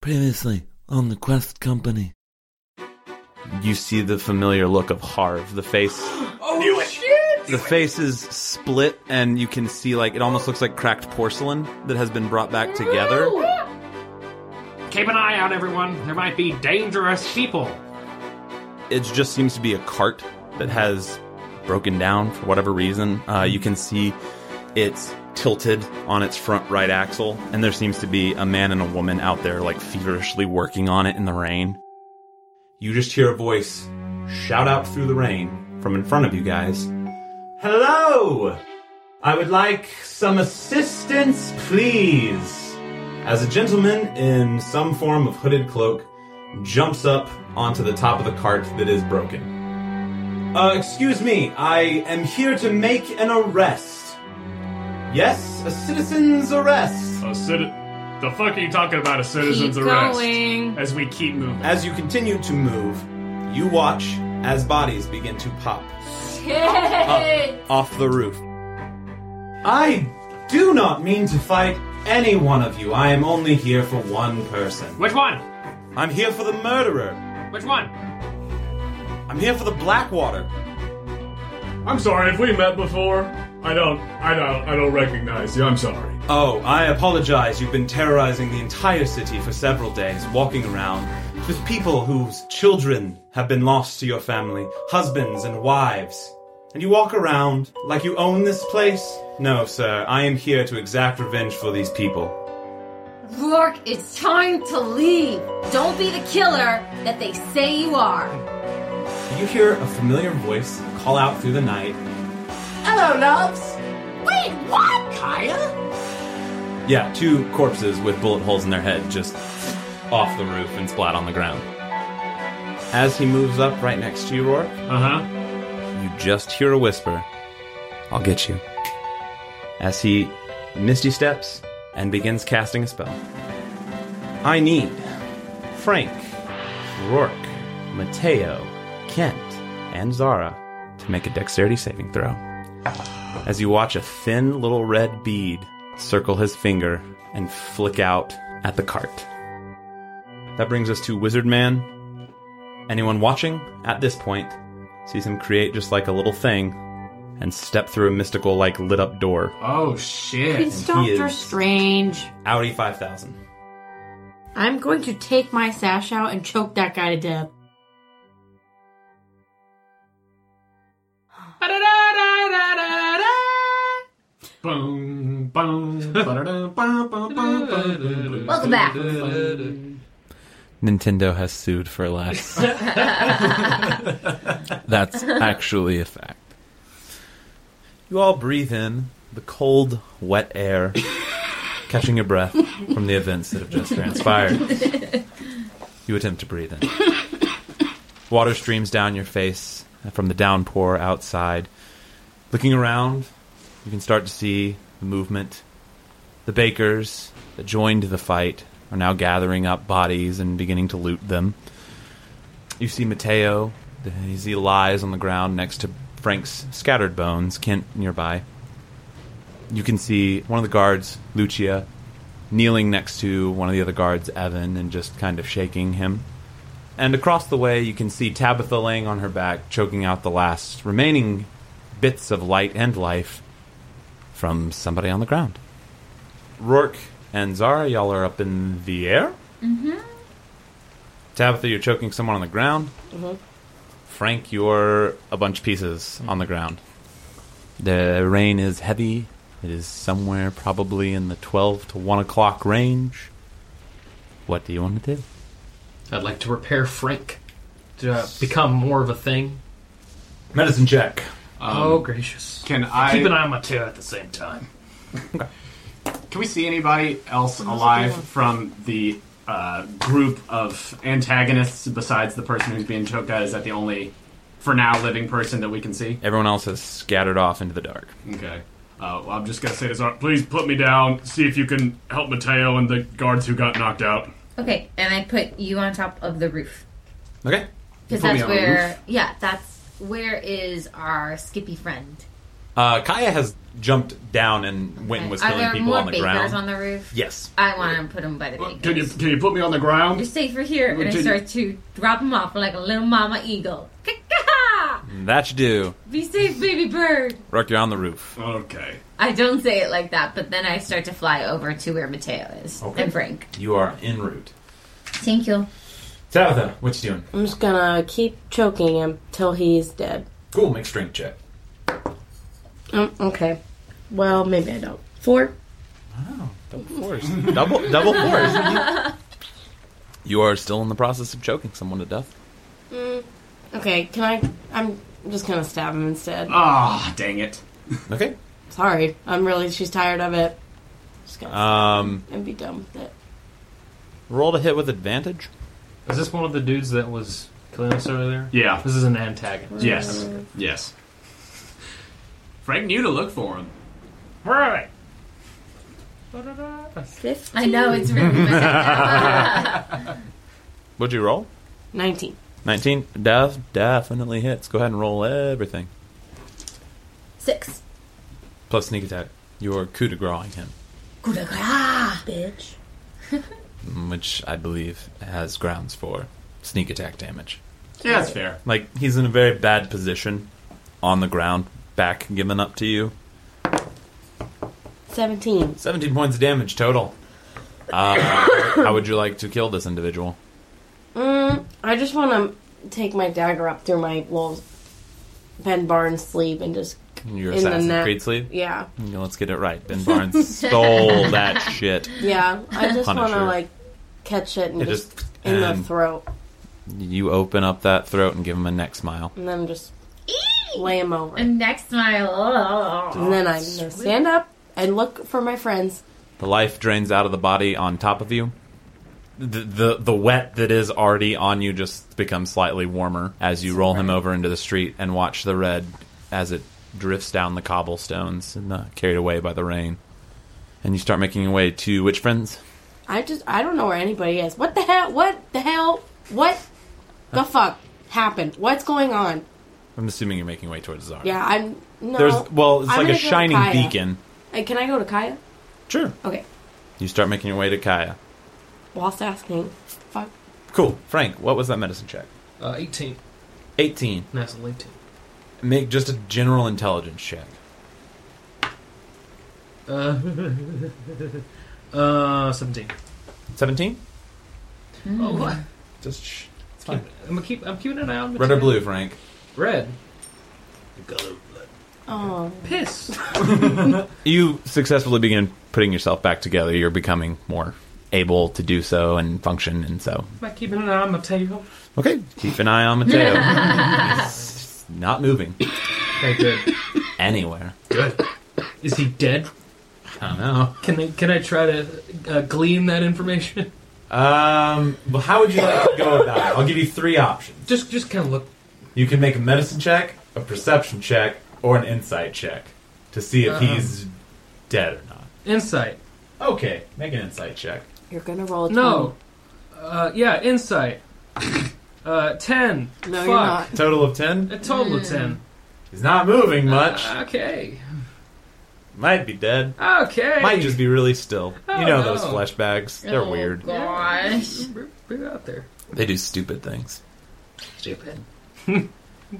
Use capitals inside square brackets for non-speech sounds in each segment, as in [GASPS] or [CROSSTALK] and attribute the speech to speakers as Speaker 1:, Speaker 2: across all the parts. Speaker 1: Previously on the Quest Company.
Speaker 2: You see the familiar look of Harv. The face.
Speaker 3: Knew it.
Speaker 2: The face is split, and you can see like it almost looks like cracked porcelain that has been brought back together.
Speaker 3: Keep an eye out, everyone. There might be dangerous people.
Speaker 2: It just seems to be a cart that has broken down for whatever reason. Uh, you can see it's tilted on its front right axle, and there seems to be a man and a woman out there like feverishly working on it in the rain. You just hear a voice shout out through the rain from in front of you guys. Hello! I would like some assistance, please. As a gentleman in some form of hooded cloak jumps up onto the top of the cart that is broken. Uh, excuse me, I am here to make an arrest. Yes, a citizen's arrest.
Speaker 3: A citi- the fuck are you talking about? A citizen's
Speaker 4: Keep
Speaker 3: arrest.
Speaker 4: going.
Speaker 3: As we keep moving.
Speaker 2: As you continue to move, you watch as bodies begin to pop
Speaker 4: Hey!
Speaker 2: off the roof. I do not mean to fight any one of you. I am only here for one person.
Speaker 3: Which one?
Speaker 2: I'm here for the murderer.
Speaker 3: Which one?
Speaker 2: I'm here for the Blackwater.
Speaker 5: I'm sorry if we met before. I don't, I don't, I don't recognize you. I'm sorry.
Speaker 2: Oh, I apologize. You've been terrorizing the entire city for several days, walking around with people whose children have been lost to your family, husbands and wives. And you walk around like you own this place? No, sir. I am here to exact revenge for these people.
Speaker 4: Rourke, it's time to leave. Don't be the killer that they say you are.
Speaker 2: You hear a familiar voice call out through the night. Hello, loves.
Speaker 4: Wait, what?
Speaker 2: Kaya? Yeah, two corpses with bullet holes in their head just off the roof and splat on the ground. As he moves up right next to you, Rourke,
Speaker 3: Uh huh.
Speaker 2: you just hear a whisper. I'll get you. As he misty steps and begins casting a spell. I need Frank, Rourke, Mateo, Kent, and Zara to make a dexterity saving throw. As you watch a thin little red bead circle his finger and flick out at the cart. That brings us to Wizard Man. Anyone watching at this point sees him create just like a little thing and step through a mystical, like lit up door.
Speaker 3: Oh shit.
Speaker 6: It's
Speaker 2: he
Speaker 6: Doctor
Speaker 2: is-
Speaker 6: Strange.
Speaker 2: Audi 5000.
Speaker 6: I'm going to take my sash out and choke that guy
Speaker 2: [GASPS]
Speaker 6: to death.
Speaker 3: Boom, boom, ba-da-da, bum, bum, bum, bum, bum, bum.
Speaker 4: Welcome back.
Speaker 2: Nintendo has sued for less. That's actually a fact. You all breathe in the cold, wet air, catching your breath from the events that have just transpired. You attempt to breathe in. Water streams down your face from the downpour outside. Looking around, you can start to see the movement the bakers that joined the fight are now gathering up bodies and beginning to loot them. You see Mateo, as he lies on the ground next to Frank's scattered bones, Kent nearby. You can see one of the guards, Lucia, kneeling next to one of the other guards, Evan, and just kind of shaking him. And across the way, you can see Tabitha laying on her back, choking out the last remaining bits of light and life from somebody on the ground. Rourke and Zara, y'all are up in the air. Mm-hmm. Tabitha, you're choking someone on the ground.
Speaker 4: Mm-hmm.
Speaker 2: Frank, you're a bunch of pieces on the ground. The rain is heavy. It is somewhere probably in the 12 to 1 o'clock range. What do you want to do?
Speaker 7: I'd like to repair Frank to uh, become more of a thing.
Speaker 2: Medicine check.
Speaker 7: oh gracious!
Speaker 8: Can I?
Speaker 7: Keep an eye on my tail at the same time.
Speaker 8: Can we see anybody else alive from the uh, group of antagonists besides the person who's being choked out? Is that the only, for now, living person that we can see?
Speaker 2: Everyone else has scattered off into the dark.
Speaker 8: Okay. Uh, well, I'm just gonna say this.
Speaker 5: Sorry, please put me down. See if you can help Mateo and the guards who got knocked out.
Speaker 4: Okay, and I put you on top of the roof.
Speaker 2: Okay.
Speaker 4: Because
Speaker 8: put me
Speaker 4: that's
Speaker 8: on the
Speaker 4: where, yeah, that's where is our Skippy friend.
Speaker 2: Uh, Kaya has jumped down and went and was
Speaker 4: Are
Speaker 2: killing
Speaker 4: there
Speaker 2: people
Speaker 4: more
Speaker 2: on the
Speaker 4: bakers
Speaker 2: ground.
Speaker 4: on the roof?
Speaker 2: yes.
Speaker 4: I want to put them by the bakers.
Speaker 5: Can you can you put me on the
Speaker 4: You're
Speaker 5: ground?
Speaker 4: safer here. And I
Speaker 5: Did you-
Speaker 4: start to drop them off like a little mama eagle. [LAUGHS] Ka-ka!
Speaker 2: That should do.
Speaker 4: Be safe, baby bird.
Speaker 2: Rook, you're on the roof.
Speaker 5: Okay.
Speaker 4: I don't say it like that, but then I start to fly over to where Mateo is
Speaker 2: Okay.
Speaker 4: and Frank.
Speaker 2: You are en route.
Speaker 4: Thank you.
Speaker 2: Tabitha, what you doing?
Speaker 6: I'm just gonna keep choking him till he's dead.
Speaker 2: Cool, make strength check.
Speaker 6: Um, okay. Well, maybe I don't. Four.
Speaker 2: Double force. double double force. you are still in the process of choking someone to death.
Speaker 6: Okay. Can I? I'm just gonna stab him instead.
Speaker 8: Ah, dang it.
Speaker 2: Okay.
Speaker 6: Sorry. I'm really. She's tired of it. Just gonna
Speaker 2: Um,
Speaker 6: stab him and be done with it.
Speaker 2: roll to hit with advantage.
Speaker 7: Is this one of the dudes that was killing us earlier?
Speaker 8: Yeah.
Speaker 7: This is an antagonist.
Speaker 8: Yes. Yes. Frank knew to look for him.
Speaker 7: Where are they?
Speaker 6: Fifth.
Speaker 4: I know it's really bad.
Speaker 2: What'd you roll?
Speaker 6: Nineteen.
Speaker 2: 19. Def, definitely hits. Go ahead and roll everything.
Speaker 4: Six.
Speaker 2: Plus sneak attack. You're coup de graceing him,
Speaker 6: Bitch.
Speaker 2: which I believe has grounds for sneak attack damage.
Speaker 8: Yeah, that's fair.
Speaker 2: Like, he's in a very bad position on the ground, back given up to you.
Speaker 6: Seventeen.
Speaker 2: 17 points of damage total. Uh, [COUGHS] how would you like to kill this individual?
Speaker 6: Mm, I just want to take my dagger up through my little Ben Barnes sleeve and just
Speaker 2: Your
Speaker 6: In the
Speaker 2: Assassin's
Speaker 6: neck.
Speaker 2: Creed sleeve?
Speaker 6: yeah,
Speaker 2: Yeah, let's get it right. Ben Barnes [LAUGHS] stole that shit.
Speaker 6: yeah. I [LAUGHS] just want
Speaker 2: Punisher.
Speaker 6: to like catch it and
Speaker 2: It
Speaker 6: just,
Speaker 2: just
Speaker 6: in the
Speaker 2: and
Speaker 6: throat,
Speaker 2: you open up that throat and give him a neck smile.
Speaker 6: and then just lay him over,
Speaker 4: And next smile.
Speaker 6: and then I'm gonna stand up and look for my friends.
Speaker 2: The life drains out of the body on top of you. The, the the wet that is already on you just becomes slightly warmer as you roll him over into the street and watch the red as it drifts down the cobblestones and uh, carried away by the rain. And you start making your way to which friends?
Speaker 6: I just I don't know where anybody is. What the hell? What the hell? What the fuck happened? What's going on?
Speaker 2: I'm assuming you're making your way towards Zara.
Speaker 6: Yeah, I'm no.
Speaker 2: There's well, it's
Speaker 6: I'm
Speaker 2: like a
Speaker 6: gonna go to
Speaker 2: shining
Speaker 6: Kaya.
Speaker 2: beacon.
Speaker 6: Hey, can I go to Kaya?
Speaker 2: Sure.
Speaker 6: Okay.
Speaker 2: You start making your way to Kaya.
Speaker 6: Whilst asking, fuck.
Speaker 2: Cool. Frank, what was that medicine check?
Speaker 7: Uh, 18.
Speaker 2: 18.
Speaker 7: National 18.
Speaker 2: Make just a general intelligence check.
Speaker 7: Uh, uh, 17.
Speaker 2: 17?
Speaker 7: Oh, what?
Speaker 2: Just shh. It's
Speaker 7: Keep, I'm, keep, I'm keeping an eye on
Speaker 2: Red or
Speaker 7: Mateo.
Speaker 2: blue, Frank?
Speaker 7: Red.
Speaker 6: Oh,
Speaker 7: Piss.
Speaker 2: You successfully begin putting yourself back together. You're becoming more able to do so and function, and so.
Speaker 7: Am I keeping an eye on Mateo?
Speaker 2: Okay. Keep an eye on
Speaker 6: [LAUGHS]
Speaker 2: Mateo. He's not moving
Speaker 7: Okay, good.
Speaker 2: anywhere.
Speaker 7: Good. Is he dead?
Speaker 2: I don't know.
Speaker 7: Can I, can I try to uh, glean that information? [LAUGHS]
Speaker 2: Um, well, how would you like to go about it? I'll give you three options.
Speaker 7: Just just kind of look.
Speaker 2: You can make a medicine check, a perception check, or an insight check to see if
Speaker 7: Uh-uh.
Speaker 2: he's dead or not.
Speaker 7: Insight.
Speaker 2: Okay, make an insight check.
Speaker 6: you're gonna roll a
Speaker 7: No. Uh, yeah, insight. Uh, 10.
Speaker 6: twenty. No,
Speaker 7: Fuck.
Speaker 6: you're not.
Speaker 2: Total of 10.
Speaker 7: A total of 10.
Speaker 2: He's not moving much.
Speaker 7: Okay.
Speaker 2: [LAUGHS] Might be dead.
Speaker 7: Okay.
Speaker 2: Might just be really still. You
Speaker 7: Oh,
Speaker 2: know those
Speaker 7: no.
Speaker 2: flesh bags. They're
Speaker 4: Oh,
Speaker 2: weird.
Speaker 4: Gosh.
Speaker 7: We're, we're out there.
Speaker 2: They do stupid things.
Speaker 7: Stupid.
Speaker 2: All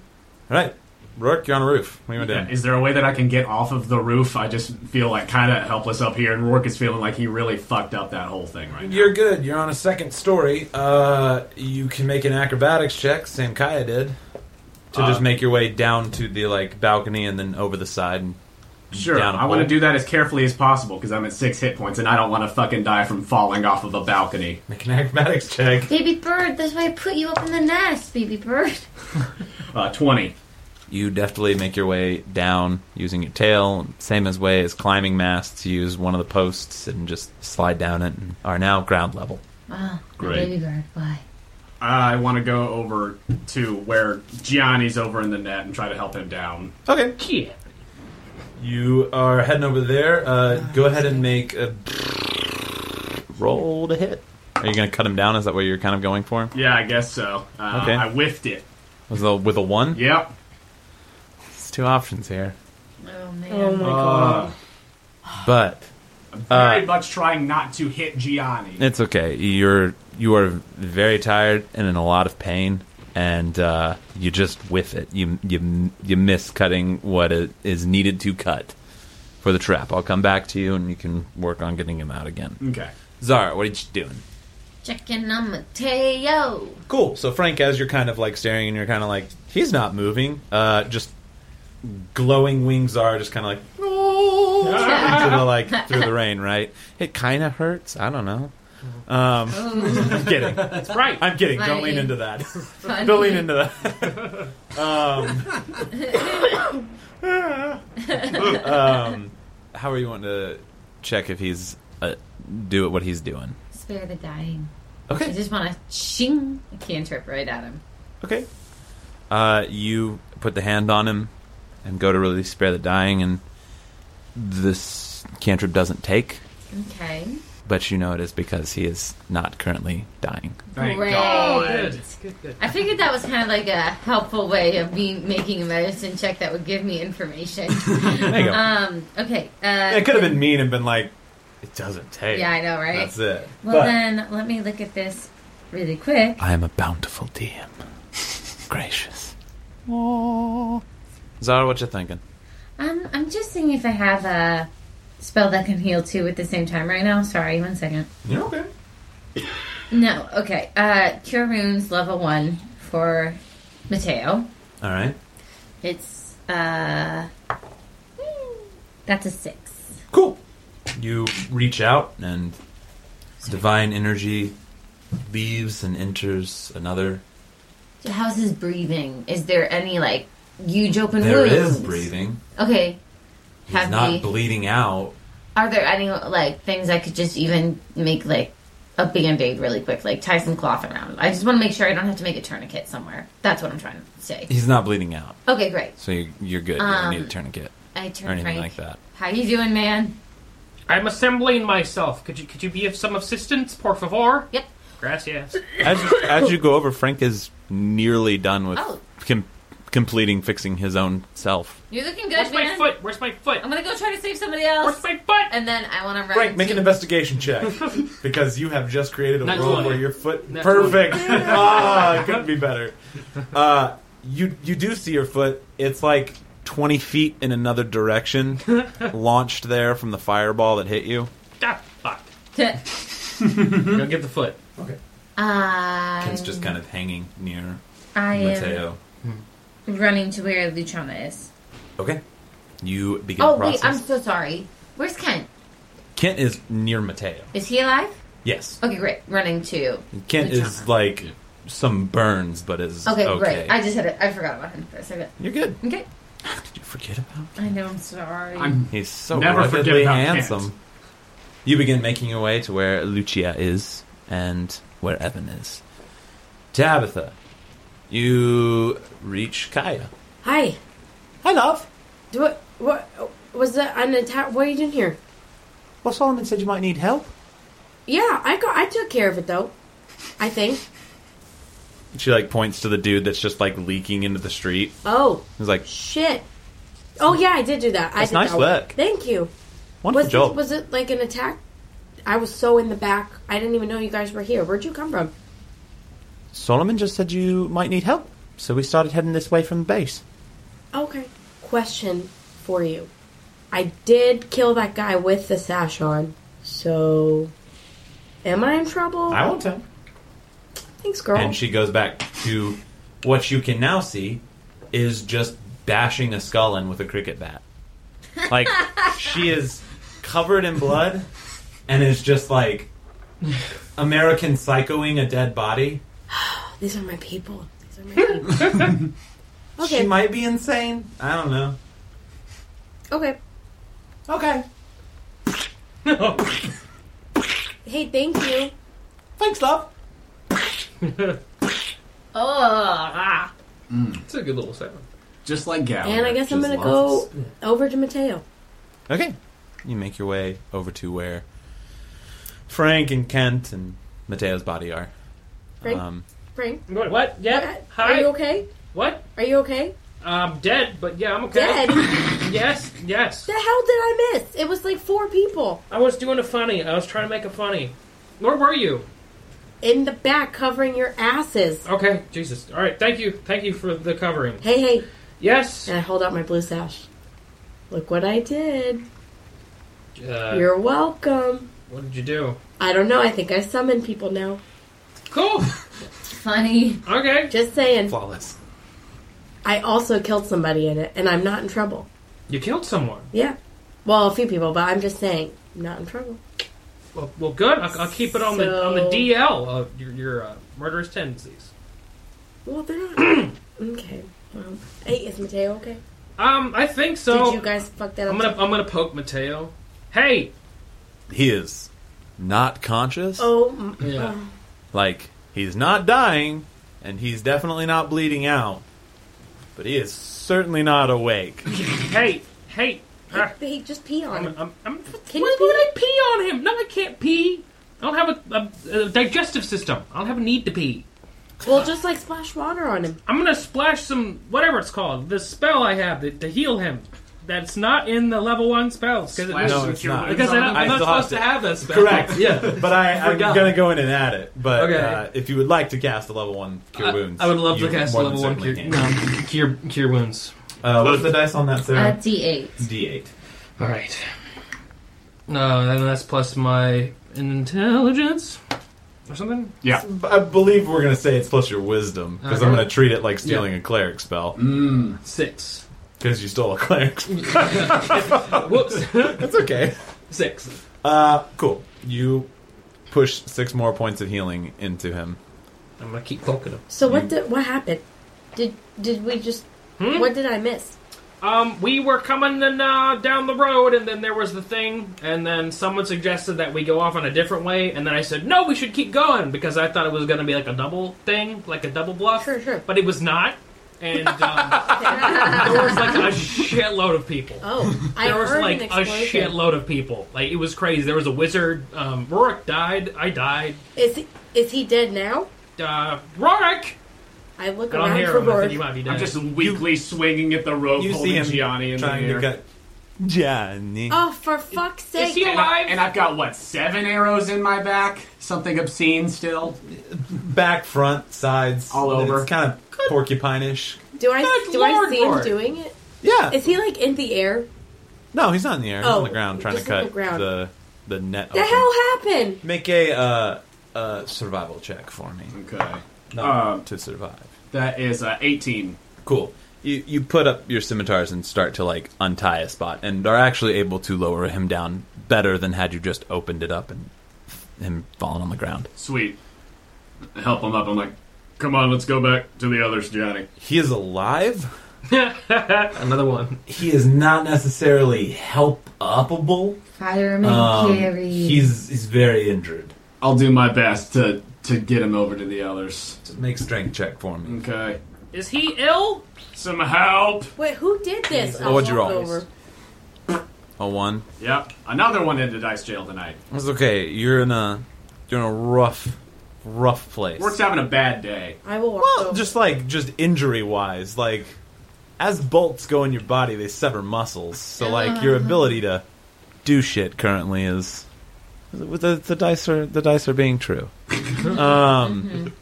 Speaker 2: right. Rourke, you're on a roof. What are you doing?
Speaker 8: Is there a way that I can get off of the roof? I just feel like kind of helpless up here, and Rourke is feeling like he really fucked up that whole thing right now.
Speaker 2: You're good. You're on a second story. Uh, you can make an acrobatics check. Sam Kaya did. To
Speaker 8: Uh,
Speaker 2: just make your way down to the like balcony and then over the side and
Speaker 8: Sure,
Speaker 2: down a
Speaker 8: I want to
Speaker 2: hole.
Speaker 8: do that as carefully as possible because I'm at six hit points, and I don't want to fucking die from falling off of a balcony.
Speaker 2: make an acrobatics check.
Speaker 4: Baby bird, that's why I put you up in the nest, baby bird. [LAUGHS]
Speaker 8: Uh, Twenty.
Speaker 2: You deftly make your way down using your tail, same as way as climbing masts. You use one of the posts and just slide down it and are now ground level.
Speaker 4: Wow.
Speaker 8: Great.
Speaker 4: Baby bird, why?
Speaker 8: I want to go over to where Gianni's over in the net and try to help him down.
Speaker 2: Okay.
Speaker 7: Yeah.
Speaker 2: You are heading over there. Uh, go ahead and make a roll to hit. Are you going to cut him down? Is that what you're kind of going for?
Speaker 8: Yeah, I guess so. Uh,
Speaker 2: Okay.
Speaker 8: I whiffed it.
Speaker 2: With a, with a one?
Speaker 8: Yep.
Speaker 2: It's two options here.
Speaker 4: Oh man.
Speaker 6: Oh my
Speaker 2: Uh,
Speaker 6: god.
Speaker 2: But Uh,
Speaker 8: Very much trying not to hit Gianni.
Speaker 2: It's okay. You're you are very tired and in a lot of pain, and uh, you just whiff it. You you you miss cutting what it is needed to cut for the trap. I'll come back to you, and you can work on getting him out again.
Speaker 8: Okay.
Speaker 2: Zara, what are you doing?
Speaker 4: Checking
Speaker 2: [LAUGHS]
Speaker 4: on Mateo.
Speaker 2: Cool. So Frank, as you're kind of like staring, and you're kind of like he's not moving. Uh, just glowing wings are just kind of like through the, like through the rain, right? It kind of hurts. I don't know. Um, I'm kidding. That's right. I'm kidding. Don't lean
Speaker 4: Right.
Speaker 2: into that. [LAUGHS]
Speaker 4: Funny.
Speaker 2: Don't lean [LAUGHS] into that. um, um, how are you wanting to check if he's uh, do what he's doing?
Speaker 4: Spare the dying. I
Speaker 2: Okay.
Speaker 4: just want to shing a cantrip right at him.
Speaker 2: Okay. Uh, you put the hand on him and go to really spare the dying, and this cantrip doesn't take,
Speaker 4: Okay.
Speaker 2: but you know it is because he is not currently dying.
Speaker 8: Thank
Speaker 4: Great.
Speaker 8: God.
Speaker 7: Oh,
Speaker 6: Oh,
Speaker 7: Good. Good, good.
Speaker 4: I figured that was kind of like a helpful way of me making a medicine check that would give
Speaker 2: [LAUGHS]
Speaker 4: me information.
Speaker 2: There you go.
Speaker 4: um, okay. Uh,
Speaker 2: it could have been mean and been like, it doesn't take.
Speaker 4: Yeah, I know, right?
Speaker 2: That's it.
Speaker 4: Well, then let me look at this really quick.
Speaker 2: I am a bountiful DM. [LAUGHS] Gracious. Zara, what you thinking?
Speaker 4: Um, I'm just seeing if I have a spell that can heal two at the same time right now. Sorry, one second.
Speaker 2: Yeah, okay.
Speaker 4: No, okay. Uh, Cure Wounds level one for Mateo.
Speaker 2: All right.
Speaker 4: It's uh, that's a six.
Speaker 2: Cool. You reach out, and divine energy leaves and enters another.
Speaker 4: So how's his breathing? Is there any like huge open
Speaker 2: There
Speaker 4: wounds?
Speaker 2: is breathing.
Speaker 4: Okay.
Speaker 2: He's
Speaker 4: Have
Speaker 2: not
Speaker 4: we-
Speaker 2: bleeding out.
Speaker 4: Are there any like things I could just even make like a band aid really quick, like tie some cloth around? I just want to make sure I don't have to make a tourniquet somewhere. That's what I'm trying to
Speaker 2: [LAUGHS]
Speaker 4: say.
Speaker 2: He's not bleeding out.
Speaker 4: Okay, great.
Speaker 2: So you, you're good. You
Speaker 4: Um,
Speaker 2: don't need a tourniquet
Speaker 4: I
Speaker 2: or
Speaker 4: turn
Speaker 2: anything
Speaker 4: Frank.
Speaker 2: like that.
Speaker 4: How you doing, man?
Speaker 7: I'm assembling myself. Could you could you be of some assistance, por favor?
Speaker 4: Yep.
Speaker 7: Gracias.
Speaker 2: As, as you go over, Frank is nearly done with
Speaker 4: Oh.
Speaker 2: com- completing fixing his own self.
Speaker 4: You're looking good,
Speaker 7: Where's my
Speaker 4: man.
Speaker 7: foot? Where's my foot?
Speaker 4: I'm gonna go try to save somebody else,
Speaker 7: Where's my foot?
Speaker 4: and then I want to run.
Speaker 2: Frank, make an
Speaker 4: into-
Speaker 2: investigation
Speaker 4: [LAUGHS]
Speaker 2: check because you have just created a
Speaker 7: Nat
Speaker 2: world
Speaker 7: 20.
Speaker 2: where your foot
Speaker 4: [LAUGHS]
Speaker 7: Nat
Speaker 2: perfect. [LAUGHS] ah, it couldn't be better. Uh, you you do see your foot. It's like twenty feet in another
Speaker 4: [LAUGHS]
Speaker 2: direction, launched there from the fireball that hit you.
Speaker 7: Ah, fuck.
Speaker 2: [LAUGHS]
Speaker 7: Go get the foot.
Speaker 4: I.
Speaker 2: It's just kind of hanging near
Speaker 4: um, I am
Speaker 2: Mateo.
Speaker 4: running to where Luciana is.
Speaker 2: Okay, you begin.
Speaker 4: Oh
Speaker 2: the process.
Speaker 4: wait, I'm so sorry. Where's Kent?
Speaker 2: Kent is near Mateo.
Speaker 4: Is he alive?
Speaker 2: Yes,
Speaker 4: Okay, great. Running to.
Speaker 2: Kent is
Speaker 4: Luciana.
Speaker 2: like some burns, but is
Speaker 4: Okay, great. I just had it. I forgot about him for a second.
Speaker 2: You're good.
Speaker 4: Okay.
Speaker 2: Did you forget about?
Speaker 4: I know. I'm sorry.
Speaker 8: I'm
Speaker 2: He's so
Speaker 8: Never forget
Speaker 2: ruggedly
Speaker 8: about
Speaker 2: handsome.
Speaker 8: Kent.
Speaker 2: You begin making your way to where Lucia is and where Evan is. Tabitha, you reach Kaya.
Speaker 6: Hi.
Speaker 2: Hi, love.
Speaker 6: Do what? What was that? An attack? What are you doing here?
Speaker 2: Well, Solomon said you might need help.
Speaker 6: Yeah, I got. I took care of it though. I think.
Speaker 2: She like points to the dude that's just like leaking into the street.
Speaker 6: Oh
Speaker 2: He's like,
Speaker 6: shit. Oh yeah, I did do that. I
Speaker 2: That's
Speaker 6: did
Speaker 2: nice
Speaker 6: that
Speaker 2: work.
Speaker 6: Thank you.
Speaker 2: "Wonderful
Speaker 6: Was it,
Speaker 2: job."
Speaker 6: was it like an attack? I was so in the back. I didn't even know you guys were here. Where'd you come from?
Speaker 2: Solomon just said you might need help, so we started heading this way from the base.
Speaker 6: Okay. Question for you. I did kill that guy with the sash on, so am I in trouble?
Speaker 2: won't tell.
Speaker 6: Thanks, girl.
Speaker 2: And she goes back to what you can now see is just bashing a skull in with a cricket bat.
Speaker 6: [LAUGHS]
Speaker 2: Like she is covered in blood and is just like American psychoing a dead body.
Speaker 6: These are my people. These are my people.
Speaker 2: She
Speaker 6: okay.
Speaker 2: might be insane. I don't know.
Speaker 6: okay.
Speaker 2: Okay.
Speaker 6: Hey, thank you.
Speaker 2: Thanks, love.
Speaker 4: oh, ah.
Speaker 7: It's a good little sound.
Speaker 8: just like Gal.
Speaker 6: And I guess I'm gonna go over to Mateo.
Speaker 2: Okay. You make your way over to where Frank and Kent and Mateo's body are.
Speaker 6: Frank,
Speaker 2: Um,
Speaker 6: Frank,
Speaker 7: What? What? Yeah.
Speaker 6: are
Speaker 7: Hi.
Speaker 6: you okay?
Speaker 7: What?
Speaker 6: Are you okay?
Speaker 7: [LAUGHS] I'm dead, but yeah, I'm okay.
Speaker 6: Dead?
Speaker 7: yes, yes.
Speaker 6: The hell did I miss? It was like four people
Speaker 7: I was doing a funny. I was trying to make a funny. Where were you?
Speaker 6: in the back covering your asses.
Speaker 7: Okay, Jesus. All right, thank you, thank you for the covering.
Speaker 6: Hey, hey.
Speaker 7: Yes. Uh,
Speaker 6: And I hold out my blue sash. Look what I did.
Speaker 7: Uh,
Speaker 6: You're welcome.
Speaker 7: what did you do?
Speaker 6: I don't know. I think I summon people now.
Speaker 7: Cool.
Speaker 4: Funny.
Speaker 7: Okay.
Speaker 6: Just saying.
Speaker 2: Flawless.
Speaker 6: I also killed somebody in it, and I'm not in trouble.
Speaker 7: You killed someone.
Speaker 6: Yeah. Well, a few people, but I'm just saying, I'm not in trouble.
Speaker 7: Well, well good. I'll, I'll keep it on the on the
Speaker 6: So-
Speaker 7: DL of your, your uh, murderous tendencies.
Speaker 6: Well, they're
Speaker 7: [CLEARS THROAT]
Speaker 6: not. okay. Well, hey, is Mateo okay?
Speaker 7: Um, I think so.
Speaker 6: Did you guys fuck that up?
Speaker 7: I'm gonna I'm gonna poke Mateo. Hey,
Speaker 2: He is not conscious.
Speaker 6: Oh, m-
Speaker 9: Yeah.
Speaker 6: oh.
Speaker 2: Like, he's not dying, and he's definitely not bleeding out. But he is certainly not
Speaker 9: [LAUGHS]
Speaker 2: awake.
Speaker 7: hey, hey. Ah,
Speaker 6: Hey, uh, just pee on
Speaker 7: I'm,
Speaker 6: him.
Speaker 7: I'm, I'm,
Speaker 6: Can
Speaker 7: why
Speaker 6: you
Speaker 7: would I
Speaker 6: pee?
Speaker 7: pee on him? No, I can't pee. I don't have a, a, a digestive system. I don't have a need to pee.
Speaker 6: Well, just like splash water on him.
Speaker 7: I'm gonna splash some whatever it's called, the spell I have to, to heal him. That's not in the level one spells because
Speaker 5: Splash
Speaker 2: No,
Speaker 5: some
Speaker 2: it's
Speaker 5: cure
Speaker 2: not.
Speaker 5: wounds
Speaker 7: because I
Speaker 5: on
Speaker 7: don't,
Speaker 5: them.
Speaker 7: I'm
Speaker 2: I
Speaker 7: not
Speaker 2: still have
Speaker 7: supposed to
Speaker 2: to-
Speaker 7: have that spell.
Speaker 2: Correct. Yeah, but I, I'm
Speaker 7: Forgot.
Speaker 2: gonna go in and add it. But
Speaker 7: Okay.
Speaker 2: uh, if you would like to cast a level one cure wounds,
Speaker 9: I would love
Speaker 2: you
Speaker 9: to cast
Speaker 2: more than
Speaker 9: level one cure,
Speaker 2: certainly
Speaker 9: no,
Speaker 7: [LAUGHS] um,
Speaker 9: cure cure wounds.
Speaker 2: can. Uh, what's the dice on that,
Speaker 4: A
Speaker 2: Sarah?
Speaker 4: D8.
Speaker 2: D8.
Speaker 9: All right. Uh, and that's plus my intelligence or something.
Speaker 2: But I believe we're gonna say it's plus your wisdom because I'm
Speaker 9: Okay.
Speaker 2: gonna treat it like stealing a cleric spell
Speaker 9: Six.
Speaker 2: because you stole a cleric. spell.
Speaker 9: [LAUGHS] Mm.
Speaker 7: [LAUGHS]
Speaker 9: Whoops.
Speaker 2: That's okay.
Speaker 9: Six.
Speaker 2: Uh, cool. You push six more points of healing into him.
Speaker 9: I'm gonna keep poking him.
Speaker 6: So
Speaker 7: Hmm.
Speaker 6: what did what happened? Did did we just? What did I
Speaker 7: [LAUGHS]
Speaker 6: miss? [LAUGHS]
Speaker 7: Um, we were coming in, uh, down the road, and then there was the thing, and then someone suggested that we go off on a different way, and then I said no, we should keep going because I thought it was gonna be like a double thing, like a double bluff.
Speaker 6: Sure, sure.
Speaker 7: But it was not, and
Speaker 6: [LAUGHS]
Speaker 7: um, there was like a shitload of people. [LAUGHS]
Speaker 6: Oh, I
Speaker 7: there was
Speaker 6: heard
Speaker 7: like
Speaker 6: an
Speaker 7: a
Speaker 6: explosion.
Speaker 7: shitload of people. Like it was crazy. There was a wizard. Um, Rorik died. I died.
Speaker 6: Is he, is he dead now?
Speaker 7: Uh, Rorik.
Speaker 6: I look
Speaker 7: I don't
Speaker 6: around
Speaker 7: hear
Speaker 6: for
Speaker 7: him. I think he
Speaker 6: Rorik.
Speaker 7: might be dead.
Speaker 5: I'm just weakly swinging at the rope,
Speaker 2: You
Speaker 5: holding
Speaker 2: see him
Speaker 5: Gianni in the
Speaker 2: trying
Speaker 5: air.
Speaker 2: to cut Gianni.
Speaker 6: Oh, for fuck's sake!
Speaker 7: Is he
Speaker 5: And, I,
Speaker 7: alive?
Speaker 5: and I've got what seven arrows in my back. Something obscene still.
Speaker 2: Back, front, sides,
Speaker 5: All over.
Speaker 2: It's kind of porcupine-ish.
Speaker 6: do I
Speaker 7: Good
Speaker 6: do
Speaker 7: Lord,
Speaker 6: I see him
Speaker 7: Rorik.
Speaker 6: doing it?
Speaker 2: Yeah.
Speaker 6: Is he like in the air?
Speaker 2: No, he's not in the air. He's
Speaker 6: Oh,
Speaker 2: on the ground trying to
Speaker 6: just on
Speaker 2: cut
Speaker 6: the ground.
Speaker 2: the the net.
Speaker 6: The
Speaker 2: open.
Speaker 6: hell happened?
Speaker 2: Make a uh, uh, survival check for me.
Speaker 5: Okay,
Speaker 2: Not
Speaker 5: Um,
Speaker 2: to survive.
Speaker 5: that is uh, 18.
Speaker 2: Cool. You you put up your scimitars and start to like untie a spot, and are actually able to lower him down better than had you just opened it up and him falling on the ground.
Speaker 5: Sweet. Help him up. I'm like, come on, let's go back to the others, Gianni.
Speaker 2: He is alive.
Speaker 9: [LAUGHS] Another one.
Speaker 2: He is not necessarily help upable.
Speaker 4: Fireman Carrie.
Speaker 2: Um, he's very injured.
Speaker 5: I'll do my best to to get him over to the others.
Speaker 2: Make strength check for me.
Speaker 5: Okay.
Speaker 7: Is he ill?
Speaker 5: Some help.
Speaker 6: Wait, who did this?
Speaker 2: Oh, what'd you
Speaker 6: I'll
Speaker 2: roll?
Speaker 6: walk over.
Speaker 2: A one.
Speaker 5: Yep. Another one into dice jail tonight.
Speaker 2: It's okay. You're in a you're in a rough, rough place.
Speaker 5: Work's having a bad day.
Speaker 6: I will walk
Speaker 2: Well,
Speaker 6: over.
Speaker 2: just like just injury wise, like as bolts go in your body, they sever muscles. So like your ability to do shit currently is the, the dice are the dice are being true. um,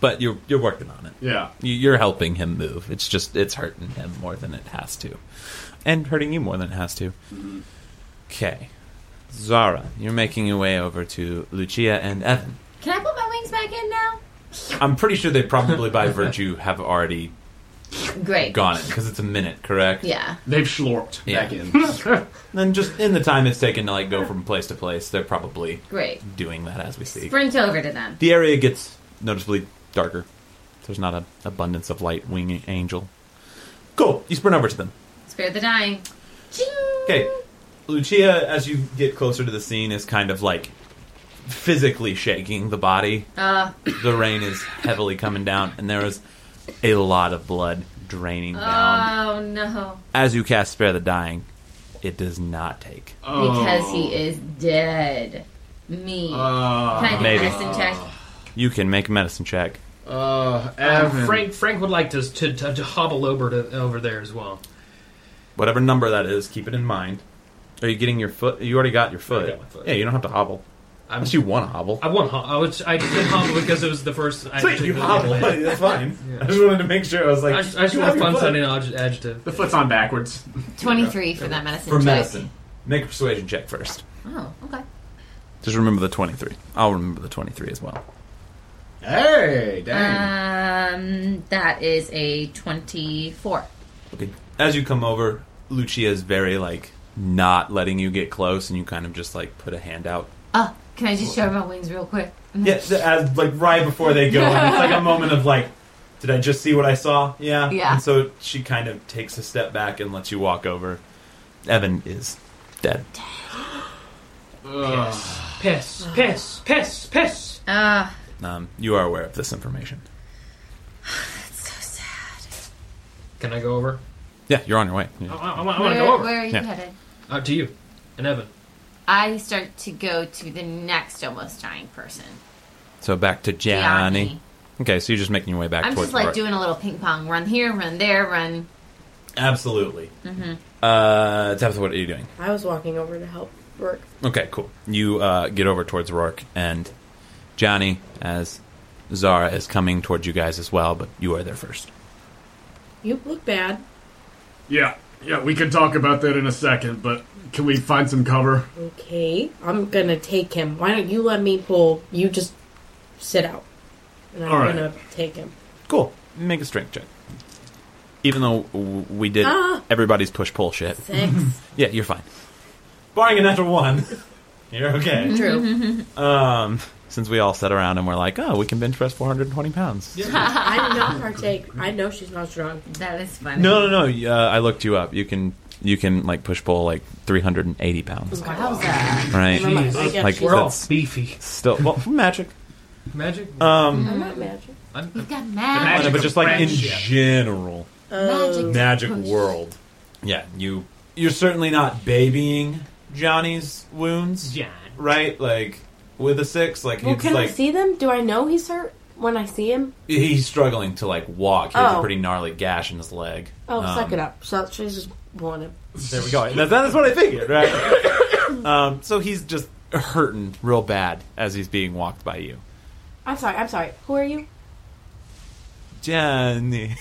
Speaker 2: but you're you're working on it.
Speaker 5: Yeah.
Speaker 2: You- You're helping him move. It's just it's hurting him more than it has to, and hurting you more than it has to. Okay, Zara, you're making your way over to Lucia and Evan.
Speaker 4: Can I put my wings back in now?
Speaker 2: I'm pretty sure they probably, by virtue, have already
Speaker 4: Great.
Speaker 2: gone it because it's a minute, correct?
Speaker 4: Yeah.
Speaker 5: They've schlorped
Speaker 2: Yeah.
Speaker 5: back in. [LAUGHS]
Speaker 2: Then just in the time it's taken to like go from place to place, they're probably
Speaker 4: Great.
Speaker 2: doing that as we speak.
Speaker 4: Sprint over to them.
Speaker 2: The area gets noticeably darker. There's not an abundance of light wing angel. Cool. You sprint over to them.
Speaker 4: Spare the dying. Ching!
Speaker 2: Okay. Lucia, as you get closer to the scene, is kind of like physically shaking the body.
Speaker 4: Uh,
Speaker 2: The rain is heavily coming down, and there is a lot of blood draining down.
Speaker 4: oh no.
Speaker 2: as you cast Spare the Dying, it does not take.
Speaker 4: Because he is dead. Me.
Speaker 5: Uh,
Speaker 4: Can I do
Speaker 2: Maybe.
Speaker 4: medicine check?
Speaker 2: You can make a medicine check.
Speaker 5: uh,
Speaker 9: Frank Frank would like to to, to, to hobble over to over there as well.
Speaker 2: whatever number that is, keep it in mind. Are you getting your foot? You already got your foot.
Speaker 10: got my foot.
Speaker 2: Yeah, you don't have to hobble.
Speaker 10: I'm,
Speaker 2: Unless you want to hobble. [LAUGHS]
Speaker 10: I won. ho- I was I did hobble because it was the first. I
Speaker 2: Sweet,
Speaker 10: actually-
Speaker 2: you hobble. That's fine. I just wanted to make sure. I was like,
Speaker 7: I just, I just
Speaker 2: you
Speaker 7: want
Speaker 2: have
Speaker 7: a
Speaker 2: your
Speaker 7: fun
Speaker 2: foot.
Speaker 7: sounding adj- adjective.
Speaker 8: The foot's on backwards.
Speaker 4: 23 for that medicine.
Speaker 2: For
Speaker 4: check.
Speaker 2: medicine. Make a persuasion check first.
Speaker 4: Oh, okay.
Speaker 2: Just remember the 23. I'll remember the 23 as well.
Speaker 8: Hey, dang.
Speaker 4: Um, that is a 24.
Speaker 2: Okay. As you come over, Lucia's very, like, not letting you get close, and you kind of just, like, put a hand out.
Speaker 4: Oh, can I just show my wings real quick?
Speaker 2: Yeah, as, like, right before they go. And it's like
Speaker 4: [LAUGHS]
Speaker 2: a moment of, like, did I just see what I saw? Yeah.
Speaker 4: Yeah.
Speaker 2: And so she kind of takes a step back and lets you walk over. Evan is dead.
Speaker 10: Piss, piss, piss, piss.
Speaker 4: Ah,
Speaker 2: Um, you are aware of this information.
Speaker 4: so sad.
Speaker 7: Can I go over?
Speaker 2: Yeah, you're on your way.
Speaker 4: Oh.
Speaker 2: Yeah.
Speaker 10: I, I, I want
Speaker 4: Where,
Speaker 10: to go over.
Speaker 4: where are you
Speaker 2: Yeah.
Speaker 4: headed?
Speaker 10: Uh,
Speaker 7: Out to you and Evan.
Speaker 4: I start to go to the next almost dying person.
Speaker 2: So back to Gianni.
Speaker 4: Gianni.
Speaker 2: Okay, so you're just making your way back
Speaker 4: I'm
Speaker 2: towards
Speaker 4: just
Speaker 2: the
Speaker 4: like
Speaker 2: right.
Speaker 4: doing a little ping pong. Run here, run there, run.
Speaker 2: Absolutely.
Speaker 4: Mm-hmm.
Speaker 2: Uh, Tabitha, what are you doing?
Speaker 6: I was walking over to help Rourke.
Speaker 2: Okay, cool. You uh, get over towards Rourke and Johnny as Zara is coming towards you guys as well, but you are there first.
Speaker 6: You look bad.
Speaker 5: Yeah, yeah, we can talk about that in a second, but can we find some cover?
Speaker 6: Okay, I'm gonna take him. Why don't you let me pull? You just sit out, and I'm
Speaker 5: All right.
Speaker 6: gonna take him.
Speaker 2: Cool. Make a strength check. Even though w- we did
Speaker 6: Ah.
Speaker 2: everybody's push pull shit.
Speaker 6: Six.
Speaker 2: Yeah, you're fine. Barring a natural one, [LAUGHS] you're okay.
Speaker 6: True.
Speaker 2: [LAUGHS] Um, since we all sat around and we're like, oh, we can bench press 420 pounds.
Speaker 4: [LAUGHS]
Speaker 6: I did not partake. I know she's not strong.
Speaker 4: That is funny.
Speaker 2: No, no, no. Uh, I looked you up. You can you can like push pull like 380 pounds,
Speaker 4: Wowza.
Speaker 2: right?
Speaker 6: Never mind. I
Speaker 7: Jeez.
Speaker 6: guess
Speaker 2: Like,
Speaker 6: she's-
Speaker 7: We're all
Speaker 2: That's-
Speaker 7: beefy.
Speaker 2: Still, well, magic.
Speaker 7: Magic?
Speaker 2: Um,
Speaker 6: I'm not magic.
Speaker 7: I'm,
Speaker 4: You've got
Speaker 2: I
Speaker 4: magic.
Speaker 2: know, but just like in
Speaker 8: friendship.
Speaker 2: general,
Speaker 4: Magic.
Speaker 2: magic world. Yeah, you you're certainly not babying Johnny's wounds,
Speaker 10: John.
Speaker 2: right? Like with a six, like
Speaker 6: Well,
Speaker 2: it's
Speaker 6: can
Speaker 2: like
Speaker 6: I see them? Do I know he's hurt when I see him?
Speaker 2: he's struggling to like walk. He has a
Speaker 6: Oh.
Speaker 2: pretty gnarly gash in his leg.
Speaker 6: Oh,
Speaker 2: Um,
Speaker 6: suck it up. So she's just blowing him.
Speaker 2: There we go. That, that's what I figured, right? [COUGHS] um, so he's just hurting real bad as he's being walked by you.
Speaker 6: I'm sorry. I'm sorry. Who are you?
Speaker 2: Johnny,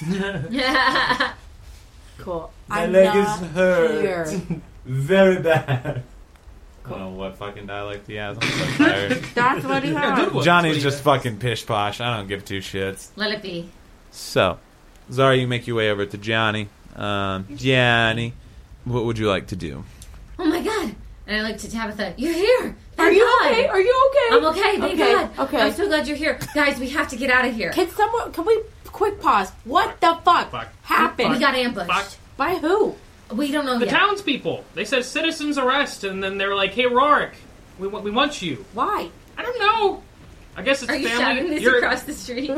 Speaker 6: Cool.
Speaker 2: my
Speaker 6: I'm
Speaker 2: leg
Speaker 6: not
Speaker 2: is hurt
Speaker 6: [LAUGHS] here.
Speaker 2: [LAUGHS] very bad. I don't know what fucking dialect he has.
Speaker 6: [LAUGHS]
Speaker 2: I'm so tired.
Speaker 6: That's what he
Speaker 7: good
Speaker 6: had.
Speaker 7: one.
Speaker 2: Johnny's
Speaker 7: That's
Speaker 2: just fucking pish posh. I don't give two shits.
Speaker 4: Let it be.
Speaker 2: So, Zara, you make your way over to Johnny. Um, Johnny, what would you like to do?
Speaker 4: Oh my god. And I look to Tabitha. You're here.
Speaker 6: Are
Speaker 4: Thank
Speaker 6: you
Speaker 4: God.
Speaker 6: okay? Are you okay?
Speaker 4: I'm okay. Thank
Speaker 6: Okay,
Speaker 4: God.
Speaker 6: okay.
Speaker 4: I'm so glad you're here. Guys, we have to get out of here.
Speaker 6: Can someone? Can we quick pause? What the fuck,
Speaker 10: Fuck.
Speaker 6: happened?
Speaker 4: We got ambushed.
Speaker 10: Fuck.
Speaker 6: By who?
Speaker 4: We don't know
Speaker 10: The
Speaker 4: yet.
Speaker 10: townspeople. They said citizens arrest, and then they're like, "Hey, Rorik, we want we want you."
Speaker 6: Why?
Speaker 10: I don't know. I guess it's
Speaker 4: Are you shouting
Speaker 10: family.
Speaker 4: this
Speaker 10: You're-
Speaker 4: across the
Speaker 6: [LAUGHS]
Speaker 4: street?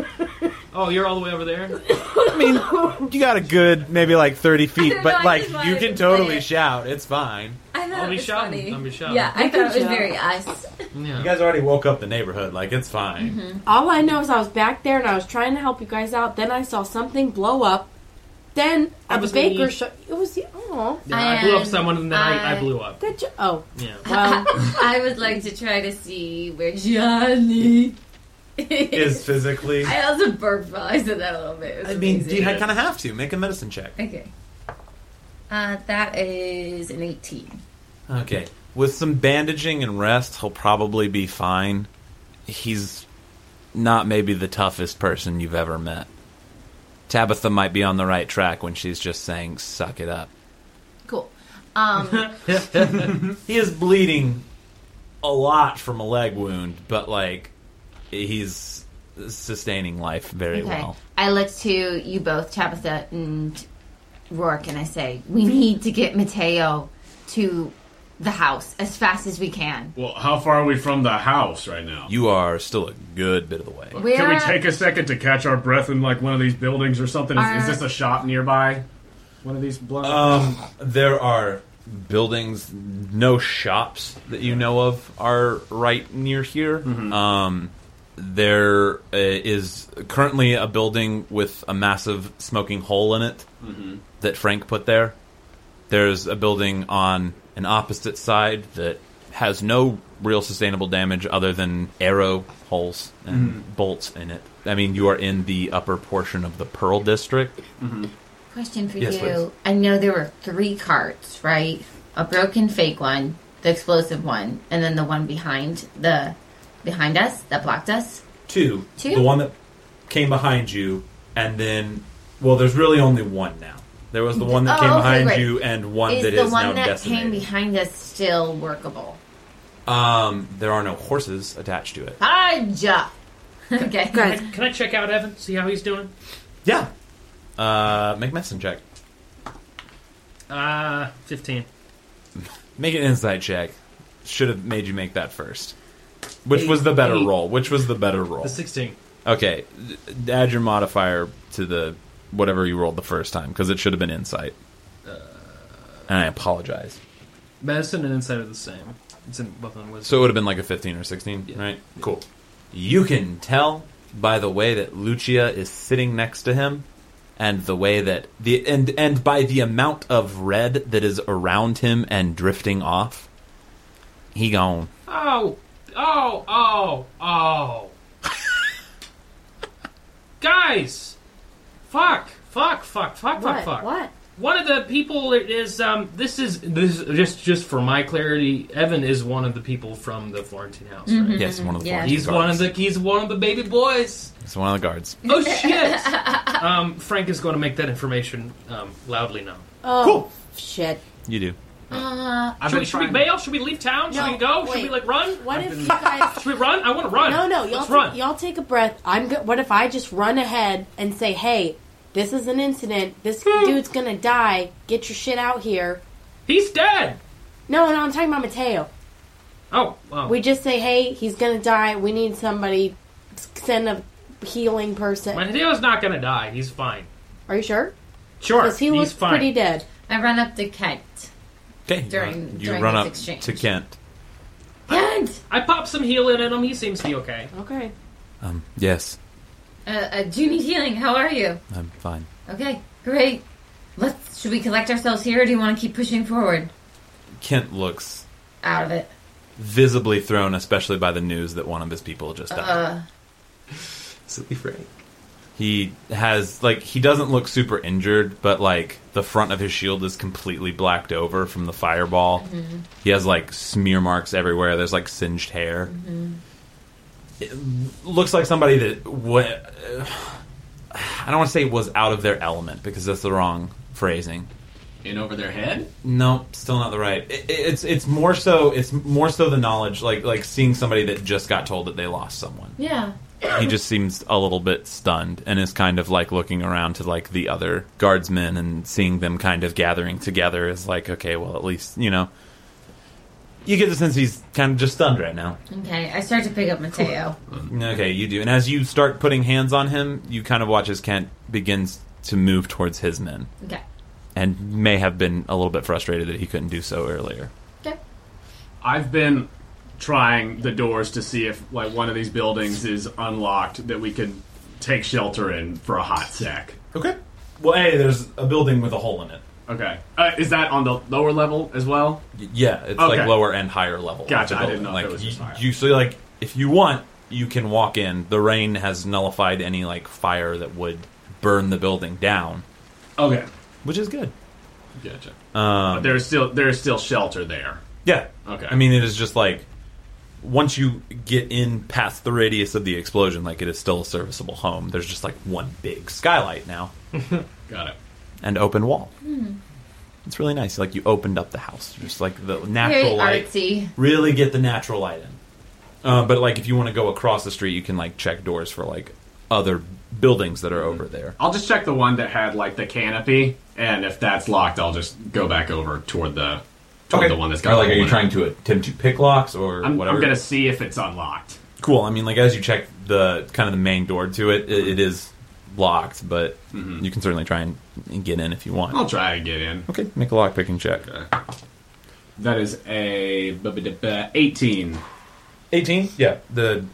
Speaker 10: oh, you're all the way over
Speaker 2: [LAUGHS]
Speaker 10: there.
Speaker 2: I mean, you got a good maybe like
Speaker 4: [LAUGHS]
Speaker 2: 30 feet,
Speaker 4: don't know,
Speaker 2: but
Speaker 4: I
Speaker 2: like
Speaker 4: just wanted
Speaker 2: you
Speaker 4: to
Speaker 2: can
Speaker 4: play
Speaker 2: totally
Speaker 4: it.
Speaker 2: shout. It's fine.
Speaker 4: I thought
Speaker 10: I'll
Speaker 4: it
Speaker 10: be
Speaker 4: was
Speaker 10: shouting.
Speaker 4: funny.
Speaker 10: I'll be shouting.
Speaker 4: Yeah, I
Speaker 6: We
Speaker 4: thought it
Speaker 6: could
Speaker 4: was
Speaker 6: shout.
Speaker 4: very
Speaker 6: [LAUGHS]
Speaker 4: us.
Speaker 7: yeah.
Speaker 2: You guys already woke up the neighborhood. Like, it's fine.
Speaker 6: [LAUGHS]
Speaker 4: Mm-hmm.
Speaker 6: All I know is I was back there and I was trying to help you guys out. Then I saw something blow up. Then at the
Speaker 10: was
Speaker 6: baker
Speaker 10: me.
Speaker 6: shop, it was the oh
Speaker 10: Yeah, I blew up
Speaker 4: And
Speaker 10: someone, and then I,
Speaker 4: I-
Speaker 10: I blew up.
Speaker 6: good job. [LAUGHS] Oh
Speaker 10: Yeah.
Speaker 6: well,
Speaker 4: I would like to try to see where Gianni
Speaker 2: Is physically.
Speaker 4: [LAUGHS] I also burped while I said that a little bit. It was
Speaker 2: I mean,
Speaker 4: amazing.
Speaker 2: you kind of have to. Make a medicine check.
Speaker 4: Okay. Uh, that is an 18.
Speaker 2: Okay. With some bandaging and rest, he'll probably be fine. He's not maybe the toughest person you've ever met. Tabitha might be on the right track when she's just saying, suck it up.
Speaker 4: Cool. Um,
Speaker 2: He is bleeding a lot from a leg wound, but, like, he's sustaining life very
Speaker 4: okay.
Speaker 2: well.
Speaker 4: I look to you both, Tabitha and Rourke, and I say, we need to get Mateo to the house as fast as we can.
Speaker 5: Well, how far are we from the house right now?
Speaker 2: You are still a good bit of the way.
Speaker 4: Where
Speaker 5: Can we take a second to catch our breath in like one of these buildings or something? Is, is
Speaker 4: Our-
Speaker 5: this a shop nearby? One of these blood.
Speaker 2: Um, there are buildings, no shops that you know of are right near here. Um, there uh, is currently a building with a massive smoking hole in it that Frank put there. There's a building on an opposite side that has no real sustainable damage other than arrow holes and bolts in it. I mean, you are in the upper portion of the Pearl District.
Speaker 4: Question for
Speaker 2: Yes,
Speaker 4: you.
Speaker 2: please.
Speaker 4: I know there were three carts, right? A broken fake one, the explosive one, and then the one behind the behind us that blocked us.
Speaker 2: Two,
Speaker 4: Two?
Speaker 2: the one that came behind you, and then well, there's really only one now. There was the one that
Speaker 4: Oh,
Speaker 2: came
Speaker 4: okay,
Speaker 2: behind
Speaker 4: great.
Speaker 2: you, and one
Speaker 4: is
Speaker 2: that
Speaker 4: the
Speaker 2: is
Speaker 4: one
Speaker 2: now
Speaker 4: that
Speaker 2: decimated.
Speaker 4: came behind us still workable?
Speaker 2: Um, there are no horses attached to it.
Speaker 4: Haja. [LAUGHS] okay. [LAUGHS]
Speaker 6: Guys,
Speaker 7: Can I check out Evan? See how he's doing?
Speaker 2: Yeah. Uh, make medicine check.
Speaker 7: Uh, 15.
Speaker 2: Make an insight check. Should have made you make that first. Which was the better
Speaker 7: Eight.
Speaker 2: roll? Which was the better roll?
Speaker 7: The 16.
Speaker 2: Okay, d- add your modifier to the whatever you rolled the first time because it should have been insight. And I apologize.
Speaker 7: Uh, Medicine and insight are the same. It's in both on
Speaker 2: So
Speaker 7: wisdom.
Speaker 2: it would have been like a 15 or 16, right? Cool. You can tell by the way that Lucia is sitting next to him and the way that the and and by the amount of red that is around him and drifting off. He gone.
Speaker 7: oh, oh, oh, oh. Guys! Fuck, fuck, fuck, fuck,
Speaker 6: what?
Speaker 7: fuck, fuck.
Speaker 6: What?
Speaker 7: One of the people is um this is this just just for my clarity, Evan is one of the people from the Florentine house, right?
Speaker 6: Mm-hmm.
Speaker 2: Yes, one of the
Speaker 4: Yeah.
Speaker 2: Florentine
Speaker 7: He's
Speaker 2: guards.
Speaker 7: one of the he's one of the baby boys.
Speaker 2: He's one of the guards.
Speaker 7: Oh
Speaker 6: [LAUGHS]
Speaker 7: shit! um, Frank is going to make that information um, loudly known.
Speaker 6: Oh, shit.
Speaker 2: You do.
Speaker 4: Uh,
Speaker 5: I've
Speaker 7: Should
Speaker 5: been
Speaker 7: we, should we
Speaker 5: trying-
Speaker 7: bail? Should we leave town? Should
Speaker 6: No,
Speaker 7: we go? Should
Speaker 6: wait.
Speaker 7: we like run?
Speaker 6: What if you guys?
Speaker 7: [LAUGHS] Should we run? I want to run.
Speaker 6: No, no, y'all,
Speaker 7: Let's
Speaker 6: take-
Speaker 7: run.
Speaker 6: y'all take a breath. I'm. Go- what if I just run ahead and say, "Hey, this is an incident. This dude's gonna die. Get your shit out here."
Speaker 7: He's dead.
Speaker 6: No, no, I'm talking about Mateo.
Speaker 7: Oh, wow.
Speaker 6: We just say, "Hey, he's gonna die. We need somebody. Send a healing person."
Speaker 7: Mateo's not going to die. He's fine.
Speaker 6: Are you sure?
Speaker 7: Sure,
Speaker 6: Because he
Speaker 7: he's
Speaker 6: looks
Speaker 7: fine.
Speaker 6: pretty dead.
Speaker 4: I run up to Kent.
Speaker 2: Okay.
Speaker 4: During-
Speaker 2: you
Speaker 4: during
Speaker 2: run
Speaker 4: this
Speaker 2: up
Speaker 4: exchange.
Speaker 2: to Kent.
Speaker 4: Kent.
Speaker 7: I pop some healing in him. He seems to be okay.
Speaker 6: Okay.
Speaker 2: Um, yes,
Speaker 4: Uh, uh, do need healing? How are you?
Speaker 2: I'm fine.
Speaker 4: Okay, great. Let's. Should we collect ourselves here, or do you want to keep pushing forward?
Speaker 2: Kent looks
Speaker 4: Out of it.
Speaker 2: visibly thrown, especially by the news that one of his people just died.
Speaker 4: Uh,
Speaker 5: Silly Frank.
Speaker 2: he has like he doesn't look super injured, but like the front of his shield is completely blacked over from the fireball. He has like smear marks everywhere. There's like singed hair. It looks like somebody that what I don't want to say was out of their element because that's the wrong phrasing.
Speaker 5: In over their head?
Speaker 2: No, still not the right. It, it's it's more so it's more so the knowledge like like seeing somebody that just got told that they lost someone.
Speaker 4: yeah.
Speaker 2: He just seems a little bit stunned and is kind of like looking around to like the other guardsmen and seeing them kind of gathering together is like okay, well at least you know. You get the sense he's kind of just stunned right now.
Speaker 4: Okay, I start to pick up Mateo.
Speaker 2: Okay, you do. And as you start putting hands on him, you kind of watch as Kent begins to move towards his men
Speaker 4: Okay.
Speaker 2: and may have been a little bit frustrated that he couldn't do so earlier.
Speaker 4: Okay.
Speaker 5: I've been trying the doors to see if like one of these buildings is unlocked that we could take shelter in for a hot sec.
Speaker 2: Okay. Well, hey, there's a building with a hole in it.
Speaker 5: Okay. Uh, is that on the lower level as well?
Speaker 2: Y- yeah, it's
Speaker 5: Okay.
Speaker 2: like lower and higher level. of
Speaker 5: Gotcha,
Speaker 2: the
Speaker 5: I didn't
Speaker 2: building.
Speaker 5: know
Speaker 2: like,
Speaker 5: if it was
Speaker 2: you,
Speaker 5: just higher.
Speaker 2: you- so like if you want, you can walk in. The rain has nullified any like fire that would burn the building down,
Speaker 5: Okay.
Speaker 2: which is good.
Speaker 5: Gotcha.
Speaker 2: Um,
Speaker 5: There's still there's still shelter there.
Speaker 2: yeah.
Speaker 5: Okay.
Speaker 2: I mean, it is just like once you get in past the radius of the explosion, like it is still a serviceable home. There's just like one big skylight now
Speaker 5: Got it.
Speaker 2: and open wall.
Speaker 4: Hmm.
Speaker 2: It's really nice. Like you opened up the house, just like the natural
Speaker 4: Very
Speaker 2: light.
Speaker 4: artsy.
Speaker 2: really get the natural light in. Uh, but like, if you want to go across the street, you can like check doors for like other buildings that are over there.
Speaker 5: I'll just check the one that had like the canopy, and if that's locked, I'll just go back over toward the toward the one that's got.
Speaker 2: Or, like,
Speaker 5: the
Speaker 2: are you
Speaker 5: one-
Speaker 2: trying to attempt to pick locks or
Speaker 5: I'm,
Speaker 2: whatever?
Speaker 5: I'm gonna see if it's unlocked.
Speaker 2: Cool. I mean, like as you check the kind of the main door to it, it, it is locked, but
Speaker 5: Mm-hmm.
Speaker 2: you can certainly try and get in if you want.
Speaker 5: I'll try to get in.
Speaker 2: Okay, make a lock picking check.
Speaker 5: That is a bu- bu- bu- 18.
Speaker 2: Eighteen. Yeah, the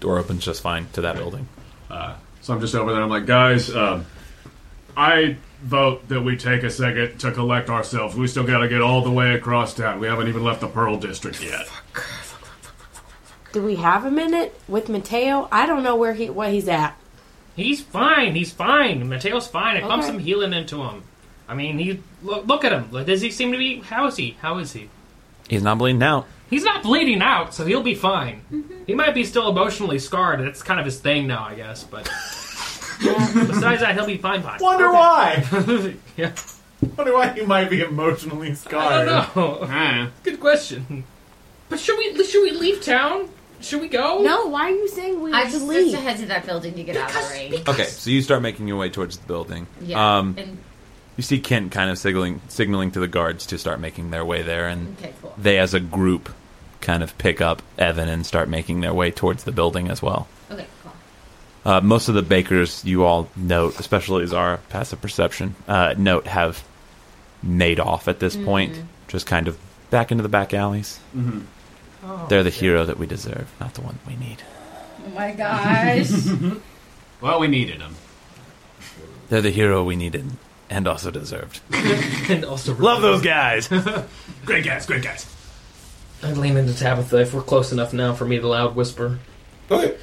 Speaker 2: door opens just fine to that building.
Speaker 5: So I'm just over there. I'm like, guys, um, I vote that we take a second to collect ourselves. We still got to get all the way across town. We haven't even left the Pearl District yet.
Speaker 6: Do we have a minute with Mateo? I don't know where he what he's at.
Speaker 7: He's fine. He's fine. Mateo's fine. I pumped
Speaker 6: Okay.
Speaker 7: some healing into him. I mean, he look, look at him. Like, Does he seem to be? How is he? How is he?
Speaker 2: He's not bleeding out.
Speaker 7: He's not bleeding out, so he'll be fine.
Speaker 6: Mm-hmm.
Speaker 7: He might be still emotionally scarred. That's kind of his thing now, I guess.
Speaker 6: [LAUGHS]
Speaker 7: But [LAUGHS] besides that, he'll be fine. Fine.
Speaker 11: Wonder why?
Speaker 7: [LAUGHS] Yeah.
Speaker 11: Wonder why you might be emotionally
Speaker 7: I
Speaker 11: scarred.
Speaker 7: don't know. [LAUGHS]
Speaker 12: Eh.
Speaker 7: Good question. But should we should we leave town? Should we go?
Speaker 6: No, why are you saying we
Speaker 4: I
Speaker 6: should
Speaker 4: just
Speaker 6: leave?
Speaker 4: leave the heads of that building to get out of the rain.
Speaker 2: Okay, so you start making your way towards the building.
Speaker 4: Yeah.
Speaker 2: Um,
Speaker 4: and,
Speaker 2: you see Kent kind of signaling signaling to the guards to start making their way there, and
Speaker 4: okay, cool.
Speaker 2: they, as a group, kind of pick up Evan and start making their way towards the building as well.
Speaker 4: Okay, cool.
Speaker 2: Uh, most of the bakers you all note, especially Zara, passive perception uh, note, have made off at this point, just kind of back into the back alleys.
Speaker 13: Mm-hmm.
Speaker 2: They're the hero that we deserve, not the one we need.
Speaker 4: Oh my [LAUGHS] gosh.
Speaker 12: Well, we needed him.
Speaker 2: They're the hero we needed and also deserved.
Speaker 13: And also,
Speaker 2: Love those [LAUGHS] guys.
Speaker 12: Great guys, great guys.
Speaker 13: I lean into Tabitha if we're close enough now for me to loud whisper.
Speaker 11: Okay.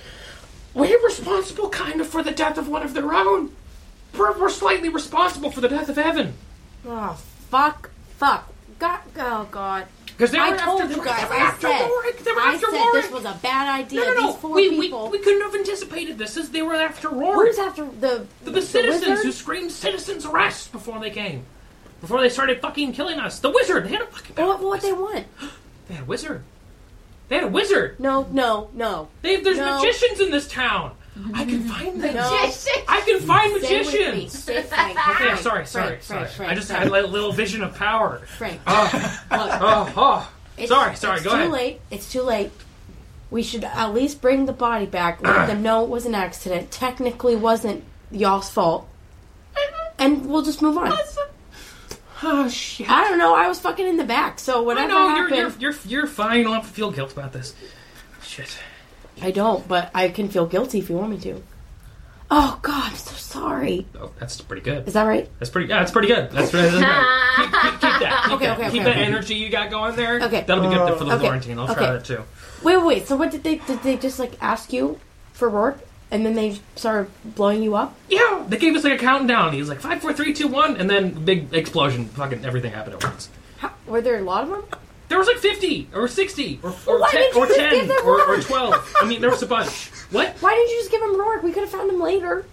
Speaker 7: We're responsible, kind of, for the death of one of their own. We're, we're slightly responsible for the death of Evan.
Speaker 6: Oh fuck! Fuck! God! Oh god!
Speaker 7: Because they were
Speaker 6: I
Speaker 7: after
Speaker 6: told you
Speaker 7: Dor-
Speaker 6: guys.
Speaker 7: They were
Speaker 6: I
Speaker 7: after
Speaker 6: said.
Speaker 7: Warwick. They were
Speaker 6: I
Speaker 7: after
Speaker 6: said
Speaker 7: Warwick.
Speaker 6: this was a bad idea.
Speaker 7: no, no, no.
Speaker 6: These four
Speaker 7: we,
Speaker 6: people.
Speaker 7: We, we couldn't have anticipated this. As they were after Rory.
Speaker 6: Who's after the
Speaker 7: The, citizens who
Speaker 6: wizard?
Speaker 7: screamed "citizens arrest" before they came, before they started fucking killing us. The wizard. They had a fucking.
Speaker 6: What, what they want?
Speaker 7: They had a wizard. They had a wizard.
Speaker 6: No, no, no,
Speaker 7: They, there's
Speaker 6: No.
Speaker 7: magicians in this town. I can find them.
Speaker 6: no.
Speaker 7: I can find
Speaker 6: Stay with me.
Speaker 7: magicians.
Speaker 6: Stay- Frank,
Speaker 7: [LAUGHS] Okay,
Speaker 6: Frank,
Speaker 7: sorry, sorry,
Speaker 6: Frank,
Speaker 7: sorry.
Speaker 6: Frank, Frank,
Speaker 7: I just
Speaker 6: Frank,
Speaker 7: had like, a little vision of power.
Speaker 6: [LAUGHS]
Speaker 7: Ah,
Speaker 6: Frank. Look,
Speaker 7: Oh, oh. [LAUGHS]
Speaker 6: it's-
Speaker 7: sorry, sorry,
Speaker 6: It's
Speaker 7: go
Speaker 6: too
Speaker 7: ahead.
Speaker 6: late. It's too late. We should at least bring the body back. Let them know it was an accident. Technically, wasn't y'all's fault. And we'll just move on.
Speaker 7: Oh shit.
Speaker 6: I don't know. I was fucking in the back, so
Speaker 7: I
Speaker 6: whatever
Speaker 7: know you're,
Speaker 6: happened,
Speaker 7: you're you're you're fine. You don't have to feel guilt about this. Shit.
Speaker 6: I don't. But I can feel guilty if you want me to. Oh God, I'm so sorry.
Speaker 7: Oh, that's pretty good.
Speaker 6: Is that right?
Speaker 7: That's pretty. Yeah, that's pretty good. That's pretty. That's right. keep, keep, keep that. Keep
Speaker 6: Okay,
Speaker 7: that,
Speaker 6: okay,
Speaker 7: keep
Speaker 6: okay,
Speaker 7: that
Speaker 6: okay.
Speaker 7: energy you got going there.
Speaker 6: Okay.
Speaker 7: That'll be good for the
Speaker 6: okay,
Speaker 7: quarantine. I'll try
Speaker 6: okay.
Speaker 7: that too.
Speaker 6: Wait, wait, wait. So what did they did they just like ask you for work and then they started blowing you up?
Speaker 7: Yeah, they gave us like a countdown. He was like five, four, three, two, one, and then big explosion. Fucking everything happened at once.
Speaker 6: How, were there a lot of them?
Speaker 7: There was like fifty or sixty or or
Speaker 6: Why
Speaker 7: ten
Speaker 6: didn't you
Speaker 7: or
Speaker 6: just give
Speaker 7: ten
Speaker 6: them
Speaker 7: or, or
Speaker 6: one?
Speaker 7: twelve. I mean, there was a bunch. What?
Speaker 6: Why didn't you just give him Rourke? We could have found him later.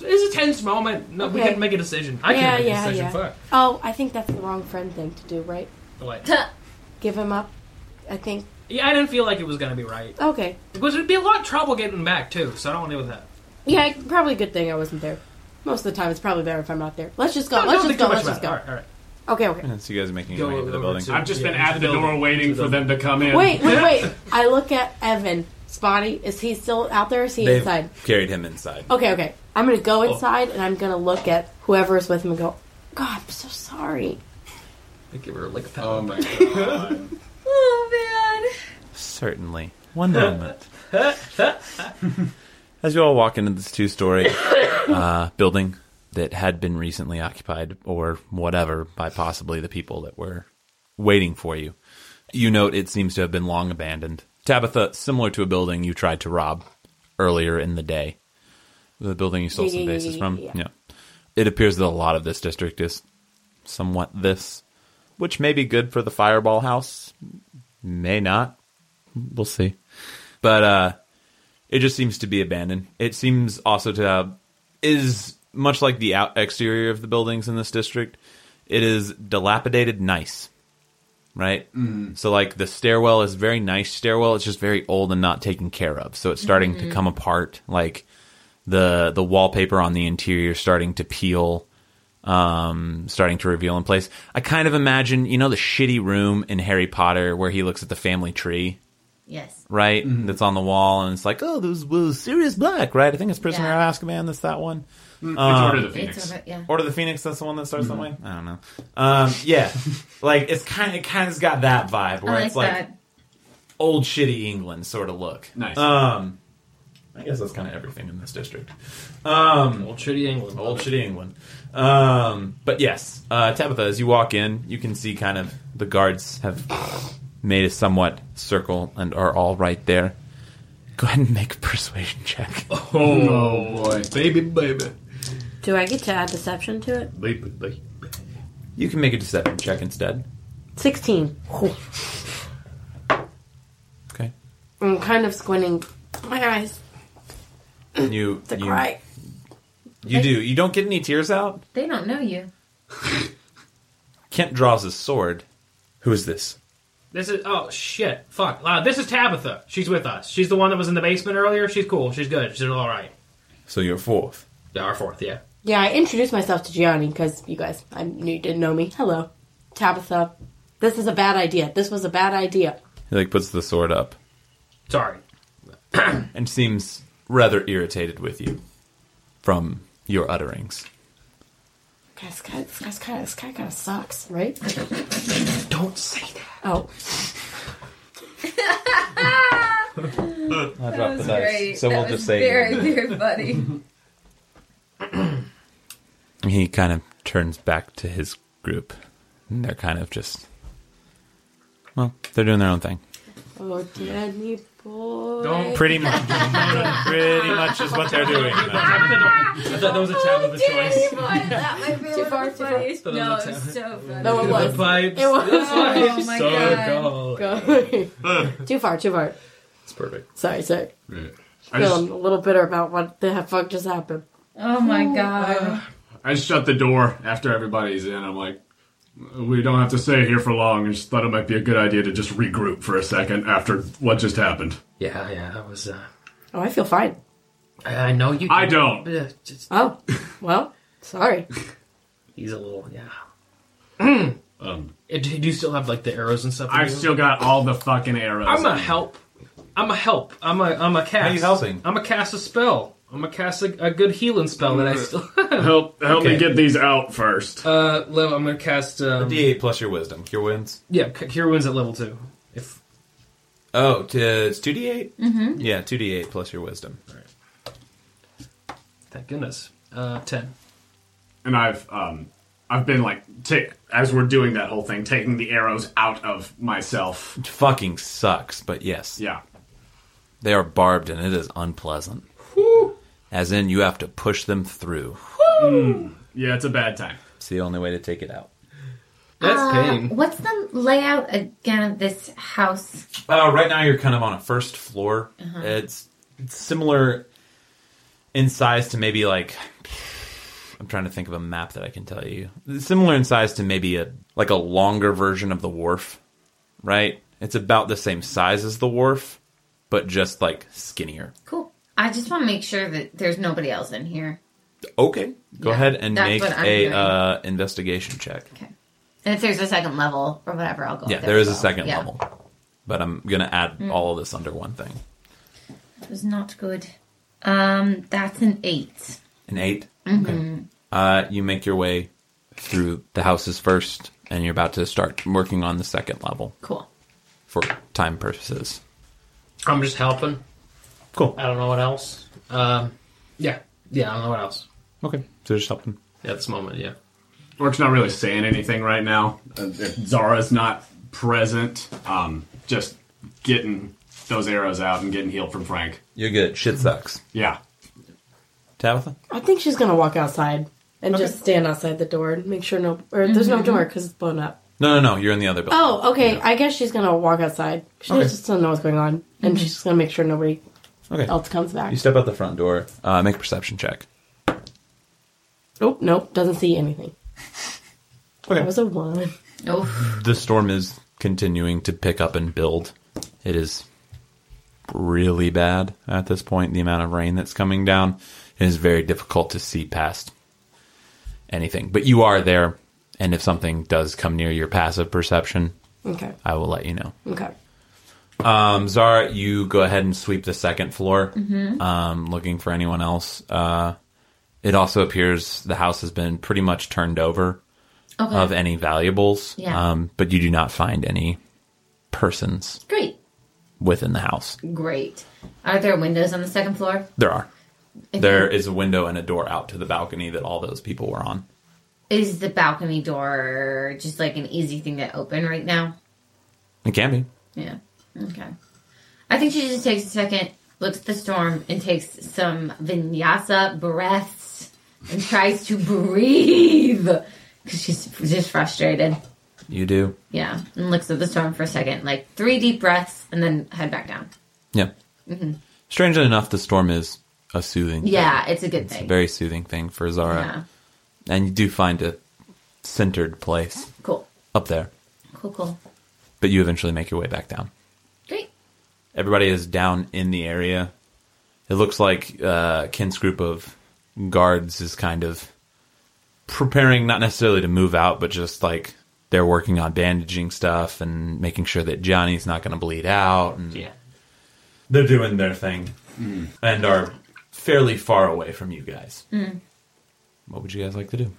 Speaker 7: It's a tense moment. No, we
Speaker 6: Okay.
Speaker 7: couldn't make a decision. I
Speaker 6: Yeah,
Speaker 7: can't make
Speaker 6: yeah,
Speaker 7: a decision.
Speaker 6: yeah.
Speaker 7: Fuck.
Speaker 6: Oh, I think that's the wrong friend thing to do, right?
Speaker 7: Like,
Speaker 6: Give him up. I think.
Speaker 7: yeah, I didn't feel like it was gonna be right.
Speaker 6: Okay.
Speaker 7: Because it'd be a lot of trouble getting back too. So I don't want to deal with that.
Speaker 6: Yeah, probably a good thing I wasn't there. Most of the time, it's probably better if I'm not there. Let's just go.
Speaker 7: No,
Speaker 6: let's
Speaker 7: don't
Speaker 6: just
Speaker 7: think
Speaker 6: go.
Speaker 7: too much
Speaker 6: Let's just
Speaker 7: about it. All right,
Speaker 6: go.
Speaker 7: all right.
Speaker 6: Okay, okay.
Speaker 2: and so you guys are making your
Speaker 13: Go
Speaker 2: way into the
Speaker 13: over
Speaker 2: building.
Speaker 13: to-
Speaker 12: I've just been
Speaker 13: yeah,
Speaker 12: at the door waiting for them to come in.
Speaker 6: Wait, wait, wait. I look at Evan. Spotty, is he still out there? Or is he
Speaker 2: They've
Speaker 6: inside?
Speaker 2: carried him inside.
Speaker 6: Okay, okay. I'm gonna go inside and I'm gonna look at whoever is with him and go, God, I'm so sorry.
Speaker 13: I give her like a pat.
Speaker 11: Oh my god.
Speaker 4: Oh
Speaker 2: Certainly. One moment. As you all walk into this two story uh, building that had been recently occupied or whatever by possibly the people that were waiting for you, you note it seems to have been long abandoned. Tabitha, similar to a building you tried to rob earlier in the day, the building you stole
Speaker 6: Yeah,
Speaker 2: some
Speaker 6: yeah, yeah,
Speaker 2: bases
Speaker 6: yeah,
Speaker 2: from.
Speaker 6: yeah.
Speaker 2: Yeah. It appears that a lot of this district is somewhat this, which may be good for the fireball house, may not we'll see. But uh it just seems to be abandoned. It seems also to have, is much like the out exterior of the buildings in this district. It is dilapidated, nice, right? So like the stairwell is very nice stairwell. It's just very old and not taken care of. So it's starting to come apart. Like the the wallpaper on the interior is starting to peel um, starting to reveal in place. I kind of imagine, you know, the shitty room in Harry Potter where he looks at the family tree,
Speaker 4: Yes.
Speaker 2: right?
Speaker 7: Mm-hmm.
Speaker 2: That's on the wall, and it's like, oh, this was Sirius Black, right? I think it's Prisoner
Speaker 4: Yeah.
Speaker 2: of Azkaban. That's that one.
Speaker 12: It's Order of
Speaker 7: Uh,
Speaker 12: the
Speaker 4: It's
Speaker 12: Phoenix.
Speaker 4: over, yeah.
Speaker 2: Order of the Phoenix. That's the one that starts that
Speaker 7: Mm-hmm.
Speaker 2: way. I don't know. Um,
Speaker 7: [LAUGHS]
Speaker 2: yeah, like it's kind of kind of's got that vibe
Speaker 4: I
Speaker 2: where
Speaker 4: like
Speaker 2: it's like
Speaker 4: that.
Speaker 7: Uh,
Speaker 2: old shitty England sort of look.
Speaker 12: Nice.
Speaker 2: Um, I guess that's kind of everything in this district. Um,
Speaker 7: old shitty England.
Speaker 2: Old shitty England. Um, but yes, uh, Tabitha, as you walk in, you can see kind of the guards have made a somewhat circle and are all right there. Go ahead and make a persuasion check.
Speaker 7: Oh,
Speaker 8: boy.
Speaker 7: Baby, baby.
Speaker 6: Do I get to add deception to it?
Speaker 2: You can make a deception check instead.
Speaker 6: 16.
Speaker 2: Okay.
Speaker 6: I'm kind of squinting my eyes
Speaker 2: You
Speaker 6: to
Speaker 2: you,
Speaker 6: cry.
Speaker 2: you do. You don't get any tears out.
Speaker 4: They don't know you.
Speaker 2: Kent draws his sword. Who is this?
Speaker 10: This is oh shit, fuck. Uh, this is Tabitha. She's with us. She's the one that was in the basement earlier. She's cool. She's good. She's all right.
Speaker 2: So you're fourth.
Speaker 10: Yeah, our fourth. Yeah.
Speaker 6: Yeah, I introduced myself to Gianni because you guys, I knew you didn't know me. Hello, Tabitha. This is a bad idea. This was a bad idea.
Speaker 2: He like puts the sword up
Speaker 7: [LAUGHS]
Speaker 10: Sorry.
Speaker 2: and seems rather irritated with you from your utterings.
Speaker 6: Guys, guys, guys, guys, this guy kind of sucks, right?
Speaker 10: Don't say that.
Speaker 6: Oh,
Speaker 2: I
Speaker 4: That was great. That was very, very funny.
Speaker 2: He kind of turns back to his group. And they're kind of just. Well, they're doing their own thing.
Speaker 6: oh, Danny boy.
Speaker 10: Don't
Speaker 2: Pretty much. pretty much is what they're doing.
Speaker 10: I thought that was a
Speaker 6: Oh,
Speaker 10: Tabitha choice.
Speaker 4: that might be
Speaker 6: Too far,
Speaker 4: one of the
Speaker 6: too far.
Speaker 4: funniest.
Speaker 10: That was
Speaker 4: No,
Speaker 10: a
Speaker 4: it was so funny.
Speaker 6: No, it was.
Speaker 10: The vibes.
Speaker 6: It
Speaker 5: [LAUGHS]
Speaker 6: was. [LAUGHS]
Speaker 10: The vibes.
Speaker 4: Oh my
Speaker 10: so
Speaker 4: God.
Speaker 10: cool.
Speaker 6: Go. too far, too far.
Speaker 2: It's perfect.
Speaker 6: Sorry, sorry.
Speaker 5: I
Speaker 6: Feeling
Speaker 5: just,
Speaker 6: a little bitter about what the fuck just happened.
Speaker 4: Oh my god.
Speaker 5: I just shut the door after everybody's in. I'm like, we don't have to stay here for long. I just thought it might be a good idea to just regroup for a second after what just happened.
Speaker 7: Yeah, yeah, that was. Uh,
Speaker 6: Oh, I feel fine.
Speaker 7: I, I know you.
Speaker 5: I don't.
Speaker 7: Yeah, just,
Speaker 5: [LAUGHS]
Speaker 6: Oh, well, sorry.
Speaker 7: he's a little. Yeah.
Speaker 2: [CLEARS THROAT]
Speaker 5: Um,
Speaker 7: Uh, Do do you still have like the arrows and stuff? in
Speaker 5: I've
Speaker 7: you?
Speaker 5: still got all the fucking arrows.
Speaker 7: I'm a help. I'm a help. I'm a. I'm a
Speaker 2: How
Speaker 7: cast.
Speaker 2: you helping?
Speaker 7: I'm a cast a spell. I'm a cast a, a good healing spell that I still. [LAUGHS]
Speaker 5: help. Help
Speaker 7: Okay.
Speaker 5: me get these out first.
Speaker 7: uh, Lev, I'm gonna cast. Um,
Speaker 2: D8 plus your wisdom. Your wins.
Speaker 7: yeah, C- cure wounds at level two. If
Speaker 2: Oh, t- it's 2d8? Mm-hmm. Yeah, 2d8 plus your wisdom.
Speaker 7: thank goodness. Uh, ten.
Speaker 5: and I've um, I've been like ta- as we're doing that whole thing, taking the arrows out of myself.
Speaker 2: Which fucking sucks, but yes.
Speaker 5: Yeah,
Speaker 2: They are barbed and it is unpleasant. As in, you have to push them through.
Speaker 5: yeah, it's a bad time.
Speaker 2: It's the only way to take it out.
Speaker 7: That's
Speaker 4: Uh,
Speaker 7: pain.
Speaker 4: What's the layout again of this house?
Speaker 2: Uh, right now, you're kind of on a first floor. It's, it's similar in size to maybe like I'm trying to think of a map that I can tell you. It's similar in size to maybe a like a longer version of the wharf, right? It's about the same size as the wharf, but just like skinnier.
Speaker 4: Cool. I just want to make sure that there's nobody else in here.
Speaker 2: Okay, go
Speaker 4: Yeah,
Speaker 2: ahead and
Speaker 4: that's
Speaker 2: make
Speaker 4: what I'm
Speaker 2: a
Speaker 4: doing.
Speaker 2: uh, investigation check.
Speaker 4: Okay. And if there's a second level or whatever, I'll go.
Speaker 2: Yeah,
Speaker 4: up
Speaker 2: there is a
Speaker 4: as well.
Speaker 2: second
Speaker 4: Yeah. Mm.
Speaker 2: level, but I'm gonna add all of this under one thing.
Speaker 4: It was not good. Um, that's an eight.
Speaker 2: An 8
Speaker 4: Mm-hmm.
Speaker 2: Okay. Uh, you make your way through the houses first, and you're about to start working on the second level
Speaker 4: Cool.
Speaker 2: for time purposes.
Speaker 7: I'm just helping.
Speaker 2: Cool.
Speaker 7: I don't know what else. Um, yeah, yeah, I don't know what else
Speaker 2: Okay. So just helping.
Speaker 7: at this moment. Yeah.
Speaker 5: Orc's not really saying anything right now. Uh, if Zara's not present. Um, just getting those arrows out and getting healed from Frank.
Speaker 2: You're good. Shit sucks.
Speaker 5: Yeah,
Speaker 2: Tabitha?
Speaker 6: I think she's gonna walk outside and just stand outside the door and make sure no, or there's
Speaker 5: Mm-hmm,
Speaker 6: no door because it's blown up.
Speaker 2: No, no, no. You're in the other building.
Speaker 6: Oh, okay. I guess she's gonna walk outside. She
Speaker 2: Okay.
Speaker 6: just doesn't know what's going on, and
Speaker 5: Mm-hmm.
Speaker 6: she's just gonna make sure nobody
Speaker 2: Okay.
Speaker 6: else comes back.
Speaker 2: You step out the front door, uh, make a perception check.
Speaker 6: Oh, nope, doesn't see anything.
Speaker 2: Okay.
Speaker 6: That was a one. [LAUGHS]
Speaker 4: Oh,
Speaker 2: The storm is continuing to pick up and build. It is really bad at this point. The amount of rain that's coming down it is very difficult to see past anything. But you are there, and if something does come near your passive perception,
Speaker 6: Okay.
Speaker 2: I will let you know.
Speaker 6: Okay.
Speaker 2: Um, Zara, you go ahead and sweep the second floor, um, looking for anyone else. Uh, it also appears the house has been pretty much turned over
Speaker 4: okay.
Speaker 2: of any valuables,
Speaker 4: Yeah.
Speaker 2: um, but you do not find any persons.
Speaker 4: Great.
Speaker 2: within the house.
Speaker 4: Great. Are there windows on the second floor?
Speaker 2: There are.
Speaker 4: If
Speaker 2: There is a window and a door out to the balcony that all those people were on.
Speaker 4: Is the balcony door just like an easy thing to open right now?
Speaker 2: It can be.
Speaker 4: Yeah. Okay. I think she just takes a second, looks at the storm, and takes some vinyasa breaths and tries to breathe because she's just frustrated.
Speaker 2: You do.
Speaker 4: Yeah, and looks at the storm for a second, like three deep breaths, and then head back down.
Speaker 2: Yeah.
Speaker 4: hmm
Speaker 2: Strangely enough, the storm is a soothing.
Speaker 4: Yeah, it's a good
Speaker 2: It's a
Speaker 4: thing.
Speaker 2: very soothing thing for Zara. And you do find a centered place.
Speaker 4: Cool.
Speaker 2: Up there.
Speaker 4: Cool, cool.
Speaker 2: But you eventually make your way back down.
Speaker 4: Great.
Speaker 2: Everybody is down in the area. It looks like uh, Kent's group of guards is kind of preparing, not necessarily to move out, but just like they're working on bandaging stuff and making sure that Johnny's not going to bleed out. And yeah. Mm. They're doing their thing and are fairly far away from you guys.
Speaker 14: Mm.
Speaker 2: What would you guys like to do?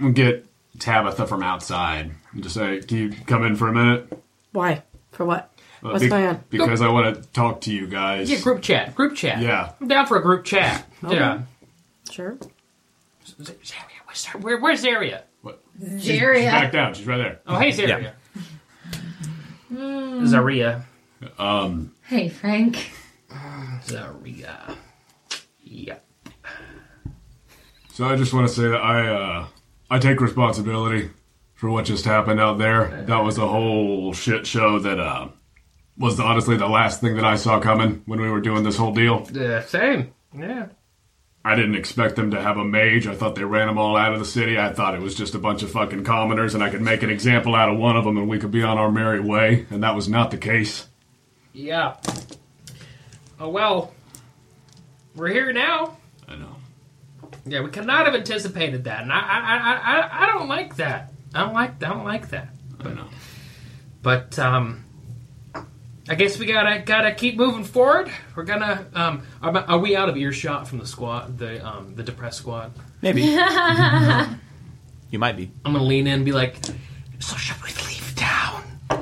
Speaker 5: We'll get Tabitha from outside and just say, "Can you come in for a minute?"
Speaker 6: Why? For what?
Speaker 5: Uh,
Speaker 6: What's
Speaker 5: be-
Speaker 6: going on?
Speaker 5: Because I want to talk to you guys.
Speaker 7: Yeah, group chat. Group chat.
Speaker 5: Yeah.
Speaker 7: I'm down for a group chat.
Speaker 5: Okay.
Speaker 7: Yeah.
Speaker 6: Sure.
Speaker 7: Where, where's Zaria?
Speaker 5: She's, she's back down. She's right there.
Speaker 7: Oh, hey, Zaria. Zaria.
Speaker 5: Um,
Speaker 4: Hey, Frank.
Speaker 7: Zaria. Yeah.
Speaker 5: so I just want to say that I uh, I take responsibility for what just happened out there. That was a whole shit show that uh, was honestly the last thing that I saw coming when we were doing this whole deal.
Speaker 7: Yeah, same. Yeah.
Speaker 5: I didn't expect them to have a mage. I thought they ran them all out of the city. I thought it was just a bunch of fucking commoners and I could make an example out of one of them and we could be on our merry way. And that was not the case.
Speaker 7: Yeah. Oh, well. We're here now.
Speaker 5: I know.
Speaker 7: Yeah, we could not have anticipated that. And I, I, I, I, I don't like that. I don't like, I don't like that.
Speaker 5: I know.
Speaker 7: But um, I guess we gotta gotta keep moving forward. We're gonna um, are, are we out of earshot from the squad, the um, the depressed squad?
Speaker 2: Maybe.
Speaker 7: I'm
Speaker 2: You might be.
Speaker 7: gonna lean in, and be like,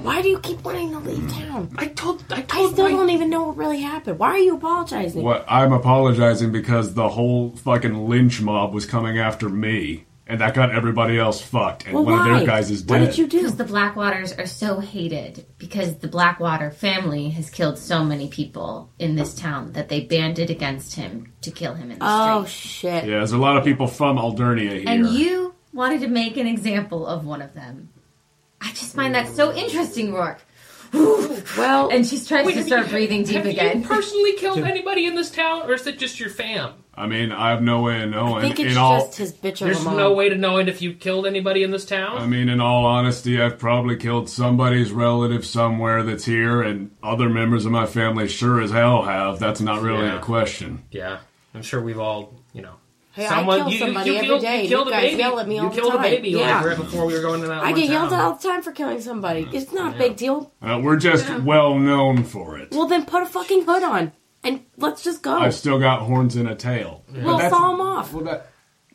Speaker 6: Why do you keep wanting to leave town?
Speaker 7: I told. I
Speaker 6: told. I still don't even know what really happened. Why are you apologizing?
Speaker 5: What I'm apologizing because the whole fucking lynch mob was coming after me, and that got everybody else fucked, and
Speaker 4: Well,
Speaker 5: one of
Speaker 4: why?
Speaker 5: their guys is
Speaker 4: What
Speaker 5: dead.
Speaker 4: did you do? Because the Blackwaters are so hated because the Blackwater family has killed so many people in this town that they banded against him to kill him in the
Speaker 6: Oh
Speaker 4: street.
Speaker 6: shit!
Speaker 5: Yeah, there's a lot of people from Aldernia here.
Speaker 4: And you wanted to make an example of one of them. I just find that so interesting, Rourke.
Speaker 6: Well,
Speaker 4: and she tries
Speaker 7: Wait,
Speaker 4: to
Speaker 7: have
Speaker 4: start
Speaker 7: you-
Speaker 4: breathing deep
Speaker 7: "Have
Speaker 4: again.
Speaker 7: you personally killed anybody in this town, or is it just your fam?
Speaker 5: I mean, I have no way of knowing.
Speaker 7: I think it's
Speaker 5: in all,
Speaker 7: just
Speaker 6: his bitch
Speaker 7: There's no way to knowing if you killed anybody in this town.
Speaker 5: I mean, in all honesty, I've probably killed somebody's relative somewhere that's here, and other members of my family sure as hell have. That's not really
Speaker 7: Yeah.
Speaker 5: a question.
Speaker 7: yeah, I'm sure we've all, you know.
Speaker 6: Hey, I
Speaker 7: someone,
Speaker 6: kill
Speaker 7: you,
Speaker 6: somebody
Speaker 7: you, you
Speaker 6: every
Speaker 7: killed,
Speaker 6: day.
Speaker 7: You killed
Speaker 6: You
Speaker 7: a
Speaker 6: guys
Speaker 7: baby.
Speaker 6: yell at me
Speaker 7: you
Speaker 6: all the
Speaker 7: killed
Speaker 6: time.
Speaker 7: a baby
Speaker 6: Yeah.
Speaker 7: like right before we were going to that
Speaker 6: I
Speaker 7: one
Speaker 6: get yelled at
Speaker 7: town.
Speaker 6: all the time for killing somebody. It's not a big deal.
Speaker 5: Uh, we're just well known for it.
Speaker 6: Well, then put a fucking hood on and let's just go.
Speaker 5: I've still got horns and a tail.
Speaker 6: We'll
Speaker 5: That's-
Speaker 6: saw him off.
Speaker 5: Well,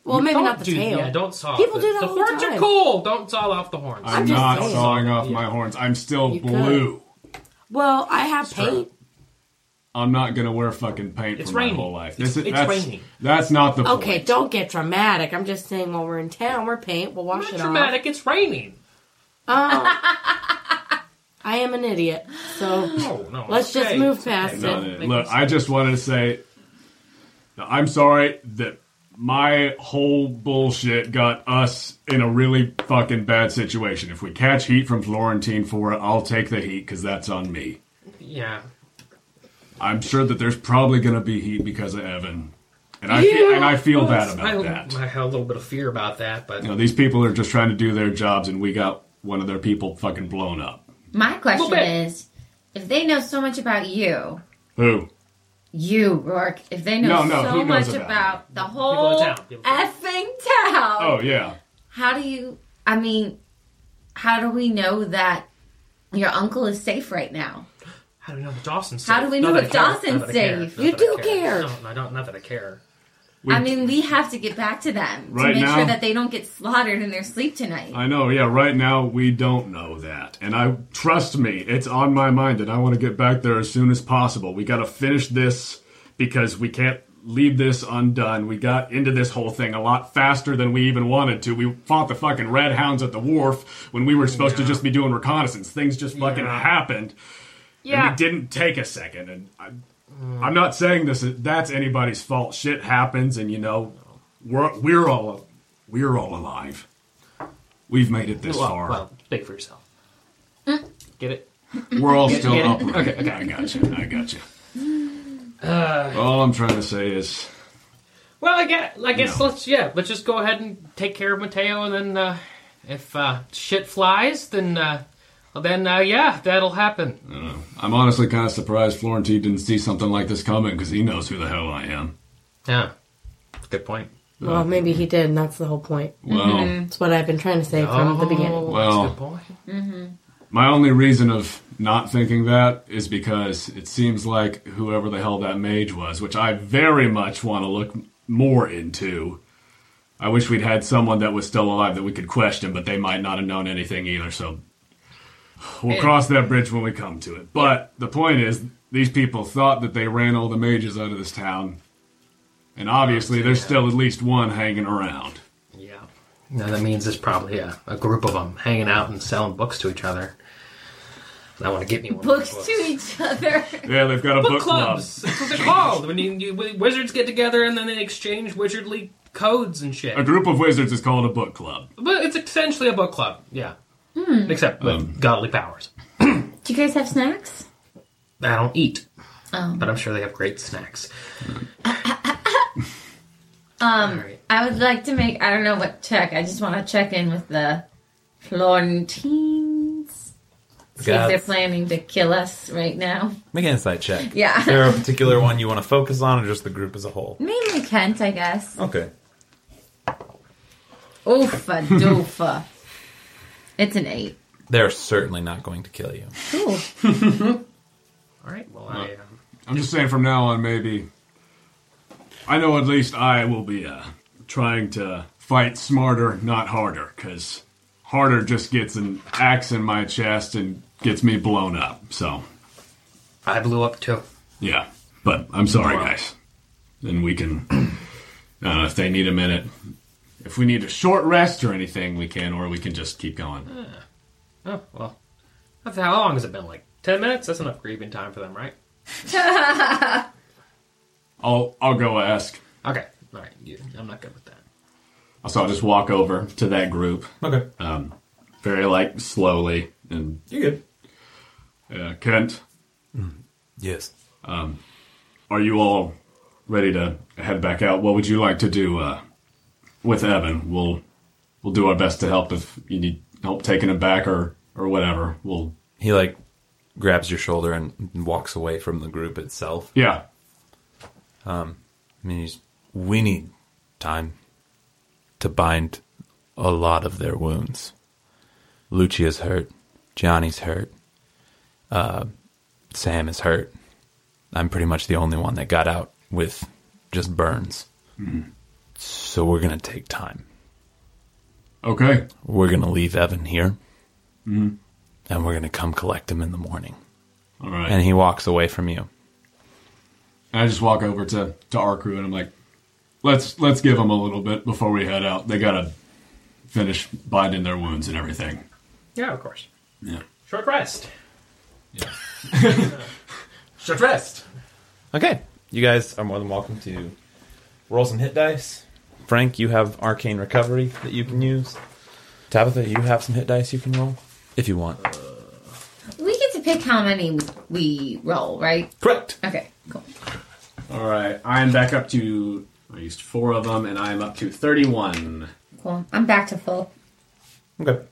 Speaker 6: Well, maybe
Speaker 7: Don't
Speaker 6: not the
Speaker 7: do-
Speaker 6: tail.
Speaker 7: Yeah, don't saw.
Speaker 6: People
Speaker 7: off
Speaker 6: do
Speaker 7: the,
Speaker 6: that
Speaker 7: The
Speaker 6: all the
Speaker 7: horns are
Speaker 6: time.
Speaker 7: cool. Don't saw off the horns.
Speaker 5: I'm,
Speaker 7: Don't
Speaker 5: not
Speaker 7: saw
Speaker 5: sawing
Speaker 7: off.
Speaker 5: off my horns. I'm still blue.
Speaker 6: Well, I have paint.
Speaker 5: I'm not gonna wear fucking paint
Speaker 6: It's
Speaker 5: for
Speaker 6: raining.
Speaker 5: my whole life. This
Speaker 6: It's-
Speaker 5: is,
Speaker 6: it's
Speaker 5: that's,
Speaker 6: raining.
Speaker 5: That's not the
Speaker 6: Okay,
Speaker 5: point.
Speaker 6: don't get dramatic. I'm just saying, while we're in town, we're paint. We'll wash
Speaker 7: Not
Speaker 6: it
Speaker 7: dramatic. It's raining. [LAUGHS]
Speaker 6: off. Oh. I am an idiot. So
Speaker 7: no,
Speaker 6: let's
Speaker 7: okay.
Speaker 6: just move past
Speaker 5: No,
Speaker 6: it.
Speaker 5: no, look, I just wanted to say, that I'm sorry that my whole bullshit got us in a really fucking bad situation. If we catch heat from Florentine for it, I'll take the heat because that's on me.
Speaker 7: Yeah.
Speaker 5: I'm sure that there's probably gonna be heat because of Evan, and I feel, and I feel bad about
Speaker 7: I,
Speaker 5: that.
Speaker 7: I had a little bit of fear about that, but
Speaker 5: You know, these people are just trying to do their jobs, and we got one of their people fucking blown up.
Speaker 4: [LAUGHS] My question
Speaker 7: Well,
Speaker 4: is if they know so much about you,
Speaker 5: Who?
Speaker 4: you, Rourke, if they
Speaker 5: No,
Speaker 4: know
Speaker 5: no,
Speaker 4: so
Speaker 5: who
Speaker 4: much
Speaker 5: knows
Speaker 4: about,
Speaker 5: about
Speaker 4: the
Speaker 7: in
Speaker 4: whole
Speaker 7: town, people
Speaker 4: effing town,
Speaker 5: Oh yeah.
Speaker 4: how do you, I mean, how do we know that your uncle is safe right now?
Speaker 7: how do we know that Dawson's safe?
Speaker 4: How do we know
Speaker 7: Not
Speaker 4: if
Speaker 7: that I care.
Speaker 4: Dawson's
Speaker 7: Not that I care.
Speaker 4: safe?
Speaker 7: Not
Speaker 4: You
Speaker 7: that I
Speaker 4: do care.
Speaker 7: No, I don't. Not that I care.
Speaker 5: We-
Speaker 4: I mean, we have to get back to them
Speaker 5: Right
Speaker 4: to make
Speaker 5: now?
Speaker 4: sure that they don't get slaughtered in their sleep tonight.
Speaker 5: I know, yeah, right now we don't know that. And I trust me, it's on my mind and I want to get back there as soon as possible. We got to finish this because we can't leave this undone. We got into this whole thing a lot faster than we even wanted to. We fought the fucking red hounds at the wharf when we were supposed to just be doing reconnaissance. Things just fucking happened. And
Speaker 7: Yeah.
Speaker 5: we didn't take a second and I I'm not saying this is, that's anybody's fault. Shit happens, and you know, we're we're all we're all alive. We've made it this
Speaker 7: well,
Speaker 5: far.
Speaker 7: well, think for yourself.
Speaker 6: Hmm?
Speaker 7: Get it?
Speaker 5: we're all
Speaker 7: Get-
Speaker 5: still
Speaker 7: get it?
Speaker 5: up.
Speaker 7: Okay, okay.
Speaker 5: I got you. I got you.
Speaker 7: Uh,
Speaker 5: All I'm trying to say is,
Speaker 7: well, I guess, I guess let's yeah, let's just go ahead and take care of Mateo, and then uh, if uh, shit flies, then uh, well, then uh, yeah, that'll happen.
Speaker 5: I don't know. I'm honestly kind of surprised Florentine didn't see something like this coming because he knows who the hell I am.
Speaker 7: Yeah, good point.
Speaker 6: Well, maybe he did, and that's the whole point.
Speaker 5: Well-
Speaker 7: Mm-hmm.
Speaker 5: Mhm.
Speaker 6: that's what I've been trying to say from the beginning.
Speaker 5: Well-
Speaker 7: Oh, that's a good point.
Speaker 5: My only reason of not thinking that is because it seems like whoever the hell that mage was, which I very much want to look more into. I wish we'd had someone that was still alive that we could question, but they might not have known anything either. So we'll
Speaker 7: Yeah.
Speaker 5: cross that bridge when we come to it. But the point is, these people thought that they ran all the mages out of this town, and obviously there's still at least one hanging around.
Speaker 7: Yeah. Now that means there's probably a, a group of them hanging out and selling books to each other. And I want to get me one.
Speaker 4: Books
Speaker 7: of those
Speaker 4: to each other.
Speaker 5: Yeah, they've got a book,
Speaker 7: book clubs. That's what they're called. When you, you when wizards get together and then they exchange wizardly codes and shit.
Speaker 5: club. A group of wizards is called a book club.
Speaker 7: But it's essentially a book club. Yeah. Except with godly powers.
Speaker 4: [LAUGHS] Do you guys have snacks?
Speaker 7: I don't eat,
Speaker 4: Oh.
Speaker 7: but I'm sure they have great snacks.
Speaker 4: Um,
Speaker 7: All right.
Speaker 4: I would like to make. I don't know what check. I just want to check in with the Florentines. See if
Speaker 2: Got-
Speaker 4: they're planning to kill us right now.
Speaker 2: Make an insight check.
Speaker 4: Yeah.
Speaker 2: Is there a particular one you want to focus on, or just the group as a whole?
Speaker 4: Mainly Kent, I guess.
Speaker 2: Okay.
Speaker 4: Oofa doofa. It's an eight.
Speaker 2: They're certainly not going to kill you.
Speaker 4: Cool.
Speaker 7: All right. Well, I, um,
Speaker 5: I'm just saying from now on, maybe. I know at least I will be uh, trying to fight smarter, not harder, because harder just gets an axe in my chest and gets me blown up. So,
Speaker 7: I blew up too.
Speaker 5: yeah. But I'm sorry,
Speaker 7: Wow.
Speaker 5: guys. Then we can. [CLEARS THROAT] I don't know if they need a minute. If we need a short rest or anything, we can, or we can just keep going.
Speaker 7: Oh well. That's- How long has it been? Like ten minutes? That's enough grieving time for them, right?
Speaker 5: I'll I'll go ask.
Speaker 7: Okay. All right. You, I'm not good with that.
Speaker 5: So I'll just walk over to that group,
Speaker 2: Okay.
Speaker 5: very like slowly, and
Speaker 2: You're good.
Speaker 5: uh, Kent.
Speaker 2: Yes.
Speaker 5: are you all ready to head back out? What would you like to do uh, with Evan? We'll we'll do our best to help if you need help taking him back or or whatever. We'll
Speaker 2: He like grabs your shoulder and walks away from the group itself.
Speaker 5: yeah.
Speaker 2: I mean, he's, we need time to bind a lot of their wounds. Lucia's hurt. Johnny's hurt. Uh, Sam is hurt. I'm pretty much the only one that got out with just burns. Mm-hmm. So we're going to take time.
Speaker 5: Okay.
Speaker 2: We're going to leave Evan here. Mm-hmm. And we're going to come collect him in the morning.
Speaker 5: All right.
Speaker 2: And he walks away from you.
Speaker 5: And I just walk over to to our crew and I'm like, let's let's give them a little bit before we head out. They gotta finish binding their wounds and everything.
Speaker 7: Yeah, of course.
Speaker 5: Yeah.
Speaker 7: Short rest. [LAUGHS]
Speaker 8: Short rest.
Speaker 2: Okay. You guys are more than welcome to roll some hit dice. Frank, you have arcane recovery that you can use. Tabitha, you have some hit dice you can roll if you want.
Speaker 4: We get to pick how many we roll, right?
Speaker 2: Correct.
Speaker 4: Okay, cool.
Speaker 8: All right, I'm back up to. I used four of them, and I'm up to thirty-one.
Speaker 4: Cool. I'm back to full.
Speaker 2: Okay.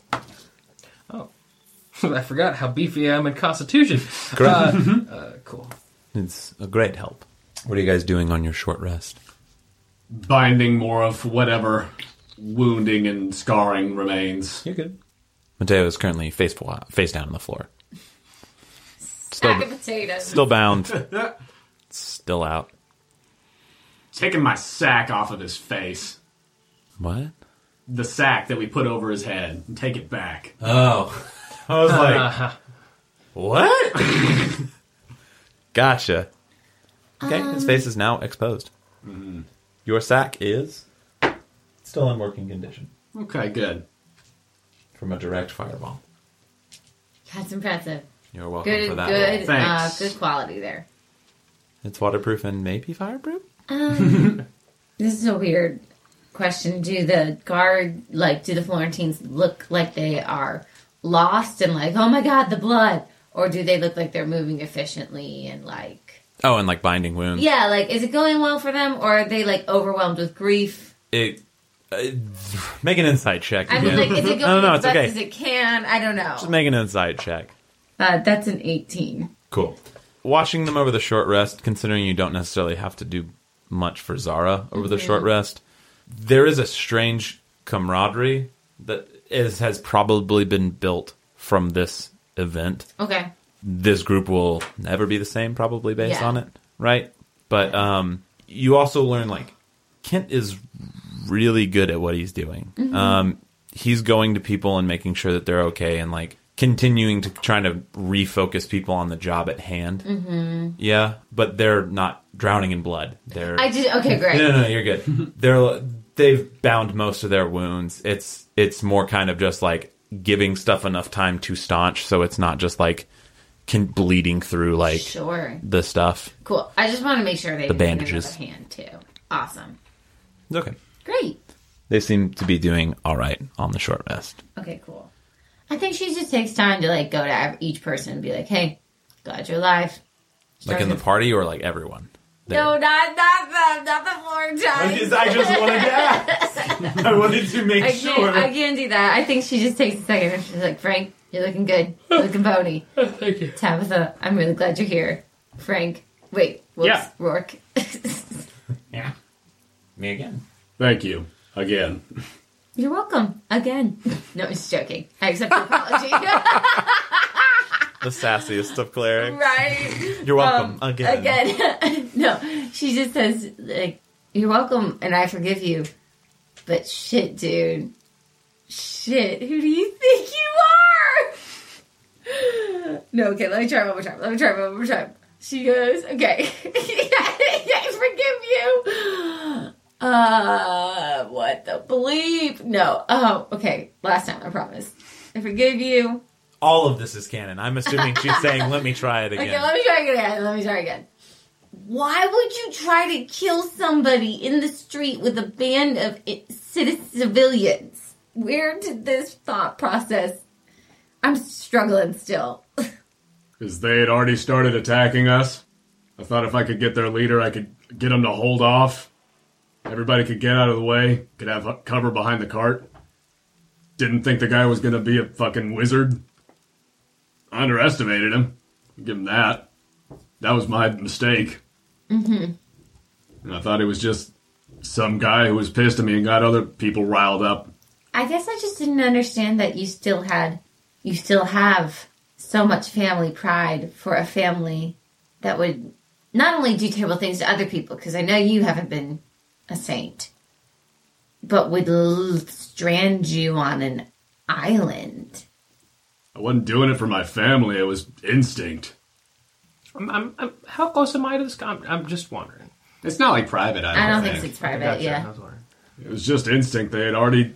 Speaker 7: I forgot how beefy I am in Constitution. Correct. Uh, uh, cool.
Speaker 2: It's a great help. What are you guys doing on your short rest?
Speaker 5: Binding more of whatever wounding and scarring remains.
Speaker 2: You're good. Mateo is currently face, fo- face down on the [LAUGHS] floor. Still, [LAUGHS]
Speaker 4: Sack of potatoes.
Speaker 2: still bound. Still out.
Speaker 8: taking my sack off of his face.
Speaker 2: What?
Speaker 8: The sack that we put over his head and take it back.
Speaker 2: Oh. I was like, [LAUGHS]
Speaker 7: Uh-huh.
Speaker 2: what? gotcha. Okay,
Speaker 4: Um,
Speaker 2: his face is now exposed. Mm-hmm. Your sack is still in working condition
Speaker 8: Okay, good.
Speaker 2: from a direct fireball.
Speaker 4: That's impressive.
Speaker 2: You're welcome
Speaker 4: Good,
Speaker 2: for that.
Speaker 4: good, uh,
Speaker 8: Thanks.
Speaker 4: good quality there.
Speaker 2: It's waterproof and maybe fireproof.
Speaker 4: Um, this is a weird question. Do the guard, like, do the Florentines look like they are lost and like, oh my god, the blood? Or do they look like they're moving efficiently and like,
Speaker 2: Oh, and like binding wounds.
Speaker 4: yeah, like, is it going well for them or are they like overwhelmed with grief?
Speaker 2: It. Uh, [SIGHS] make an insight check.
Speaker 4: I mean,
Speaker 2: again.
Speaker 4: like,
Speaker 2: [LAUGHS]
Speaker 4: is it going
Speaker 2: no, no, no,
Speaker 4: as
Speaker 2: it's
Speaker 4: best
Speaker 2: okay.
Speaker 4: as it can? I don't know.
Speaker 2: Just make an insight check.
Speaker 4: Uh, that's an 18.
Speaker 2: Cool. Watching them over the short rest, considering you don't necessarily have to do much for Zara over the
Speaker 4: Mhm.
Speaker 2: short rest, there is a strange camaraderie that is has probably been built from this event.
Speaker 4: Okay.
Speaker 2: This group will never be the same, probably based
Speaker 4: Yeah.
Speaker 2: on it, right? But um, you also learn like Kent is really good at what he's doing.
Speaker 4: Mm-hmm.
Speaker 14: Mhm.
Speaker 2: Um, he's going to people and making sure that they're okay, and like continuing to trying to refocus people on the job at hand.
Speaker 4: Mm-hmm.
Speaker 2: Yeah, but they're not drowning in blood. They're
Speaker 4: I just- okay, great.
Speaker 2: No, no, no you're
Speaker 4: [LAUGHS]
Speaker 2: good. they're they've bound most of their wounds. It's it's more kind of just like giving stuff enough time to staunch, so it's not just like can bleeding through like
Speaker 4: Sure.
Speaker 2: the stuff.
Speaker 4: Cool. I just want to make sure they
Speaker 2: The
Speaker 4: didn't get
Speaker 2: bandages.
Speaker 4: another hand, too. Awesome.
Speaker 2: It's okay.
Speaker 4: Great.
Speaker 2: They seem to be doing all right on the short rest.
Speaker 4: Okay, cool. I think she just takes time to like go to ev- each person and be like, "Hey, glad you're alive."
Speaker 2: Like in the party or like everyone.
Speaker 4: No, not not the not the
Speaker 2: Oh,
Speaker 4: Florentine.
Speaker 14: I just wanted
Speaker 8: [LAUGHS]
Speaker 14: to ask. I wanted to make
Speaker 4: I can't,
Speaker 14: sure.
Speaker 4: I can't do that. I think she just takes a second and she's like, "Frank, you're looking good.
Speaker 2: [LAUGHS]
Speaker 4: You're looking bony."
Speaker 7: Thank you.
Speaker 4: Tabitha, I'm really glad you're here. Frank, wait, whoops,
Speaker 8: Yeah.
Speaker 4: Rourke. [LAUGHS]
Speaker 8: Yeah.
Speaker 2: Me again.
Speaker 8: Thank you. Again.
Speaker 4: You're welcome again. No, I'm just joking. I accept your apology. [LAUGHS]
Speaker 2: The sassiest of clerics.
Speaker 4: right.
Speaker 2: You're welcome
Speaker 4: Um,
Speaker 2: again.
Speaker 4: Again. [LAUGHS] no, she just says, like, you're welcome and I forgive you. But shit, dude. Shit, who do you think you are? No, okay, let me try one more time. Let me try one more time. She goes, okay. [LAUGHS] I forgive you. Uh, what the bleep? No. Oh, okay. Last time, I promise. I forgive you.
Speaker 2: All of this is canon. I'm assuming she's saying, "Let me try it again."
Speaker 4: Okay, let me try again. Let me try again. Why would you try to kill somebody in the street with a band of i- citi- civilians? Where did this thought process? I'm struggling still.
Speaker 5: Because they had already started attacking us. I thought if I could get their leader, I could get him to hold off. Everybody could get out of the way, could have cover behind the cart. Didn't think the guy was going to be a fucking wizard. I underestimated him. Give him that. That was my mistake.
Speaker 14: Mm-hmm.
Speaker 5: And I thought it was just some guy who was pissed at me and got other people riled up.
Speaker 4: I guess I just didn't understand that you still had, you still have so much family pride for a family that would not only do terrible things to other people, because I know you haven't been a saint, but would l- strand you on an island.
Speaker 5: I wasn't doing it for my family, it was instinct.
Speaker 7: I'm, I'm, I'm, how close am I to this? Com- I'm just wondering.
Speaker 8: It's not like private, I
Speaker 4: I don't, think, it's private.
Speaker 7: Gotcha, I
Speaker 4: Yeah,
Speaker 7: was wondering.
Speaker 5: It was just instinct. They had already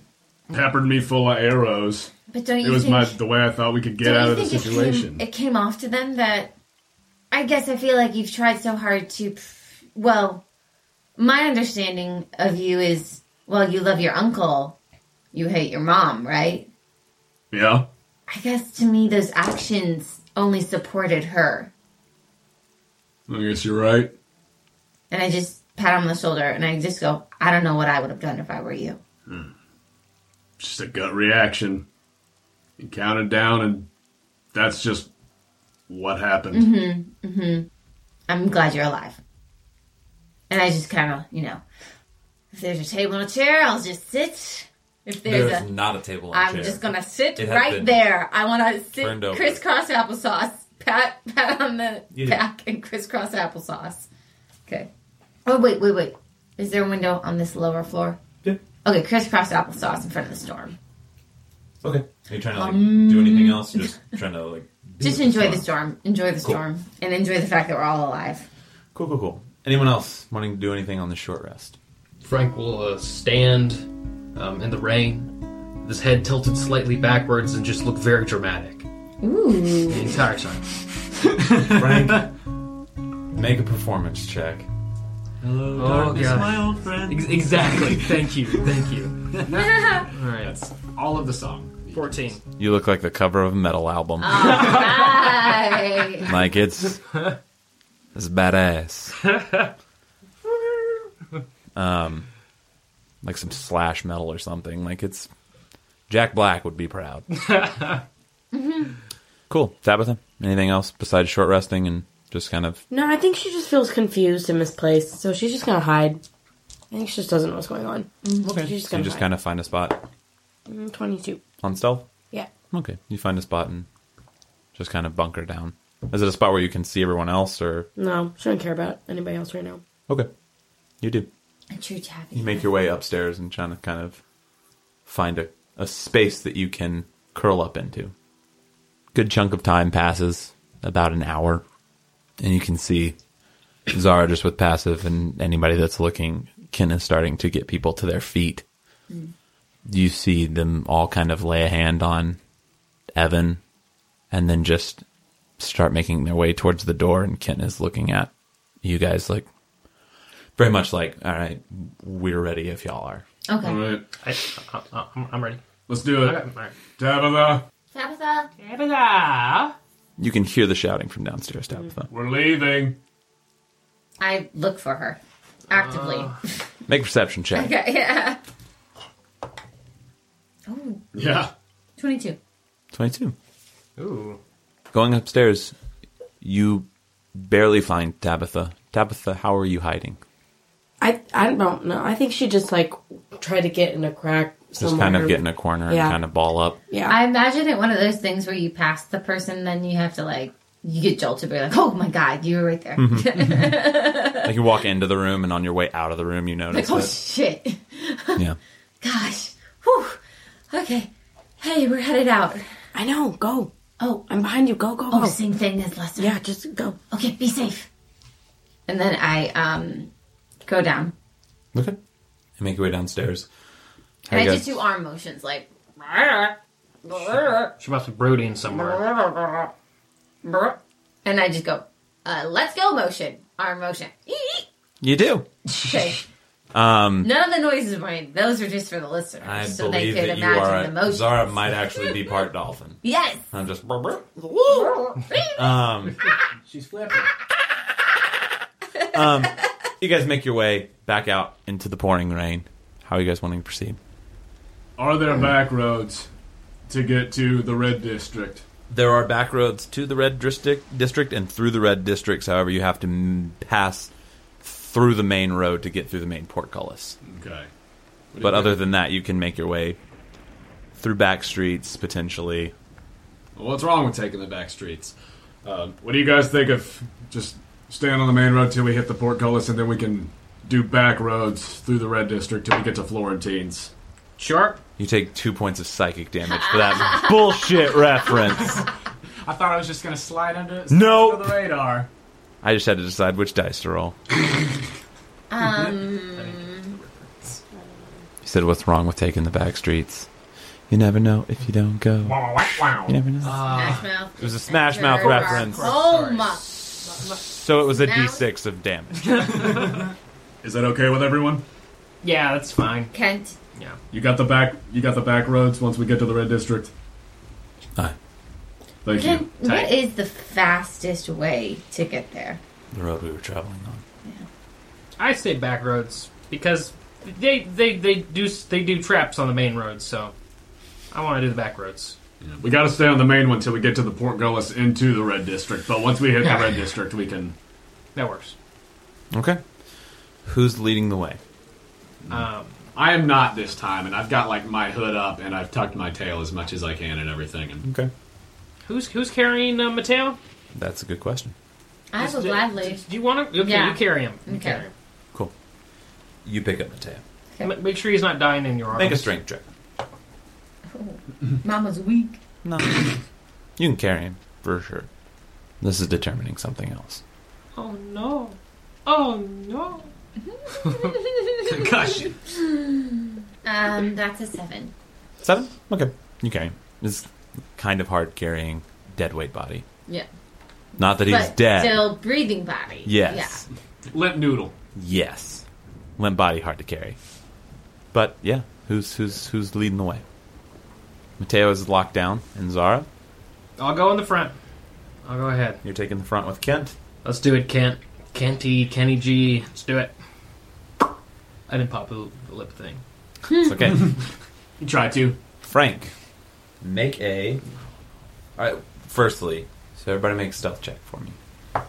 Speaker 5: peppered me full of arrows.
Speaker 4: but don't you
Speaker 5: It was
Speaker 4: think,
Speaker 5: my the way I thought we could get
Speaker 4: don't
Speaker 5: out
Speaker 4: you
Speaker 5: of the
Speaker 4: think it came-
Speaker 5: situation.
Speaker 4: It came, off to them that I guess I feel like you've tried so hard to. Well, my understanding of you is well, you love your uncle, you hate your mom, right?
Speaker 5: Yeah.
Speaker 4: I guess to me, those actions only supported her.
Speaker 5: I guess you're right.
Speaker 4: and I just pat him on the shoulder and I just go, I don't know what I would have done if I were you.
Speaker 5: Just a gut reaction. You counted down, and that's just what happened.
Speaker 4: Mm-hmm. Mm-hmm. I'm glad you're alive. And I just kind of, you know, if there's a table and a chair, I'll just sit. If there's,
Speaker 2: There's
Speaker 4: a,
Speaker 2: not a table and a
Speaker 4: I'm
Speaker 2: chair.
Speaker 4: just gonna sit
Speaker 2: It has
Speaker 4: right
Speaker 2: been
Speaker 4: there. I want to
Speaker 2: turned
Speaker 4: sit
Speaker 2: over.
Speaker 4: crisscross applesauce. Pat, pat on the
Speaker 2: You did.
Speaker 4: back and crisscross applesauce. Okay. Oh wait, wait, wait. Is there a window on this lower floor?
Speaker 2: Yeah.
Speaker 4: Okay, crisscross applesauce in front of the storm.
Speaker 2: Okay. Are you trying to like do anything else?
Speaker 4: [LAUGHS]
Speaker 2: You're just trying to like do
Speaker 4: Um, Just
Speaker 2: it
Speaker 4: enjoy
Speaker 2: yourself?
Speaker 4: the storm. Enjoy the
Speaker 2: Cool.
Speaker 4: storm. And enjoy the fact that we're all alive.
Speaker 2: Cool, cool, cool. Anyone else wanting to do anything on the short rest?
Speaker 7: Frank will uh, stand um, in the rain, with his head tilted slightly backwards, and just look very dramatic the
Speaker 4: Ooh.
Speaker 7: entire
Speaker 4: [LAUGHS]
Speaker 7: time.
Speaker 2: Frank, make a performance check.
Speaker 7: Oh,
Speaker 14: Darkness,
Speaker 7: gosh.
Speaker 14: my old friend.
Speaker 7: Ex- exactly. Thank you. Thank you.
Speaker 4: oh,
Speaker 7: All right.
Speaker 8: That's all of the song.
Speaker 7: 14.
Speaker 2: You look like the cover of a metal album.
Speaker 4: hi.
Speaker 2: [LAUGHS] Like it's it's badass. um, like some slash metal or something. Like it's Jack Black would be proud. Mm-hmm. cool, Tabitha. Anything else besides short resting and just kind of
Speaker 6: No, I think she just feels confused and misplaced, so she's just gonna hide. I think she just doesn't know what's going on. Mm-hmm. Okay. She's just
Speaker 2: so you
Speaker 6: gonna
Speaker 2: just
Speaker 6: hide.
Speaker 2: kind of find a spot
Speaker 6: Mm, 22.
Speaker 2: on stealth?
Speaker 6: Yeah.
Speaker 2: Okay, you find a spot and just kind of bunker down. Is it a spot where you can see everyone else, or
Speaker 6: No, she doesn't care about anybody else right now.
Speaker 2: okay, you do?
Speaker 4: A true tabby.
Speaker 2: You make your way upstairs and trying to kind of find a, a space that you can curl up into. Good chunk of time passes, about an hour, and you can see Zara just with passive, and anybody that's looking, Ken is starting to get people to their feet. You see them all kind of lay a hand on Evan and then just start making their way towards the door, and Ken is looking at you guys like, very much like, all right, we're ready if y'all are.
Speaker 5: All
Speaker 4: Okay.
Speaker 5: right,
Speaker 7: I, I, I, Uh, I'm- I'm ready.
Speaker 5: let's do
Speaker 7: Okay.
Speaker 5: it.
Speaker 7: All right.
Speaker 5: Tabitha,
Speaker 4: Tabitha.
Speaker 7: Tabitha!
Speaker 2: You can hear the shouting from downstairs, Tabitha.
Speaker 5: we're leaving.
Speaker 4: I look for her. Actively.
Speaker 2: Ah. Make a perception check.
Speaker 4: [LAUGHS] okay, yeah. Oh,
Speaker 5: Yeah.
Speaker 4: 22.
Speaker 2: 22.
Speaker 7: Ooh.
Speaker 2: Going upstairs, you barely find Tabitha. Tabitha, how are you hiding?
Speaker 6: I I don't know. I think she just like tried to get in a crack.
Speaker 4: Oh
Speaker 2: Just
Speaker 6: somewhere.
Speaker 2: kind of get in a corner
Speaker 6: Yeah.
Speaker 2: and kind of ball up.
Speaker 6: Yeah.
Speaker 4: I imagine it one of those things where you pass the person, then you have to, like, you get jolted, but you're like, oh my god, you were right there. [LAUGHS]
Speaker 2: Like you walk into the room, and on your way out of the room, you notice
Speaker 4: like, oh
Speaker 2: that.
Speaker 4: shit.
Speaker 2: Yeah.
Speaker 4: Gosh. Whew. Okay. Hey, we're headed out.
Speaker 6: I know. Go.
Speaker 4: Oh,
Speaker 6: I'm behind you. Go. Go.
Speaker 4: oh,
Speaker 6: go.
Speaker 4: same thing as last time.
Speaker 6: Yeah. Just go.
Speaker 4: Okay, be safe. And then I um go down.
Speaker 2: Okay. And make your way downstairs. How
Speaker 4: And I
Speaker 2: you
Speaker 4: just
Speaker 2: guys-
Speaker 4: do arm motions like [LAUGHS]
Speaker 7: She must be brooding somewhere.
Speaker 4: and I just go, uh, let's go motion. Arm motion. Eek.
Speaker 2: You do.
Speaker 4: Okay.
Speaker 2: Um,
Speaker 4: None of the noises were mine. Those were just for the listeners.
Speaker 2: I
Speaker 4: so they
Speaker 2: believe
Speaker 4: could
Speaker 2: that you
Speaker 4: imagine
Speaker 2: are.
Speaker 4: the
Speaker 2: A,
Speaker 4: motion.
Speaker 2: Zara might actually be part dolphin.
Speaker 4: Yes.
Speaker 2: I'm just. brr, brr.
Speaker 4: Eek.
Speaker 2: Um,
Speaker 8: She's flipping.
Speaker 2: um, you guys make your way back out into the pouring rain. How are you guys wanting to proceed?
Speaker 5: Are there back roads to get to the red district?
Speaker 2: There are back roads to the red district, district and through the red districts. However, you have to m- pass through the main road to get through the main portcullis.
Speaker 5: Okay.
Speaker 2: But other than that, you can make your way through back streets potentially.
Speaker 5: Well, what's wrong with taking the back streets? Um, what do you guys think of just staying on the main road till we hit the portcullis, and then we can do back roads through the red district till we get to Florentines?
Speaker 7: Sure.
Speaker 2: You take two points of psychic damage for that bullshit reference.
Speaker 8: I thought I was just gonna slide under, slide
Speaker 2: Nope.
Speaker 8: under the radar.
Speaker 2: I just had to decide which dice to roll.
Speaker 4: Um,
Speaker 2: You said, "What's wrong with taking the back streets?" You never know if you don't go.
Speaker 8: Wow, wow, wow.
Speaker 2: You never know.
Speaker 7: Uh,
Speaker 4: Ah. Smash Mouth.
Speaker 2: it was a Smash Mouth reference,
Speaker 4: Oh my.
Speaker 2: so it was a
Speaker 4: Now-
Speaker 2: d6 of damage.
Speaker 5: Is that okay with everyone?
Speaker 7: Yeah, that's fine.
Speaker 4: Kent.
Speaker 5: You got the back. You got the back roads once we get to the red district.
Speaker 2: Aye.
Speaker 5: Thank you.
Speaker 4: Kent, what is the fastest way to get there?
Speaker 2: the road we were traveling on.
Speaker 7: I say back roads because they they, they do they do traps on the main roads, so I want to do the back roads.
Speaker 5: We got to stay on the main one till we get to the portcullis into the red district. But once we hit the red district, we can.
Speaker 7: That works.
Speaker 2: Okay. Who's leading the way? Mm-hmm.
Speaker 7: Um,
Speaker 8: I am not this time, and I've got like my hood up, and I've tucked my tail as much as I can, and everything. And
Speaker 2: Okay.
Speaker 7: who's who's carrying uh, Mateo?
Speaker 2: That's a good question.
Speaker 4: I will
Speaker 7: Do-
Speaker 4: gladly.
Speaker 7: Do you want to? Okay,
Speaker 4: Yeah.
Speaker 7: you carry him. You
Speaker 4: Okay.
Speaker 7: carry him.
Speaker 2: Cool. You pick up the tab.
Speaker 7: M- make sure he's not dying in your arms.
Speaker 2: Make a strength check.
Speaker 4: Mama's weak.
Speaker 2: No. You can carry him for sure. This is determining something else.
Speaker 7: Oh no. Oh no.
Speaker 8: [LAUGHS]
Speaker 2: Gosh.
Speaker 4: Um, that's a seven.
Speaker 2: Seven? Okay. You carry him. It's kind of hard carrying dead weight body.
Speaker 4: Yeah.
Speaker 2: Not that he's
Speaker 4: but
Speaker 2: dead.
Speaker 4: Still breathing body.
Speaker 2: Yes.
Speaker 8: Limp noodle.
Speaker 2: Yes. Limp body hard to carry. But yeah, who's who's who's leading the way? Mateo is locked down, and Zara,
Speaker 7: I'll go in the front. I'll go ahead.
Speaker 2: you're taking the front with Kent.
Speaker 7: Let's do it, Kent. Kenty, Kenny G. Let's do it. I didn't pop the the lip thing.
Speaker 2: It's
Speaker 6: [LAUGHS]
Speaker 2: okay.
Speaker 8: You try to.
Speaker 2: Frank, make a. All right. Firstly, so everybody make a stealth check for me.
Speaker 7: I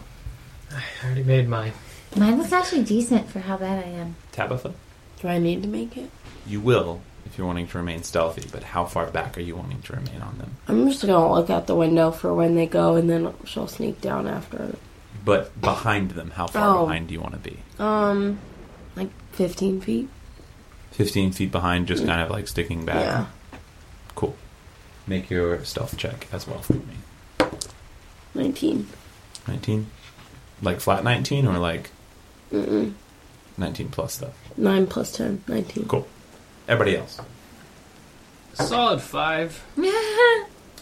Speaker 7: already made mine.
Speaker 4: Yeah. Mine was actually decent for how bad I am.
Speaker 2: Tabitha,
Speaker 6: Do I need to make it?
Speaker 2: you will if you're wanting to remain stealthy, but how far back are you wanting to remain on them?
Speaker 6: I'm just gonna look out the window for when they go, and then she'll sneak down after.
Speaker 2: But behind them, how far
Speaker 6: Oh.
Speaker 2: behind do you want to be?
Speaker 6: Um, like 15 feet.
Speaker 2: Fifteen feet behind, just kind of like sticking back.
Speaker 6: Yeah.
Speaker 2: Cool. Make your stealth check as well for me.
Speaker 6: 19.
Speaker 2: 19? Like flat 19 or like
Speaker 6: Mm-mm.
Speaker 2: 19 plus stuff?
Speaker 6: 9 plus 10. 19.
Speaker 2: Cool. Everybody else?
Speaker 7: Solid five.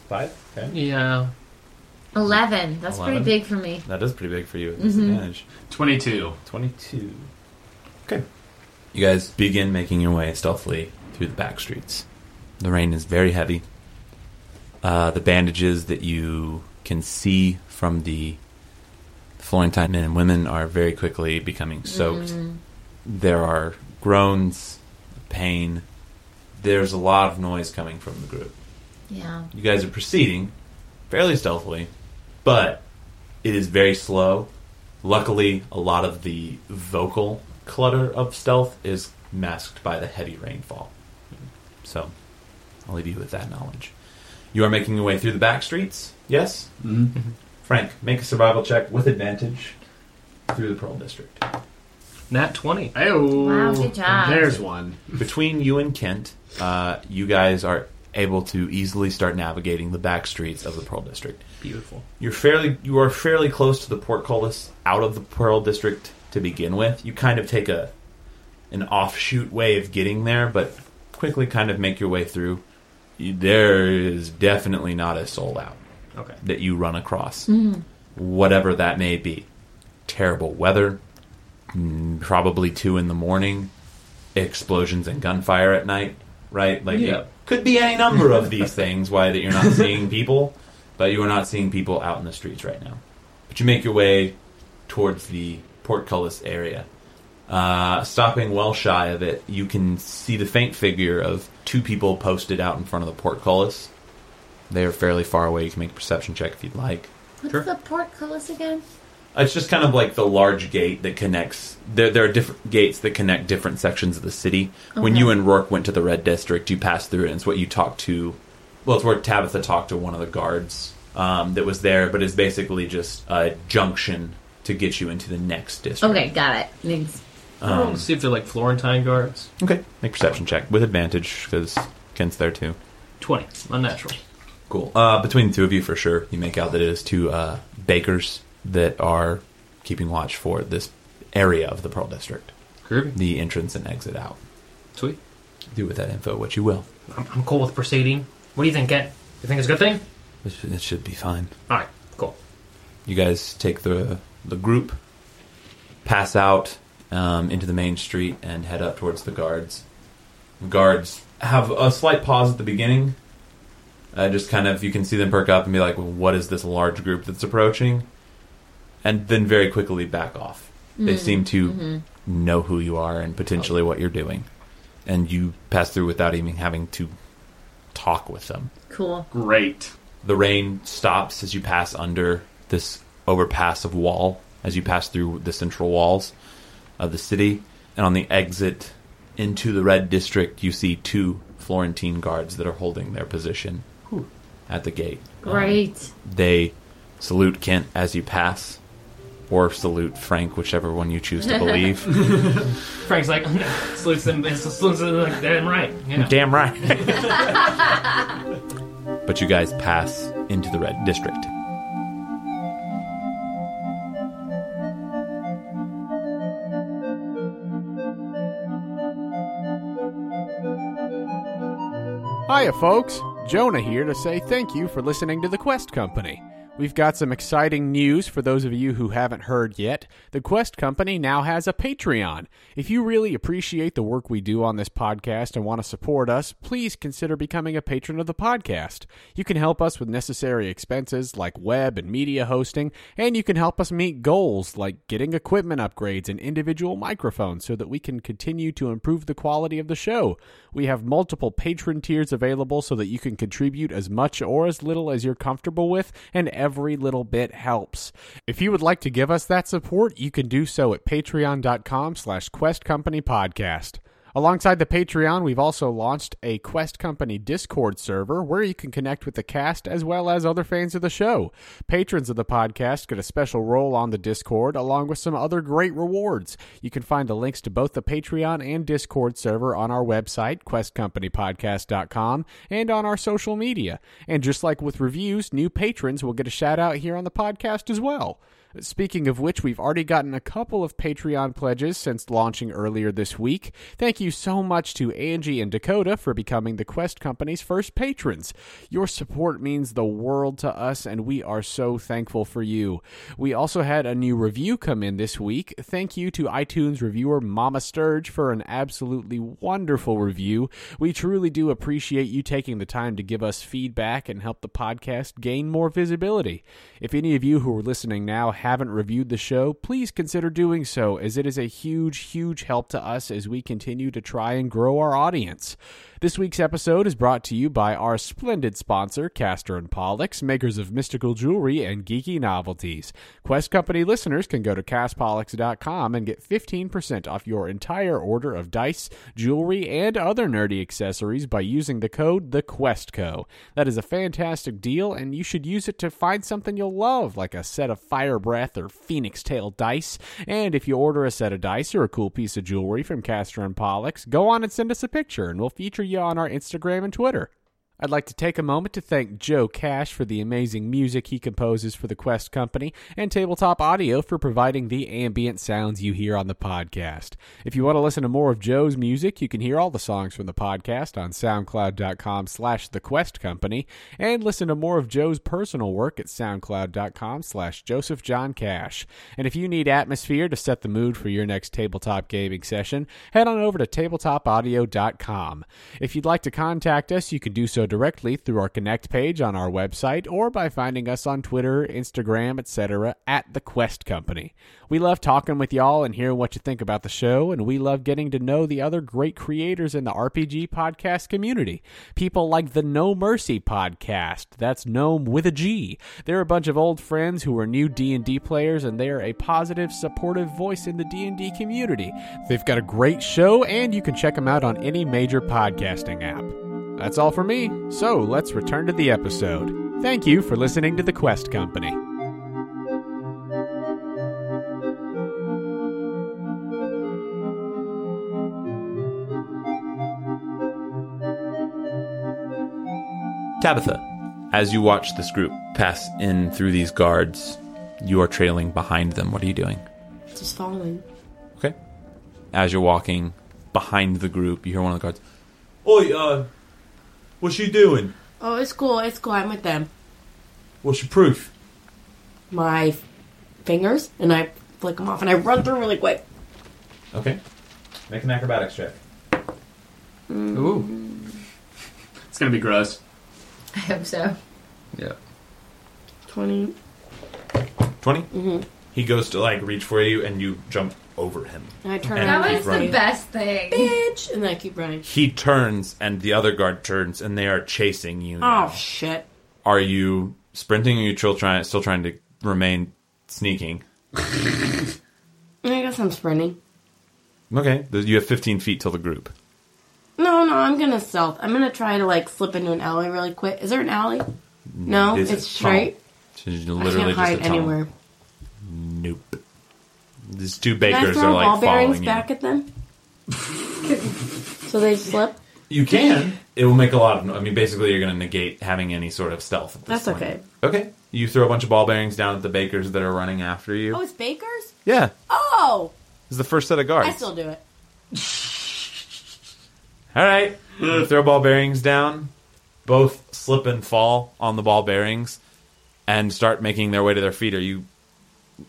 Speaker 2: Five? Okay.
Speaker 7: Yeah.
Speaker 4: [LAUGHS] Eleven. That's
Speaker 2: Eleven?
Speaker 4: pretty big for me.
Speaker 2: That is pretty big for you with disadvantage.
Speaker 8: 22.
Speaker 2: 22. Okay. You guys begin making your way stealthily through the back streets. The rain is very heavy. Uh, the bandages that you can see from the Florentine men and women are very quickly becoming soaked. There are groans, pain. There's a lot of noise coming from the group.
Speaker 4: Yeah.
Speaker 2: You guys are proceeding fairly stealthily, but it is very slow. Luckily, a lot of the vocal clutter of stealth is masked by the heavy rainfall. So, I'll leave you with that knowledge. You are making your way through the back streets, yes?
Speaker 5: Mhm.
Speaker 2: Mm-hmm. [LAUGHS] Frank, make a survival check with advantage through the Pearl District.
Speaker 7: Nat 20.
Speaker 8: Ayo.
Speaker 4: Wow, good job.
Speaker 8: There's one.
Speaker 2: Between you and Kent, uh, you guys are able to easily start navigating the back streets of the Pearl District.
Speaker 7: Beautiful.
Speaker 2: you're fairly you are fairly close to the portcullis out of the pearl district to begin with you kind of take a an offshoot way of getting there but quickly kind of make your way through You- there is definitely not a soul out
Speaker 7: Okay.
Speaker 2: that you run across whatever that may be terrible weather mm, probably two in the morning explosions and gunfire at night right like
Speaker 7: Yeah.
Speaker 2: it could be any number of these things why that you're not seeing people but you are not seeing people out in the streets right now but you make your way towards the portcullis area uh, stopping well shy of it you can see the faint figure of two people posted out in front of the portcullis they are fairly far away you can make a perception check if you'd like
Speaker 4: What's
Speaker 2: Sure.
Speaker 4: the portcullis again?
Speaker 2: it's just kind of like the large gate that connects. There, there are different gates that connect different sections of the city. When
Speaker 4: Okay.
Speaker 2: you and Rourke went to the Red District, you passed through it, and it's what you talked to. Well, it's where Tabitha talked to one of the guards um, that was there, but it's basically just a junction to get you into the next district.
Speaker 4: Okay, got it. Thanks.
Speaker 7: I want to see if they're like Florentine guards.
Speaker 2: Okay. Make perception check with advantage because Kent's there too.
Speaker 7: 20. Unnatural.
Speaker 2: Cool. Uh, between the two of you, for sure, you make out that it is two uh, bakers that are keeping watch for this area of the Pearl District,
Speaker 7: Groovy.
Speaker 2: the entrance and exit out.
Speaker 7: Sweet.
Speaker 2: do with that info what you will.
Speaker 7: I'm, I'm cool with proceeding. What do you think, Kent? You think it's a good thing?
Speaker 2: It should, it should be fine.
Speaker 7: Alright, cool.
Speaker 2: You guys take the the group, pass out um, into the main street, and head up towards the guards. The guards have a slight pause at the beginning. Uh, just kind of, you can see them perk up and be like, well, "What is this large group that's approaching?" And then very quickly back off. They seem to know who you are and potentially what you're doing, and you pass through without even having to talk with them.
Speaker 4: Cool.
Speaker 8: Great.
Speaker 2: The rain stops as you pass under this overpass of wall, as you pass through the central walls of the city. And on the exit into the red district, you see two Florentine guards that are holding their position at the gate. Um,
Speaker 4: Great.
Speaker 2: they salute Kent as you pass. or salute Frank, whichever one you choose to believe.
Speaker 7: Frank's like, [LAUGHS] salutes them, salutes them like, damn right. Yeah.
Speaker 2: Damn right. [LAUGHS] but you guys pass into the red district.
Speaker 15: Hiya, folks. Jonah here to say thank you for listening to The Quest Company. We've got some exciting news for those of you who haven't heard yet. The Quest Company now has a Patreon. If you really appreciate the work we do on this podcast and want to support us, please consider becoming a patron of the podcast. You can help us with necessary expenses like web and media hosting, and you can help us meet goals like getting equipment upgrades and individual microphones so that we can continue to improve the quality of the show. We have multiple patron tiers available so that you can contribute as much or as little as you're comfortable with, and every little bit helps. If you would like to give us that support, you can do so at patreon.com slash quest company podcast. Alongside the Patreon, we've also launched a Quest Company Discord server where you can connect with the cast as well as other fans of the show. Patrons of the podcast get a special role on the Discord along with some other great rewards. You can find the links to both the Patreon and Discord server on our website, questcompanypodcast.com, and on our social media. And just like with reviews, new patrons will get a shout out here on the podcast as well. Speaking of which, we've already gotten a couple of Patreon pledges since launching earlier this week. Thank you so much to Angie and Dakota for becoming the Quest Company's first patrons. Your support means the world to us, and we are so thankful for you. We also had a new review come in this week. Thank you to iTunes reviewer Mama Sturge for an absolutely wonderful review. We truly do appreciate you taking the time to give us feedback and help the podcast gain more visibility. If any of you who are listening now haven't reviewed the show, please consider doing so, as it is a huge, huge help to us as we continue to try and grow our audience. This week's episode is brought to you by our splendid sponsor, Castor and Pollux, makers of mystical jewelry and geeky novelties. Quest Company listeners can go to castpollux.com and get 15% off your entire order of dice, jewelry, and other nerdy accessories by using the code TheQuestCo. That is a fantastic deal, and you should use it to find something you'll love, like a set of fire breath or phoenix tail dice. And if you order a set of dice or a cool piece of jewelry from Castor and Pollux, go on and send us a picture, and we'll feature you on our Instagram and Twitter. I'd like to take a moment to thank Joe Cash for the amazing music he composes for the Quest Company and Tabletop Audio for providing the ambient sounds you hear on the podcast. If you want to listen to more of Joe's music, you can hear all the songs from the podcast on soundcloud.com slash the Quest Company and listen to more of Joe's personal work at soundcloud.com slash Joseph John Cash. And if you need atmosphere to set the mood for your next tabletop gaming session, head on over to tabletopaudio.com. If you'd like to contact us, you can do so directly through our Connect page on our website or by finding us on Twitter, Instagram, etc. at The Quest Company. We love talking with y'all and hearing what you think about the show, and we love getting to know the other great creators in the RPG podcast community. People like the No Mercy podcast. That's Gnome with a G. They're a bunch of old friends who are new D&D players, and they are a positive, supportive voice in the D&D community. They've got a great show, and you can check them out on any major podcasting app. That's all for me, so let's return to the episode. Thank you for listening to The Quest Company.
Speaker 2: Tabitha, as you watch this group pass in through these guards, you are trailing behind them. What are you doing?
Speaker 6: Just falling.
Speaker 2: Okay. As you're walking behind the group, you hear one of the guards,
Speaker 14: Oi, uh, what's she doing?
Speaker 6: Oh, it's cool. It's cool. I'm with them.
Speaker 14: What's your proof?
Speaker 6: My f- fingers, and I flick them off, and I run through really quick.
Speaker 2: Okay. Make an acrobatics check.
Speaker 7: Ooh.
Speaker 8: It's gonna be gross.
Speaker 4: I hope so.
Speaker 7: Yeah.
Speaker 6: 20.
Speaker 2: 20? Mm-hmm. He goes to, like, reach for you, and you jump over him.
Speaker 6: And I turn
Speaker 2: And
Speaker 6: around
Speaker 4: That
Speaker 2: keep
Speaker 4: was the
Speaker 2: running.
Speaker 4: best thing.
Speaker 6: bitch, and then I keep running.
Speaker 2: He turns, and the other guard turns, and they are chasing you. now.
Speaker 6: Oh, shit.
Speaker 2: Are you sprinting, or are you still trying, still trying to remain sneaking?
Speaker 6: I guess I'm sprinting.
Speaker 2: Okay. You have 15 feet till the group.
Speaker 6: No, no, I'm gonna stealth. I'm gonna try to like slip into an alley really quick. Is there an alley? No,
Speaker 2: It is
Speaker 6: it's
Speaker 2: Mm, a tunnel.
Speaker 6: straight.
Speaker 2: So you
Speaker 6: I
Speaker 2: literally
Speaker 6: can't hide
Speaker 2: just a tunnel.
Speaker 6: anywhere.
Speaker 2: Nope. these two
Speaker 6: Can I
Speaker 2: bakers
Speaker 6: throw
Speaker 2: are like
Speaker 6: ball bearings
Speaker 2: falling.
Speaker 6: back
Speaker 2: [LAUGHS]
Speaker 6: at them? so they slip.
Speaker 2: You. you can. It will make a lot of. No- I mean, basically, you're going to negate having any sort of stealth. at this
Speaker 6: That's
Speaker 2: point.
Speaker 6: okay.
Speaker 2: Okay. You throw a bunch of ball bearings down at the bakers that are running after you.
Speaker 6: Oh, it's Baker's.
Speaker 2: yeah,
Speaker 6: Oh,
Speaker 2: it's the first set of guards.
Speaker 6: I still do it.
Speaker 2: All right. Throw ball bearings down. Both slip and fall on the ball bearings and start making their way to their feet. Are you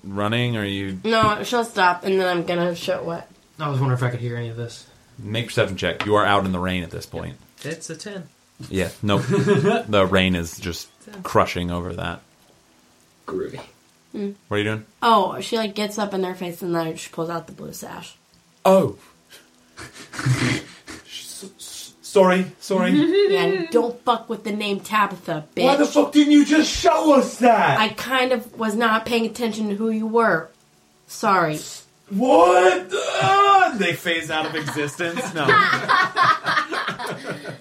Speaker 2: running? Are you.
Speaker 6: No, she'll stop, and then I'm gonna show what.
Speaker 7: I was wondering if I could hear any of this.
Speaker 2: Make perception check. You are out in the rain at this point.
Speaker 7: It's a ten.
Speaker 2: Yeah, [LAUGHS] no. the rain is just crushing over that.
Speaker 7: Groovy.
Speaker 6: Mm.
Speaker 2: What are you doing?
Speaker 6: Oh, she like gets up in their face, and then she pulls out the blue sash.
Speaker 2: Oh. Sorry,
Speaker 6: [LAUGHS] yeah, and don't fuck with the name Tabitha, bitch.
Speaker 14: Why the fuck didn't you just show us that?
Speaker 6: I kind of was not paying attention to who you were. Sorry.
Speaker 2: What? Ah, they phase out of existence. No.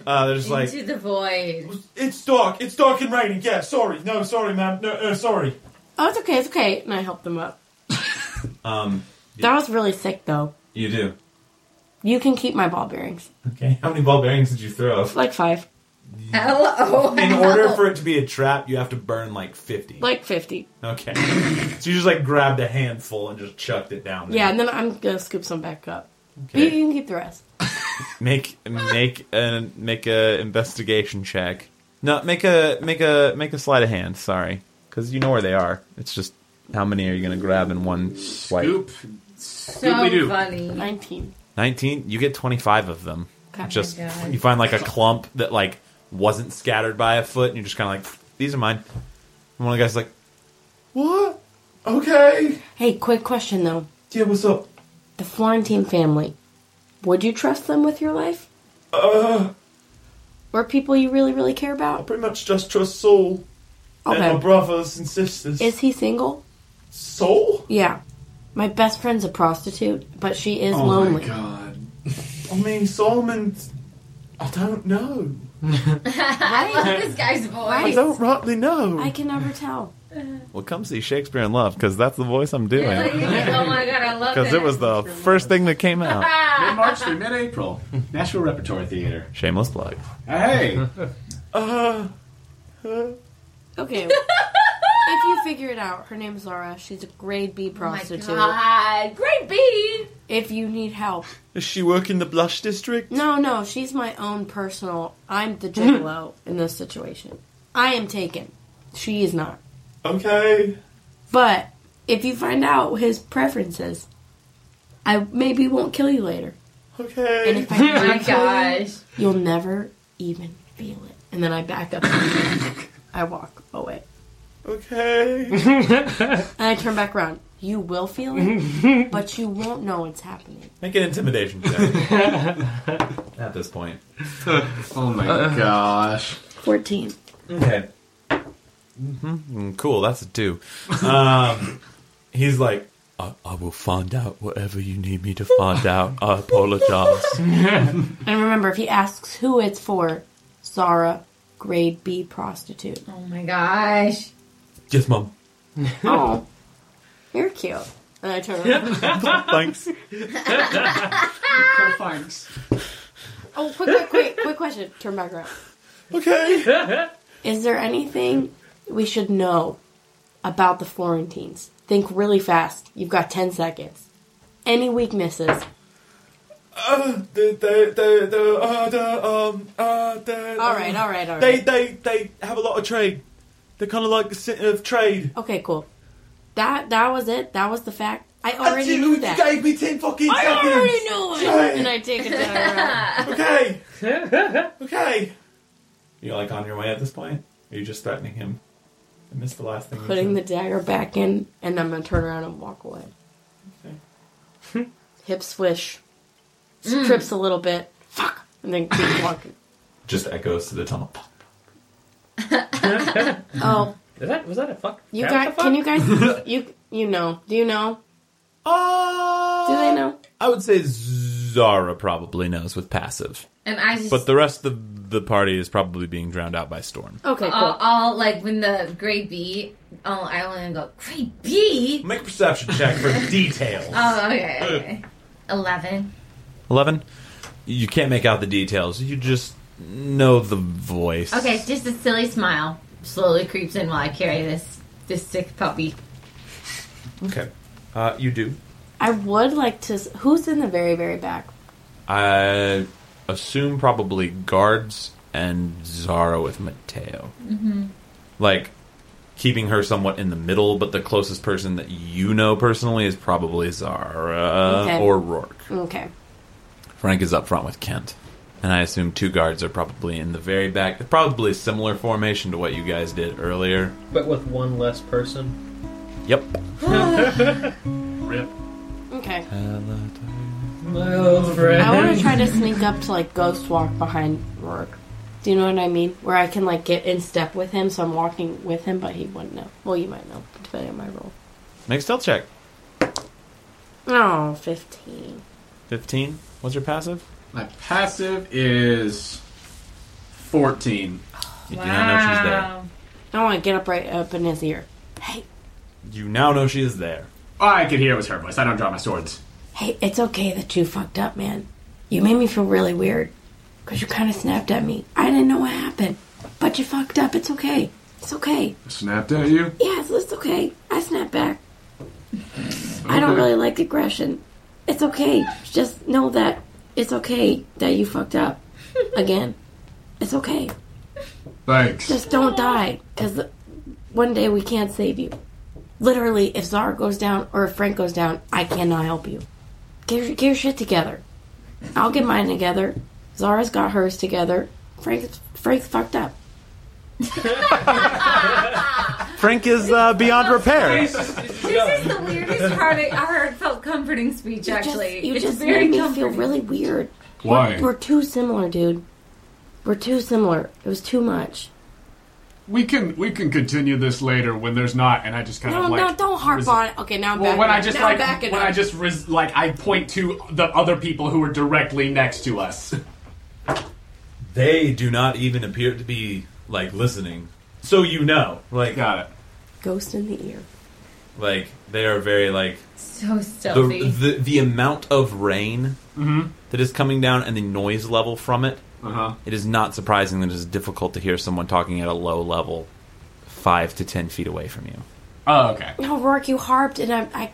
Speaker 2: Uh, they're just like,
Speaker 4: Into the void.
Speaker 14: It's dark. It's dark and raining. Yeah, sorry. No, sorry, ma'am. No, uh, sorry.
Speaker 6: Oh, it's okay, it's okay. And I help them [LAUGHS] up.
Speaker 2: um,
Speaker 6: That was really sick, though.
Speaker 2: you do.
Speaker 6: You can keep my ball bearings.
Speaker 2: Okay. How many ball bearings did you throw?
Speaker 6: [LAUGHS] Like five.
Speaker 4: Hello.
Speaker 2: In order for it to be a trap, you have to burn like 50.
Speaker 6: Like 50.
Speaker 2: Okay. so you just like grabbed a handful and just chucked it down. there.
Speaker 6: Yeah, and then I'm gonna scoop some back up.
Speaker 2: Okay.
Speaker 6: But you can keep the rest.
Speaker 2: Make make an make a investigation check. No, make a make a make a sleight of hand. Sorry, because you know where they are. It's just how many are you going to grab in one swipe?
Speaker 4: So funny.
Speaker 6: 19.
Speaker 2: Nineteen. You get twenty five of them.
Speaker 6: Okay.
Speaker 2: just
Speaker 6: Oh my God.
Speaker 2: you find like a clump that like wasn't scattered by a foot, and you're just kind of like, these are mine. And one of the guys is like,
Speaker 6: What?
Speaker 14: Okay.
Speaker 6: Hey, quick question though.
Speaker 14: Yeah, what's up?
Speaker 6: The Florentine family. Would you trust them with your life?
Speaker 14: Uh,
Speaker 6: Or people you really, really care about?
Speaker 14: pretty much just trust Saul
Speaker 6: Okay.
Speaker 14: and my brothers and sisters.
Speaker 6: Is he single?
Speaker 14: Saul?
Speaker 6: Yeah. My best friend's a prostitute, but she is
Speaker 14: Oh my
Speaker 6: lonely.
Speaker 14: God. I mean, Solomon's. I don't know.
Speaker 4: I love this guy's voice.
Speaker 14: I don't rightly know.
Speaker 6: I can never tell.
Speaker 2: "Well, come see Shakespeare in Love, because that's the voice I'm
Speaker 4: Like,
Speaker 2: doing."
Speaker 4: oh my god, I
Speaker 2: [LAUGHS]
Speaker 4: love
Speaker 2: Because it was the first thing that came out.
Speaker 8: Mid March through mid
Speaker 5: [LAUGHS]
Speaker 8: April, Nashville Repertory Theater.
Speaker 2: Shameless plug.
Speaker 5: [LAUGHS]
Speaker 8: Hey,
Speaker 14: Uh, uh,
Speaker 6: Okay. if you figure it out, her name's Laura. She's a grade B prostitute.
Speaker 4: Oh God, great B.
Speaker 6: If you need help.
Speaker 14: Does she work in the blush district?
Speaker 6: No, no, she's my own personal. I'm the [LAUGHS] gigolo in this situation. I am taken. She is not.
Speaker 14: Okay.
Speaker 6: But if you find out his preferences, I maybe won't kill you later.
Speaker 14: Okay.
Speaker 6: And if I
Speaker 14: [LAUGHS]
Speaker 6: do
Speaker 4: Oh my
Speaker 6: kill you,
Speaker 4: gosh.
Speaker 6: you'll never even feel it. And then I back [LAUGHS] up. I walk away.
Speaker 14: Okay.
Speaker 6: And I turn back around. You will feel
Speaker 14: [LAUGHS]
Speaker 6: it, but you won't know what's happening.
Speaker 2: Make an intimidation
Speaker 14: [LAUGHS]
Speaker 2: check. At this point.
Speaker 8: oh my
Speaker 5: Uh-uh.
Speaker 8: gosh.
Speaker 6: 14.
Speaker 2: Okay. hmm Cool. That's a two. Um, he's like, I, I will find out whatever you need me to find out. I apologize.
Speaker 6: And remember, if he asks who it's for, Zara, grade B prostitute.
Speaker 4: Oh my gosh.
Speaker 2: yes, mom.
Speaker 6: Oh, you're cute. And I
Speaker 14: [LAUGHS]
Speaker 6: turn around.
Speaker 2: Thanks.
Speaker 8: Cool, thanks.
Speaker 6: oh, quick, quick, quick, quick question. Turn back around.
Speaker 14: Okay.
Speaker 6: [LAUGHS] Is there anything we should know about the Florentines? Think really fast. You've got 10 seconds. Any weaknesses?
Speaker 14: Uh, the, the, the, the, uh, the, um, uh, the.
Speaker 6: All right, all right, all
Speaker 14: They,
Speaker 6: right.
Speaker 14: they, they have a lot of trade. They're kind of like the center of trade.
Speaker 6: Okay, cool. That that was it. That was the fact. I
Speaker 14: That's
Speaker 6: already
Speaker 14: it,
Speaker 6: knew
Speaker 14: you
Speaker 6: that.
Speaker 14: gave me ten fucking
Speaker 6: I
Speaker 14: seconds.
Speaker 6: already knew it.
Speaker 14: Giant.
Speaker 6: And I take it down.
Speaker 14: Okay. okay.
Speaker 2: You're like on your way at this point? Are you just threatening him? I missed the last thing. you
Speaker 6: Putting the
Speaker 2: said.
Speaker 6: dagger back in, and I'm gonna turn around and walk away.
Speaker 14: Okay.
Speaker 6: [LAUGHS] Hip swish. Trips a little bit. Fuck. And
Speaker 7: [LAUGHS]
Speaker 6: then keep walking.
Speaker 2: Just echoes to the tunnel.
Speaker 6: Oh,
Speaker 7: Is that was that a fuck?
Speaker 6: you
Speaker 7: What the
Speaker 6: guys?
Speaker 7: fuck?
Speaker 6: Can
Speaker 7: [LAUGHS]
Speaker 6: you guys? You you know? Do you know?
Speaker 14: Ah.
Speaker 2: Uh,
Speaker 6: Do they know?
Speaker 2: I would say Zara probably knows with passive.
Speaker 4: And I just
Speaker 2: But the rest
Speaker 6: Uh,
Speaker 2: of the party is probably being drowned out by storm.
Speaker 6: Okay, cool.
Speaker 4: all, all, like when the grade B Oh, I only go grade B.
Speaker 2: Make a perception check
Speaker 6: [LAUGHS]
Speaker 2: for details.
Speaker 6: Uh,
Speaker 4: Oh, okay, okay. Eleven.
Speaker 2: 11 you can't make out the details you just know the voice
Speaker 4: Okay, just a silly smile slowly creeps in while I carry this this sick puppy.
Speaker 2: okay uh, you do
Speaker 6: I would like to. s- Who's in the very, very back?
Speaker 2: i assume probably guards and zara with mateo
Speaker 6: Mm-hmm.
Speaker 2: like keeping her somewhat in the middle but the closest person that you know personally is probably zara
Speaker 6: Okay.
Speaker 2: or rourke
Speaker 6: Okay.
Speaker 2: Frank is up front with Kent. And I assume two guards are probably in the very back. They're Probably similar formation to what you guys did earlier.
Speaker 7: But with one less person.
Speaker 2: Yep.
Speaker 7: Rip.
Speaker 6: Okay.
Speaker 7: My old friend.
Speaker 6: I want to
Speaker 7: [LAUGHS]
Speaker 6: try to sneak up to like ghost walk behind Rourke. Do you know what I mean? Where I can like get in step with him, so I'm walking with him, but he wouldn't know. Well, you might know depending on my roll.
Speaker 2: Make a stealth check.
Speaker 6: Oh, 15.
Speaker 2: 15. What's your passive?
Speaker 8: My passive is 14.
Speaker 2: You do not know she's there.
Speaker 6: I want to get up right up in his ear. Hey,
Speaker 2: You now know she is there.
Speaker 8: Oh, I could hear it was her voice. I don't draw my swords.
Speaker 6: hey, it's okay that you fucked up, man. You made me feel really weird because you kind of snapped at me. I didn't know what happened, but you fucked up. It's okay. It's okay.
Speaker 5: Snapped at you?
Speaker 6: Yes, it's okay. I snap back. I don't
Speaker 5: Okay.
Speaker 6: really like aggression. It's okay. Just know that it's okay that you fucked [LAUGHS] up again. It's okay.
Speaker 5: Thanks.
Speaker 6: Just don't die, because one day we can't save you. Literally, if Zara goes down or if Frank goes down, I cannot help you. Get your, get your shit together. I'll get mine together. Zara's got hers together. Frank, Frank's fucked up.
Speaker 2: Frank is uh, beyond repair.
Speaker 4: This is the weirdest part I I heard felt comforting speech.
Speaker 6: You just-
Speaker 4: Actually,
Speaker 6: you
Speaker 4: it's
Speaker 6: just
Speaker 4: very
Speaker 6: made me feel
Speaker 4: comforting.
Speaker 6: really weird.
Speaker 5: Why?
Speaker 6: We're too similar, dude. We're too similar. It was too much.
Speaker 5: We can we can continue this later when there's not, and I just kind
Speaker 6: No,
Speaker 5: of like.
Speaker 6: no, don't harp on it. Okay, now I'm
Speaker 8: Well,
Speaker 6: back.
Speaker 8: when
Speaker 6: up.
Speaker 8: I just
Speaker 6: now I'm
Speaker 8: like
Speaker 6: back
Speaker 8: when
Speaker 6: it
Speaker 8: I
Speaker 6: up.
Speaker 8: just res- like I point to the other people who were directly next to
Speaker 5: [LAUGHS]
Speaker 8: us.
Speaker 2: They do not even appear to be, like, listening. So you know. Like, Got
Speaker 6: ghost in the ear.
Speaker 2: it. Like, they are very, like,
Speaker 4: so stealthy.
Speaker 2: the, the, the amount of rain
Speaker 4: Mhm.
Speaker 2: that is coming down and the noise level from it, it is not surprising that it is difficult to hear someone talking at a low level five to ten feet away from you.
Speaker 8: Oh, okay.
Speaker 6: No, Rourke, you harped, and I. I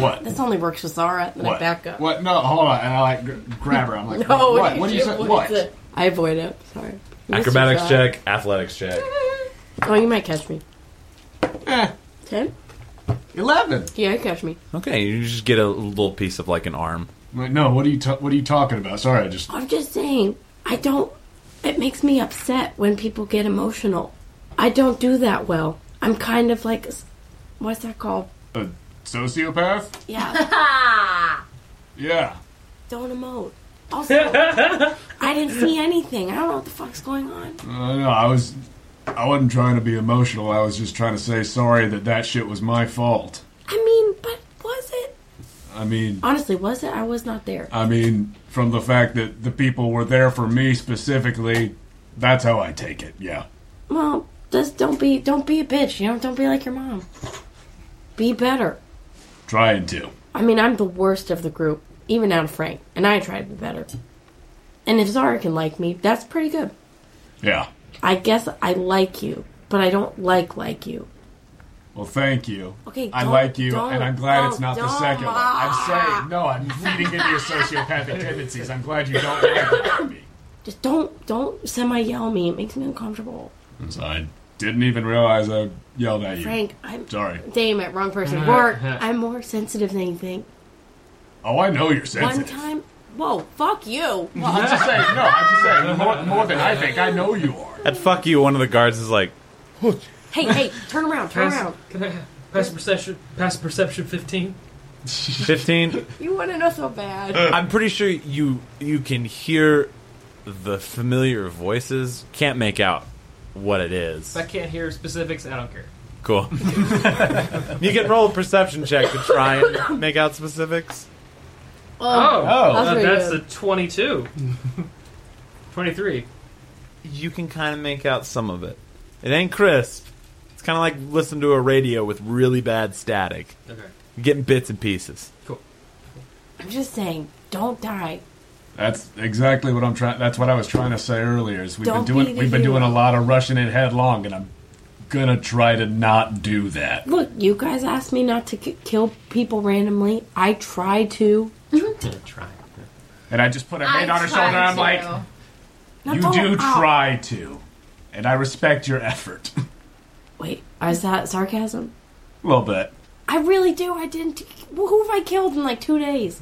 Speaker 5: What?
Speaker 6: [SIGHS] This only works with Zara. Then I
Speaker 5: What?
Speaker 6: back [LAUGHS] up. Oh,
Speaker 5: What? No, hold on. And I like gr- grab her. I'm like,
Speaker 6: [LAUGHS] no,
Speaker 5: what? What do you say?
Speaker 6: avoid
Speaker 5: What?
Speaker 6: it. I avoid it. Sorry. Missed you,
Speaker 2: Acrobatics
Speaker 6: Zara.
Speaker 2: check, athletics check.
Speaker 6: Oh, you might catch me.
Speaker 5: Eh.
Speaker 6: Ten?
Speaker 5: Eleven.
Speaker 6: Yeah, you catch me.
Speaker 2: Okay, you just get a little piece of like an arm.
Speaker 5: I'm like, no. What are you ta- What are you talking about? Sorry, I just.
Speaker 6: I'm just saying, I don't. It makes me upset when people get emotional. I don't do that well. I'm kind of like, s- what's that called?
Speaker 5: A sociopath? [LAUGHS]
Speaker 6: Yeah.
Speaker 5: Yeah.
Speaker 6: don't emote.
Speaker 5: [LAUGHS]
Speaker 6: Also, I didn't see anything. I don't know what the fuck's going on.
Speaker 5: Uh, no, I was. I wasn't trying to be emotional. I was just trying to say sorry that that shit was my fault.
Speaker 6: I mean, but was it?
Speaker 5: I mean,
Speaker 6: Honestly, was it? I was not there.
Speaker 5: I mean, from the fact that the people were there for me specifically, that's how I take it. Yeah.
Speaker 6: Well, just don't be don't be a bitch. You know, don't be like your mom. Be better.
Speaker 5: Trying to.
Speaker 6: I mean, I'm the worst of the group, even out of Frank, and I try to be better. And if Zara can like me, that's pretty good.
Speaker 5: Yeah.
Speaker 6: I guess I like you, but I don't like like you.
Speaker 5: Well, thank you.
Speaker 6: Okay,
Speaker 5: I
Speaker 6: don't-
Speaker 5: like you,
Speaker 6: don't-
Speaker 5: and I'm glad
Speaker 6: don't-
Speaker 5: it's not the
Speaker 6: don't,
Speaker 5: second one. I'm saying, no, I'm feeding into your
Speaker 6: [LAUGHS]
Speaker 5: sociopathic tendencies. I'm glad you don't like me.
Speaker 6: Just don't don't semi yell me. It makes me uncomfortable.
Speaker 5: I'm sorry. Didn't even realize I yelled at you.
Speaker 6: Frank, I'm
Speaker 5: Sorry.
Speaker 6: Damn it, wrong person. Work. I'm more sensitive than you think.
Speaker 5: Oh, I know you're
Speaker 6: One
Speaker 5: sensitive.
Speaker 6: time, whoa, fuck you.
Speaker 5: Well, [LAUGHS] I'm just saying, no, I'm just saying, more, more than I think, I know you are.
Speaker 2: At fuck you, one of the guards is like,
Speaker 6: Hey, hey, turn around, turn
Speaker 7: Pass-
Speaker 6: around.
Speaker 7: Can I pass perception? Pass perception fifteen.
Speaker 2: 15.
Speaker 6: You want to know so bad.
Speaker 2: I'm pretty sure you you can hear the familiar voices. Can't make out what it is.
Speaker 7: If I can't hear specifics, I don't care.
Speaker 2: Cool. [LAUGHS] you can roll a perception check to try and make out specifics.
Speaker 7: Oh,
Speaker 6: Um,
Speaker 7: uh,
Speaker 2: that's
Speaker 7: that's a
Speaker 2: pretty
Speaker 7: twenty-two. [LAUGHS] Twenty-three.
Speaker 2: You can kind of make out some of it. It ain't crisp. It's kind of like listening to a radio with really bad static.
Speaker 6: Okay.
Speaker 2: You're getting bits and pieces.
Speaker 6: I'm just saying, don't die.
Speaker 5: That's exactly what I'm trying. That's what I was trying to say earlier. Is we've
Speaker 6: Don't
Speaker 5: been doing
Speaker 6: be the
Speaker 5: we've been
Speaker 6: hero.
Speaker 5: doing a lot of rushing it headlong, and I'm gonna try to not do that.
Speaker 6: Look, you guys asked me not to k- kill people randomly. I try to.
Speaker 5: And I just put a
Speaker 6: I
Speaker 5: hand on her
Speaker 6: tried
Speaker 5: shoulder. and I'm
Speaker 6: to.
Speaker 5: like,
Speaker 6: No,
Speaker 5: you
Speaker 6: don't.
Speaker 5: do
Speaker 6: Ow.
Speaker 5: try to, and I respect your effort [LAUGHS]
Speaker 6: Wait, is that sarcasm?
Speaker 5: a little bit.
Speaker 6: I really do. I didn't. Well, who have I killed in like two days?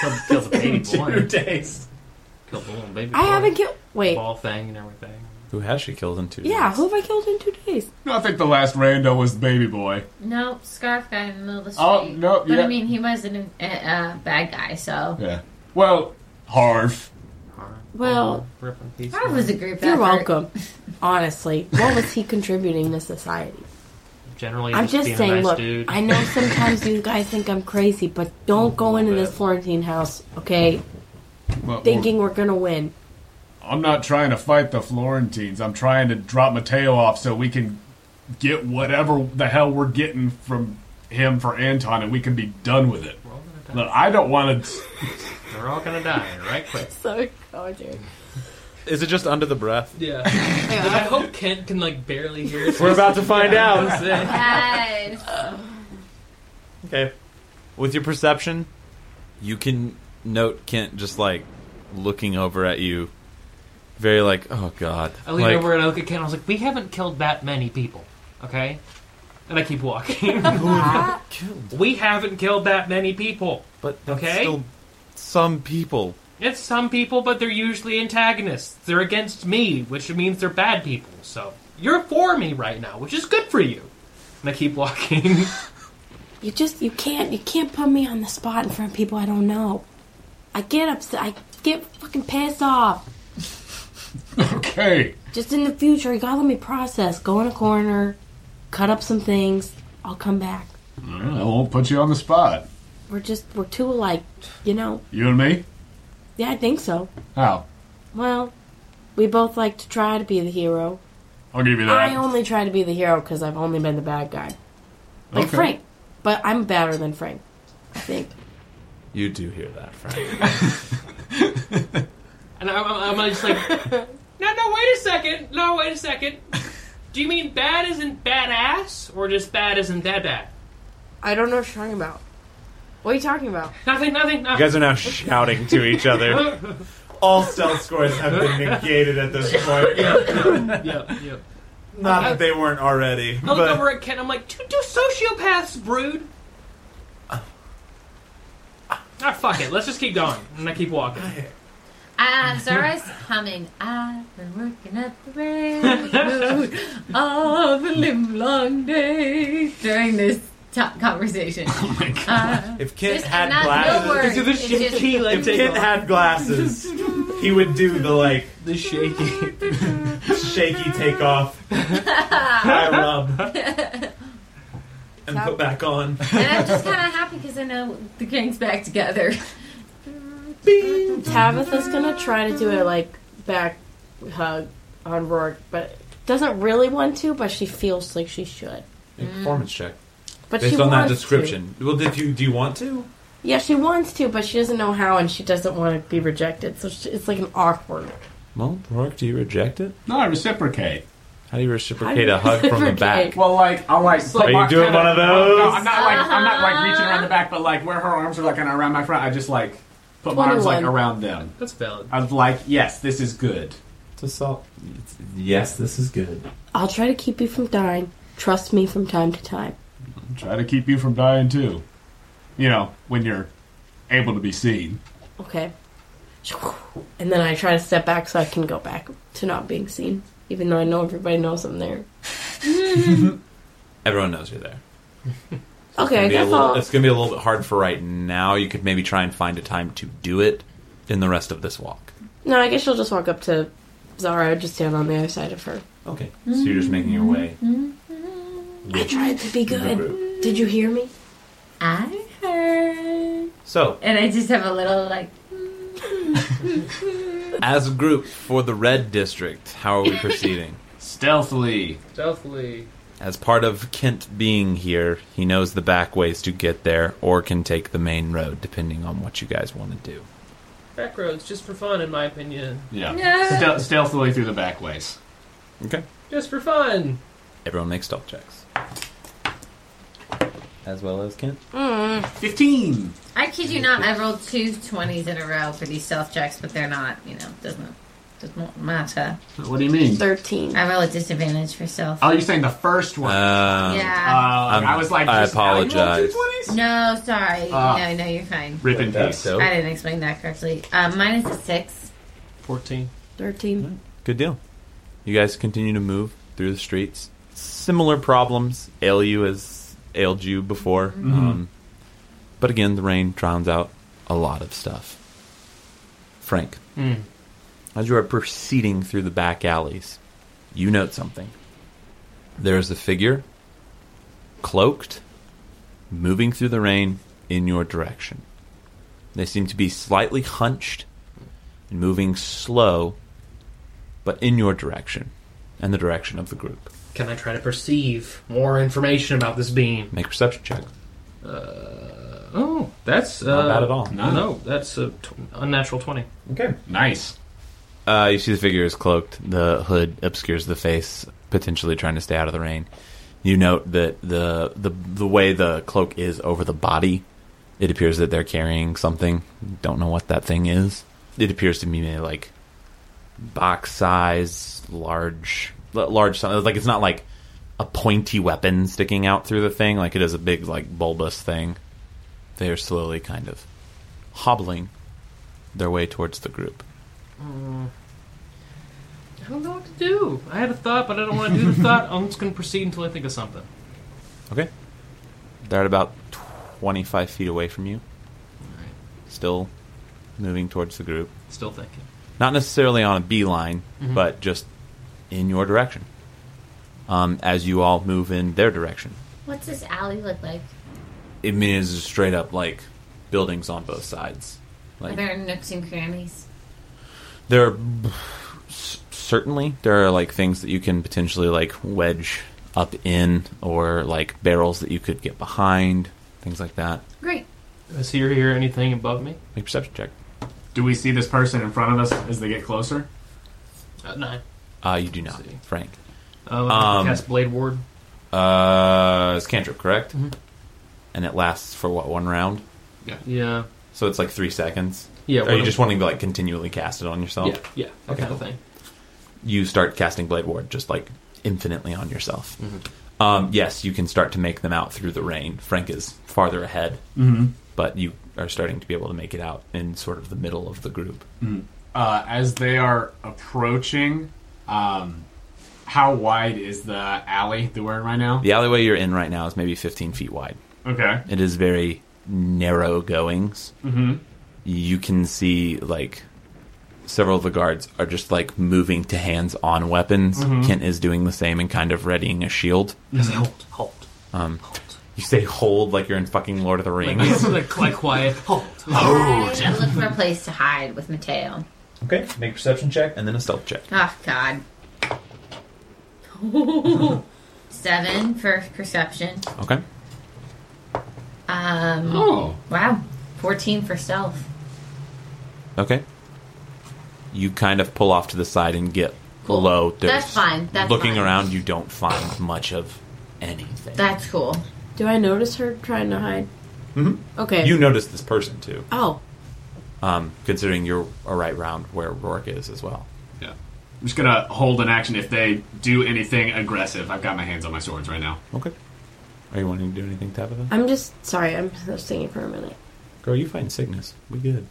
Speaker 7: Kills, kills a [LAUGHS] baby boy.
Speaker 5: Two days.
Speaker 7: Killed a little baby boy.
Speaker 6: I haven't killed. Wait.
Speaker 7: Ball thing and everything.
Speaker 2: Who has she killed in two?
Speaker 6: Yeah, who have I killed in two days?
Speaker 5: No, I think the last rando was the baby boy.
Speaker 4: No, scarf guy in the middle of the street.
Speaker 5: Oh, no,
Speaker 4: But
Speaker 5: yeah.
Speaker 4: I mean, he wasn't a uh, bad guy, so.
Speaker 5: Yeah. Well, Harv.
Speaker 6: Well,
Speaker 4: That was a group
Speaker 6: You're
Speaker 4: effort.
Speaker 6: welcome. Honestly, what was he contributing to society?
Speaker 7: Generally,
Speaker 6: I'm
Speaker 7: just,
Speaker 6: just
Speaker 7: being
Speaker 6: saying.
Speaker 7: a nice
Speaker 6: look,
Speaker 7: dude.
Speaker 6: I know sometimes you guys think I'm crazy, but don't go into this Florentine house, okay?
Speaker 5: Well,
Speaker 6: Thinking we're gonna win.
Speaker 5: I'm not trying to fight the Florentines. I'm trying to drop Mateo off so we can get whatever the hell we're getting from him for Anton and we can be done with it. Look, I don't want to.
Speaker 7: They're all gonna die right quick.
Speaker 6: so gorgeous.
Speaker 2: Is it just under the breath?
Speaker 7: [LAUGHS] Yeah. [LAUGHS] I hope Kent can like barely hear. us.
Speaker 2: We're about to find
Speaker 7: Yeah,
Speaker 2: out.
Speaker 7: [LAUGHS] that's it.
Speaker 2: Okay. With your perception, you can note Kent just like looking over at you, very like, oh god.
Speaker 7: I leaned
Speaker 2: Like,
Speaker 7: over and I looked at Ken. I was like, "We haven't killed that many people, okay?" And I keep walking. [LAUGHS] we haven't killed that many people,
Speaker 2: but
Speaker 7: okay,
Speaker 2: still some people.
Speaker 7: it's some people, but they're usually antagonists. They're against me, which means they're bad people. So you're for me right now, which is good for you. And I keep walking. [LAUGHS]
Speaker 6: You just you can't you can't put me on the spot in front of people I don't know. I get upset. I get fucking pissed off.
Speaker 5: [LAUGHS] Okay.
Speaker 6: Just in the future, you gotta let me process. Go in a corner, cut up some things. I'll come back.
Speaker 5: I won't put you on the spot.
Speaker 6: We're just we're too alike, you know.
Speaker 5: You and me?
Speaker 6: Yeah, I think so.
Speaker 5: How?
Speaker 6: Well, we both like to try to be the hero.
Speaker 5: I'll give you
Speaker 6: I
Speaker 5: that.
Speaker 6: only try to be the hero because I've only been the bad guy, like
Speaker 5: Okay.
Speaker 6: Frank. But I'm better than Frank. I think.
Speaker 2: You do hear that,
Speaker 6: Mm.
Speaker 2: Frank.
Speaker 7: And I'm, I'm, I'm just like, no, no, wait a second. No, wait a second. Do you mean bad isn't badass, or just bad isn't that bad?
Speaker 6: I don't know what you're talking about. What are you talking about?
Speaker 7: Nothing, nothing.
Speaker 2: You guys are now shouting to each other. All stealth scores have been negated at this point.
Speaker 7: yeah, yeah.
Speaker 2: Not that they weren't already.
Speaker 7: I look
Speaker 2: but-
Speaker 7: over at Ken. I'm like, two, two sociopaths brood. Ah, fuck it. Let's just keep going, and I keep walking.
Speaker 4: Ah, Zora's humming. I've been working at the
Speaker 5: [LAUGHS]
Speaker 4: railroad all the limb long day during this top conversation. Oh my god.
Speaker 2: If Kent
Speaker 4: Just-
Speaker 2: had
Speaker 4: not- no
Speaker 2: glasses,
Speaker 4: words. It's just It's just- shaky, like,
Speaker 2: if
Speaker 4: take
Speaker 2: Kent
Speaker 4: off.
Speaker 2: had glasses, he would do the like
Speaker 8: [LAUGHS]
Speaker 2: the shaky, shaky takeoff, high rub, and put back on.
Speaker 4: [LAUGHS] and I'm just kind of happy because I know the gang's back together.
Speaker 6: Tabitha's gonna try to do a like back hug on Rourke, but doesn't really want to, but she feels like she should.
Speaker 2: Performance check.
Speaker 6: But
Speaker 2: Based
Speaker 6: she
Speaker 2: on that
Speaker 6: wants
Speaker 2: description, well, did you do you want to?
Speaker 6: Yeah, she wants to, but she doesn't know how, and she doesn't want to be rejected. So she, it's like an awkward.
Speaker 2: Well, Rourke, do you reject it?
Speaker 5: No, I reciprocate.
Speaker 2: How do you reciprocate
Speaker 6: How
Speaker 2: a
Speaker 6: do you
Speaker 2: hug from the
Speaker 6: reciprocate?
Speaker 2: back?
Speaker 8: Well, like I'll like.
Speaker 2: Are you doing one of those?
Speaker 8: No, I'm not like I'm not like reaching around the back, but like where her arms are like kind of around my front, I just like put my arms like
Speaker 6: 21.
Speaker 8: around them.
Speaker 7: That's valid.
Speaker 8: I was like, yes, this is good.
Speaker 2: To solve. Yes, this is good.
Speaker 6: I'll try to keep you from dying. Trust me from time to time.
Speaker 5: Try to keep you from dying too. You know, when you're able to be seen.
Speaker 6: Okay. And then I try to step back so I can go back to not being seen, even though I know everybody knows I'm there.
Speaker 2: Everyone knows you're there.
Speaker 6: Okay,
Speaker 2: It's gonna
Speaker 6: I
Speaker 2: be a
Speaker 6: guess
Speaker 2: little-
Speaker 6: I'll.
Speaker 2: it's going to be a little bit hard for right now. You could maybe try and find a time to do it in the rest of this walk.
Speaker 6: No, I guess she'll just walk up to Zara, just stand on the other side of her.
Speaker 2: Okay. So you're just making your way.
Speaker 6: I tried to be good. Did you hear me?
Speaker 4: I heard.
Speaker 2: So,
Speaker 4: And I just have a little, like,
Speaker 2: as a group for the red district, how are we proceeding?
Speaker 8: Stealthily.
Speaker 7: Stealthily.
Speaker 2: As part of Kent being here, he knows the back ways to get there or can take the main road, depending on what you guys want to do.
Speaker 7: Back roads, just for fun, in my opinion.
Speaker 2: Yeah.
Speaker 7: Yeah.
Speaker 8: Steal- stealthily through the back ways.
Speaker 2: Okay.
Speaker 7: Just for fun.
Speaker 2: Everyone makes stealth checks. As well as Kent.
Speaker 4: Mm.
Speaker 8: 15.
Speaker 4: I kid you not, I rolled two 20s in a row for these stealth checks, but they're not, you know, doesn't doesn't matter.
Speaker 8: What do you mean?
Speaker 6: 13.
Speaker 4: I roll a disadvantage for stealth.
Speaker 8: Oh, you're saying the first one?
Speaker 5: Um,
Speaker 4: Yeah.
Speaker 8: Uh, I was like,
Speaker 2: Uh, I
Speaker 8: just now you rolled two
Speaker 2: apologize.
Speaker 4: No, sorry.
Speaker 8: Ah.
Speaker 4: no, no, you're fine.
Speaker 8: Rip in
Speaker 2: That's
Speaker 8: peace.
Speaker 2: dope.
Speaker 4: I didn't explain that correctly. Um, mine is a six.
Speaker 7: 14.
Speaker 6: 13.
Speaker 5: Mm-hmm.
Speaker 2: Good deal. You guys continue to move through the streets. Similar problems ail you as ailed you before.
Speaker 14: Mhm.
Speaker 2: Um, but again, the rain drowns out a lot of stuff. Frank,
Speaker 7: Mm.
Speaker 2: as you are proceeding through the back alleys, you note something. There is a figure, cloaked, moving through the rain in your direction. They seem to be slightly hunched and moving slow, but in your direction and the direction of the group.
Speaker 7: Can I try to perceive more information about this being?
Speaker 2: Make a perception check.
Speaker 7: Uh, oh, that's uh,
Speaker 2: Not bad at all.
Speaker 7: No, that's a t- unnatural twenty.
Speaker 2: Okay.
Speaker 8: Nice.
Speaker 2: Uh, you see the figure is cloaked. The hood obscures the face, potentially trying to stay out of the rain. You note that the the the way the cloak is over the body, it appears that they're carrying something. Don't know what that thing is. It appears to me like box size, large, l- large. size. Like it's not like a pointy weapon sticking out through the thing. Like it is a big like bulbous thing. They are slowly kind of hobbling their way towards the group.
Speaker 7: Mm. I don't know what to do. I had a thought, but I don't want to do the thought. I'm just going to proceed until I think of something.
Speaker 2: Okay. They're at about 25 feet away from you. Still moving towards the group.
Speaker 7: Still thinking.
Speaker 2: Not necessarily on a beeline,
Speaker 7: Mhm.
Speaker 2: but just in your direction. Um, as you all move in their direction.
Speaker 4: What's this alley look like?
Speaker 2: It means it's straight up like buildings on both sides. Like
Speaker 4: Are there nooks and crannies?
Speaker 2: There are c- certainly there are like things that you can potentially like wedge up in or like barrels that you could get behind, things like that.
Speaker 4: Great.
Speaker 7: Is here hear anything above me?
Speaker 2: Make a perception check.
Speaker 8: Do we see this person in front of us as they get closer?
Speaker 7: Uh, nine.
Speaker 2: Uh, you do not, Frank.
Speaker 7: Oh,
Speaker 2: Um,
Speaker 7: cast Blade Ward.
Speaker 2: Uh, it's cantrip, correct?
Speaker 7: Mm-hmm.
Speaker 2: And it lasts for what one round?
Speaker 8: Yeah.
Speaker 7: Yeah.
Speaker 2: So it's like three seconds.
Speaker 7: Yeah,
Speaker 2: Are
Speaker 7: one
Speaker 2: you
Speaker 7: of-
Speaker 2: just wanting to like continually cast it on yourself?
Speaker 7: Yeah, yeah, that kind of thing.
Speaker 2: You start casting Blade Ward just like infinitely on yourself.
Speaker 7: Mm-hmm.
Speaker 2: Um, yes, you can start to make them out through the rain. Frank is farther ahead,
Speaker 7: Mm-hmm.
Speaker 8: Mhm.
Speaker 2: but you are starting to be able to make it out in sort of the middle of the group.
Speaker 7: Mm-hmm.
Speaker 8: Uh, as they are approaching, um, how wide is the alley that we're in right now?
Speaker 2: The alleyway you're in right now is maybe 15 feet wide.
Speaker 8: Okay.
Speaker 2: It is very narrow goings.
Speaker 8: Mhm.
Speaker 2: You can see, like, several of the guards are just, like, moving to hands on weapons.
Speaker 7: Mhm.
Speaker 2: Kent is doing the same and kind of readying a shield.
Speaker 7: Yes, hold, hold.
Speaker 2: Um, You say hold like you're in fucking Lord of the
Speaker 7: Like,
Speaker 2: Rings.
Speaker 7: like, like quiet. Hold.
Speaker 2: Oh.
Speaker 4: I look for a place to hide with Mateo.
Speaker 2: [LAUGHS] okay, [LAUGHS] make a perception check and then a stealth check.
Speaker 4: Oh
Speaker 8: [LAUGHS]
Speaker 4: God. Seven for perception.
Speaker 2: Okay.
Speaker 4: Um,
Speaker 2: Oh.
Speaker 4: Wow. Fourteen for stealth.
Speaker 2: Okay. You kind of pull off to the side and get low. There's-
Speaker 4: That's fine, that's
Speaker 2: looking
Speaker 4: fine.
Speaker 2: around, you don't find much of anything.
Speaker 4: That's cool.
Speaker 6: Do I notice her trying to hide?
Speaker 2: Mhm.
Speaker 5: Mm-hmm.
Speaker 6: Okay.
Speaker 2: You notice this person too.
Speaker 6: Oh.
Speaker 2: Um, considering you're a right round where Rourke is as well.
Speaker 8: Yeah. I'm just gonna hold an action if they do anything aggressive. I've got my hands on my swords right now.
Speaker 2: Okay. Are you wanting to do anything, Tabitha?
Speaker 6: I'm just sorry. I'm just thinking for a minute.
Speaker 2: Girl, you find Cygnus. We good.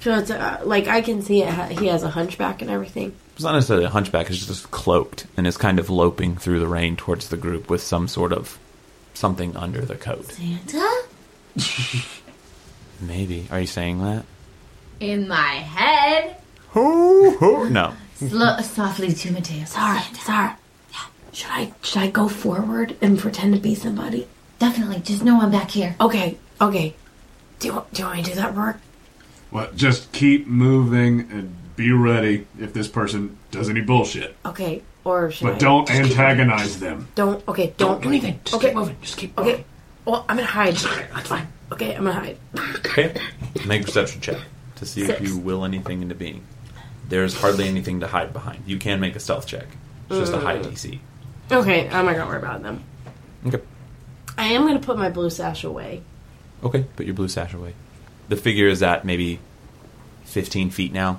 Speaker 6: So it's uh, like I can see it. ha- He has a hunchback and everything.
Speaker 2: It's not necessarily a hunchback. It's just cloaked and is kind of loping through the rain towards the group with some sort of something under the coat.
Speaker 4: Santa
Speaker 2: Maybe. Are you saying that?
Speaker 4: in my head.
Speaker 2: no.
Speaker 4: Slow, softly to Mateo.
Speaker 6: Zara, Zara. Should I should I go forward and pretend to be somebody?
Speaker 4: Definitely. Just know I'm back here.
Speaker 6: Okay. Okay. Do you, do you want me to do that, Rourke?
Speaker 5: Well, just keep moving and be ready if this person does any bullshit.
Speaker 6: Okay. Or should I-
Speaker 5: But don't
Speaker 6: just keep moving?
Speaker 5: antagonize them.
Speaker 6: Don't. Okay. Don't, do anything. Just okay. keep moving.
Speaker 7: Just keep.
Speaker 6: Okay. Well, I'm gonna hide. That's fine. Okay, I'm gonna hide.
Speaker 2: Okay. Make a perception check to see
Speaker 6: Six.
Speaker 2: if you will anything into being. There's hardly anything to hide behind. You can make a stealth check. It's just a high
Speaker 6: Mm.
Speaker 2: DC.
Speaker 6: Okay, I'm not gonna worry about them.
Speaker 2: Okay.
Speaker 6: I am gonna put my blue sash away.
Speaker 2: Okay. Put your blue sash away. The figure is at maybe 15 feet now.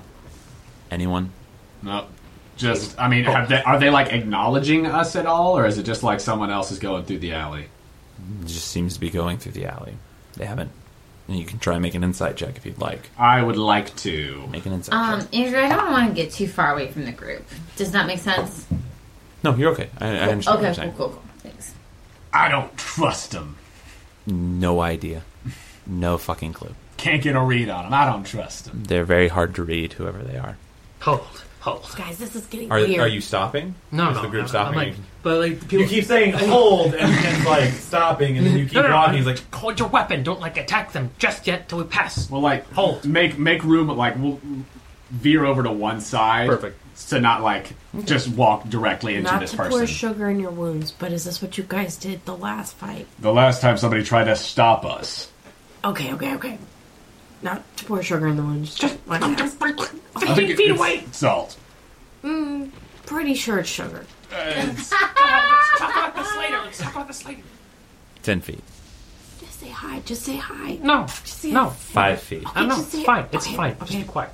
Speaker 2: Anyone?
Speaker 8: No. Just, I
Speaker 5: Oh.
Speaker 8: mean, have they, are they like acknowledging us at all, or is it just like someone else is going through the alley?
Speaker 2: It just seems to be going through the alley. They haven't. And you can try and make an insight check if you'd like.
Speaker 8: I would like to.
Speaker 2: Make an insight check.
Speaker 4: Um, Andrew, I don't want to get too far away from the group. Does that make sense?
Speaker 2: No, you're okay. I, I understand what you're
Speaker 4: okay,
Speaker 2: saying.
Speaker 4: cool, cool, cool. Thanks.
Speaker 8: I don't trust them.
Speaker 2: No idea. No fucking clue.
Speaker 8: Can't get a read on them. I don't trust them.
Speaker 2: They're very hard to read, whoever they are.
Speaker 7: Hold, hold,
Speaker 6: guys. This is getting
Speaker 2: Are,
Speaker 6: weird.
Speaker 2: are you stopping?
Speaker 7: No,
Speaker 2: Is
Speaker 7: no,
Speaker 2: the
Speaker 7: no,
Speaker 2: group
Speaker 7: no,
Speaker 2: stopping?
Speaker 7: I'm like- But like people
Speaker 14: You keep saying hold and then like stopping and then
Speaker 2: [LAUGHS]
Speaker 14: you keep
Speaker 7: No, no, no.
Speaker 14: walking. He's like,
Speaker 7: Hold your weapon. Don't like attack them just yet till we pass.
Speaker 8: Well, like, hold. Make make room. Like, we'll veer over to one side. Perfect. To not like just walk directly into
Speaker 6: not
Speaker 8: this
Speaker 6: to
Speaker 8: person.
Speaker 6: pour sugar in your wounds, but is this what you guys did the last fight?
Speaker 5: The last time somebody tried to stop us.
Speaker 6: Okay, okay, okay. Not to pour sugar in the wounds. Just one. [LAUGHS]
Speaker 5: I think
Speaker 7: feet
Speaker 5: it's
Speaker 7: away.
Speaker 5: Salt.
Speaker 6: Mm, pretty sure it's sugar.
Speaker 7: Talk about this later. Let's talk about this later.
Speaker 2: Ten feet.
Speaker 6: Just say hi. Just say hi.
Speaker 7: No,
Speaker 6: Just say
Speaker 7: no.
Speaker 6: hi.
Speaker 2: Five feet.
Speaker 7: I know.
Speaker 6: just
Speaker 7: It's
Speaker 6: say-
Speaker 7: fine. It's
Speaker 6: okay,
Speaker 7: fine. Just be quiet.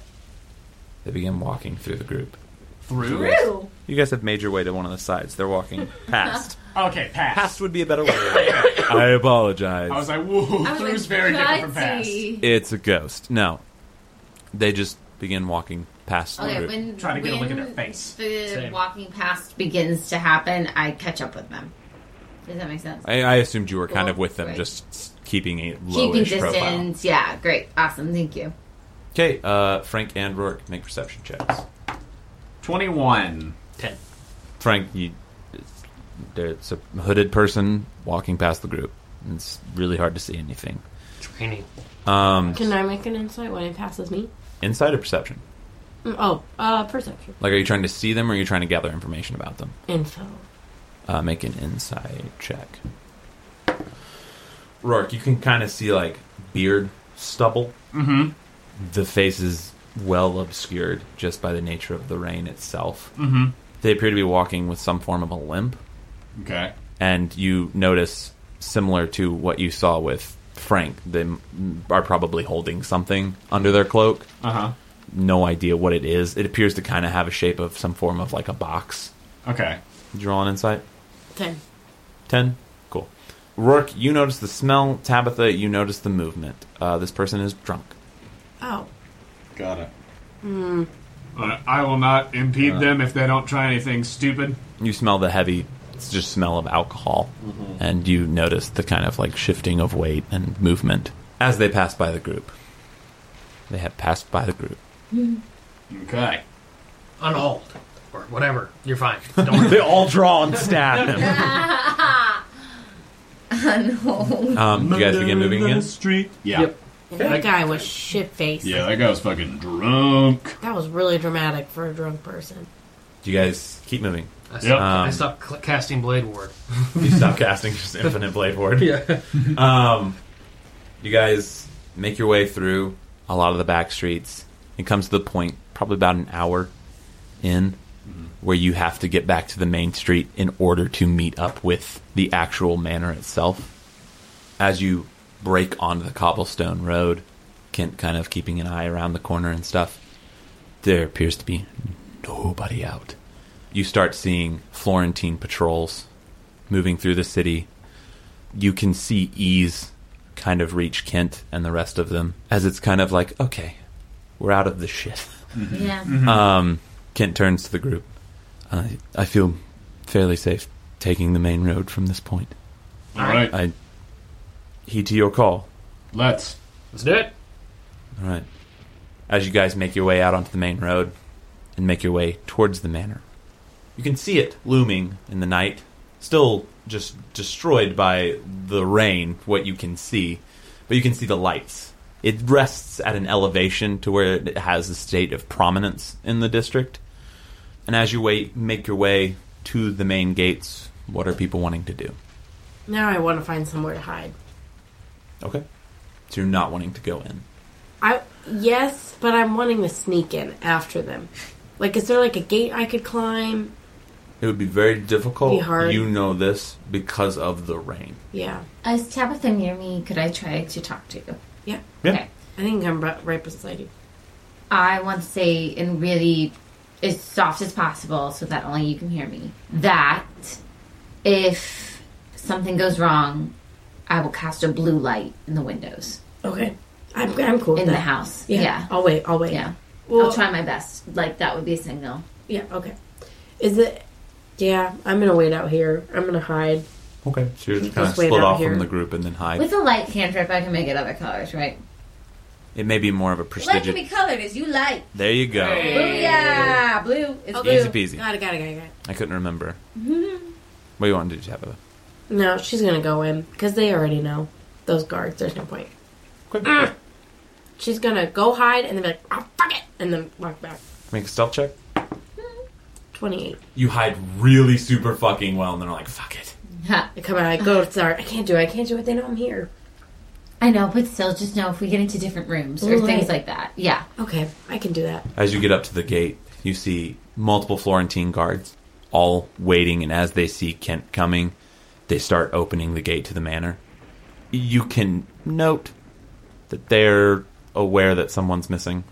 Speaker 2: They begin walking through the group.
Speaker 8: Through?
Speaker 2: Through? You guys have made your way to one of the sides. They're walking past.
Speaker 8: Okay, pass.
Speaker 2: past would be a better word. I apologize.
Speaker 8: I was like, whoa,
Speaker 4: I was
Speaker 8: through's
Speaker 4: like,
Speaker 8: very different from past.
Speaker 4: "Gutsy."
Speaker 2: it's a ghost. No. They just begin walking past the
Speaker 4: Okay,
Speaker 2: group.
Speaker 4: when
Speaker 8: Try to get a look at
Speaker 4: when
Speaker 8: their face.
Speaker 4: The
Speaker 8: Same.
Speaker 4: walking past begins to happen. I catch up with them. Does that make sense?
Speaker 2: I, I assumed you were kind of with them,
Speaker 4: Right.
Speaker 2: just s- keeping a
Speaker 4: Keeping
Speaker 2: lowish profile.
Speaker 4: distance. Yeah, great, awesome, thank you.
Speaker 2: Okay, uh, Frank and Rourke make perception checks.
Speaker 8: 21.
Speaker 7: 10.
Speaker 2: Frank, you, there's a hooded person walking past the group. It's really hard to see anything.
Speaker 7: Training.
Speaker 2: Um,
Speaker 6: Can I make an insight when it passes me?
Speaker 2: inside or perception?
Speaker 6: Mm, Oh, uh, perception.
Speaker 2: Like, are you trying to see them or are you trying to gather information about them?
Speaker 6: Info.
Speaker 2: Uh, make an inside check. Rourke, you can kind of see, like, beard stubble.
Speaker 8: Mhm.
Speaker 2: The face is well obscured just by the nature of the rain itself.
Speaker 8: Mhm.
Speaker 2: They appear to be walking with some form of a limp.
Speaker 8: Okay.
Speaker 2: and you notice similar to what you saw with Frank, they m- are probably holding something under their cloak.
Speaker 8: Uh-huh.
Speaker 2: No idea what it is. It appears to kind of have a shape of some form of like a box.
Speaker 8: Okay.
Speaker 2: Draw an insight.
Speaker 6: Ten.
Speaker 2: Ten. Cool. Rourke, you notice the smell. Tabitha, you notice the movement. Uh, this person is drunk.
Speaker 6: Oh.
Speaker 5: Got it.
Speaker 6: Hmm.
Speaker 5: Uh, I will not impede
Speaker 2: Uh.
Speaker 5: them if they don't try anything stupid.
Speaker 2: You smell the heavy, it's just smell of alcohol,
Speaker 5: Mhm.
Speaker 2: and you notice the kind of like shifting of weight and movement as they pass by the group. They have passed by the group.
Speaker 8: Okay.
Speaker 7: Unhold. Or whatever. You're fine.
Speaker 2: [COUGHS] they all draw and stab him.
Speaker 4: no.
Speaker 2: Um, you guys begin moving [LAUGHS] again.
Speaker 5: Street.
Speaker 8: Yeah.
Speaker 6: Yeah, That guy was shit faced.
Speaker 5: Yeah, that guy was fucking drunk.
Speaker 6: That was really dramatic for a drunk person.
Speaker 2: Do you guys keep moving?
Speaker 7: I stopped, I stopped cl- casting Blade Ward.
Speaker 2: you stop casting just infinite blade ward.
Speaker 7: Yeah.
Speaker 2: Um, you guys make your way through a lot of the back streets. It comes to the point, probably about an hour in, where you have to get back to the main street in order to meet up with the actual manor itself. As you break onto the cobblestone road, Kent kind of keeping an eye around the corner and stuff, there appears to be nobody out. You start seeing Florentine patrols moving through the city. You can see ease kind of reach Kent and the rest of them as it's kind of like, okay, we're out of the shit. [LAUGHS]
Speaker 4: Mhm. Yeah. Mhm.
Speaker 2: Um, Kent turns to the group. I, I feel fairly safe taking the main road from this point.
Speaker 5: All right.
Speaker 2: I heed to your call.
Speaker 5: Let's.
Speaker 7: Let's do it.
Speaker 2: All right. As you guys make your way out onto the main road and make your way towards the manor, you can see it looming in the night, still just destroyed by the rain, what you can see, but you can see the lights. It rests at an elevation to where it has a state of prominence in the district. And as you wait, make your way to the main gates. What are people wanting to do?
Speaker 6: Now I want to find somewhere to hide.
Speaker 2: Okay. So you're not wanting to go in.
Speaker 6: I yes, but I'm wanting to sneak in after them. Like, is there like a gate I could climb?
Speaker 2: It would be very difficult.
Speaker 6: Be hard.
Speaker 2: You know this because of the rain.
Speaker 6: Yeah.
Speaker 4: Is Tabitha near me? Uh, Could I try to talk to you?
Speaker 6: Yeah.
Speaker 2: Yeah.
Speaker 4: Okay.
Speaker 6: I think I'm right beside you.
Speaker 4: I want to say in really as soft as possible so that only you can hear me that if something goes wrong, I will cast a blue light in the windows.
Speaker 6: Okay. I'm, I'm cool. with
Speaker 4: In the
Speaker 6: that.
Speaker 4: house.
Speaker 6: Yeah.
Speaker 4: Yeah.
Speaker 6: I'll wait. I'll wait.
Speaker 4: Yeah.
Speaker 6: Well-
Speaker 4: I'll try my best. Like, that would be a signal.
Speaker 6: Yeah. Okay. Is it? Yeah. I'm gonna wait out here. I'm gonna hide.
Speaker 2: Okay. So you're just kind of
Speaker 6: Just wait
Speaker 2: split
Speaker 6: out
Speaker 2: off
Speaker 6: here.
Speaker 2: from the group and then hide.
Speaker 4: With a light cantrip, I can make it other colors, right?
Speaker 2: it may be more of a
Speaker 4: Light can be
Speaker 2: prestigious.
Speaker 4: colored as you like.
Speaker 2: There you go.
Speaker 4: Booyah! Blue is blue.
Speaker 2: Easy peasy.
Speaker 6: Got it. Got it. Got it. Got it.
Speaker 2: I couldn't
Speaker 6: [LAUGHS]
Speaker 2: remember. What do you want to do, Tabitha?
Speaker 6: No, she's gonna go in because they already know those guards. There's no point. Mm. She's gonna go hide and then be like, "Ah, fuck it," and then walk back.
Speaker 2: Make a stealth check.
Speaker 6: Twenty-eight.
Speaker 2: You hide really super fucking well, and they're like, fuck it.
Speaker 6: I come out. I go. Sorry, I can't do it. I can't do it. They know I'm here.
Speaker 4: I know, but still, just know if we get into different rooms or
Speaker 6: Blue
Speaker 4: things
Speaker 6: light.
Speaker 4: like that. Yeah.
Speaker 6: Okay, I can do that.
Speaker 2: As you get up to the gate, you see multiple Florentine guards all waiting, and as they see Kent coming, they start opening the gate to the manor. You can note that they're aware that someone's missing.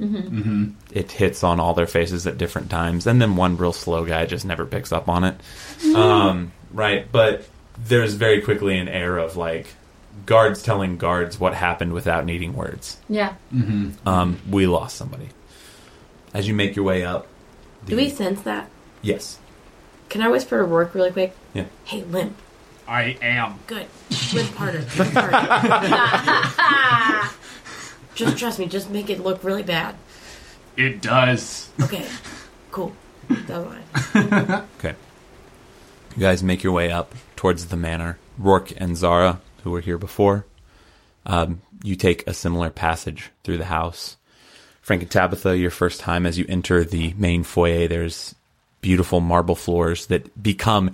Speaker 14: Mm-hmm.
Speaker 2: It hits on all their faces at different times, and then one real slow guy just never picks up on it. Um, right, but there's very quickly an air of like guards telling guards what happened without needing words.
Speaker 4: Yeah.
Speaker 2: Mm-hmm. Um, we lost somebody. As you make your way up,
Speaker 6: Do we sense that?
Speaker 2: yes,
Speaker 6: Can I whisper to Rourke really quick?
Speaker 2: Yeah.
Speaker 6: Hey, limp.
Speaker 8: I am.
Speaker 6: Good. Limp harder. Limp harder. [LAUGHS] just trust me. Just make it look really bad.
Speaker 8: It does.
Speaker 6: Okay. Cool. That line.
Speaker 2: Okay. You guys make your way up towards the manor. Rourke and Zara, who were here before, um, you take a similar passage through the house. Frank and Tabitha, your first time as you enter the main foyer, there's beautiful marble floors that become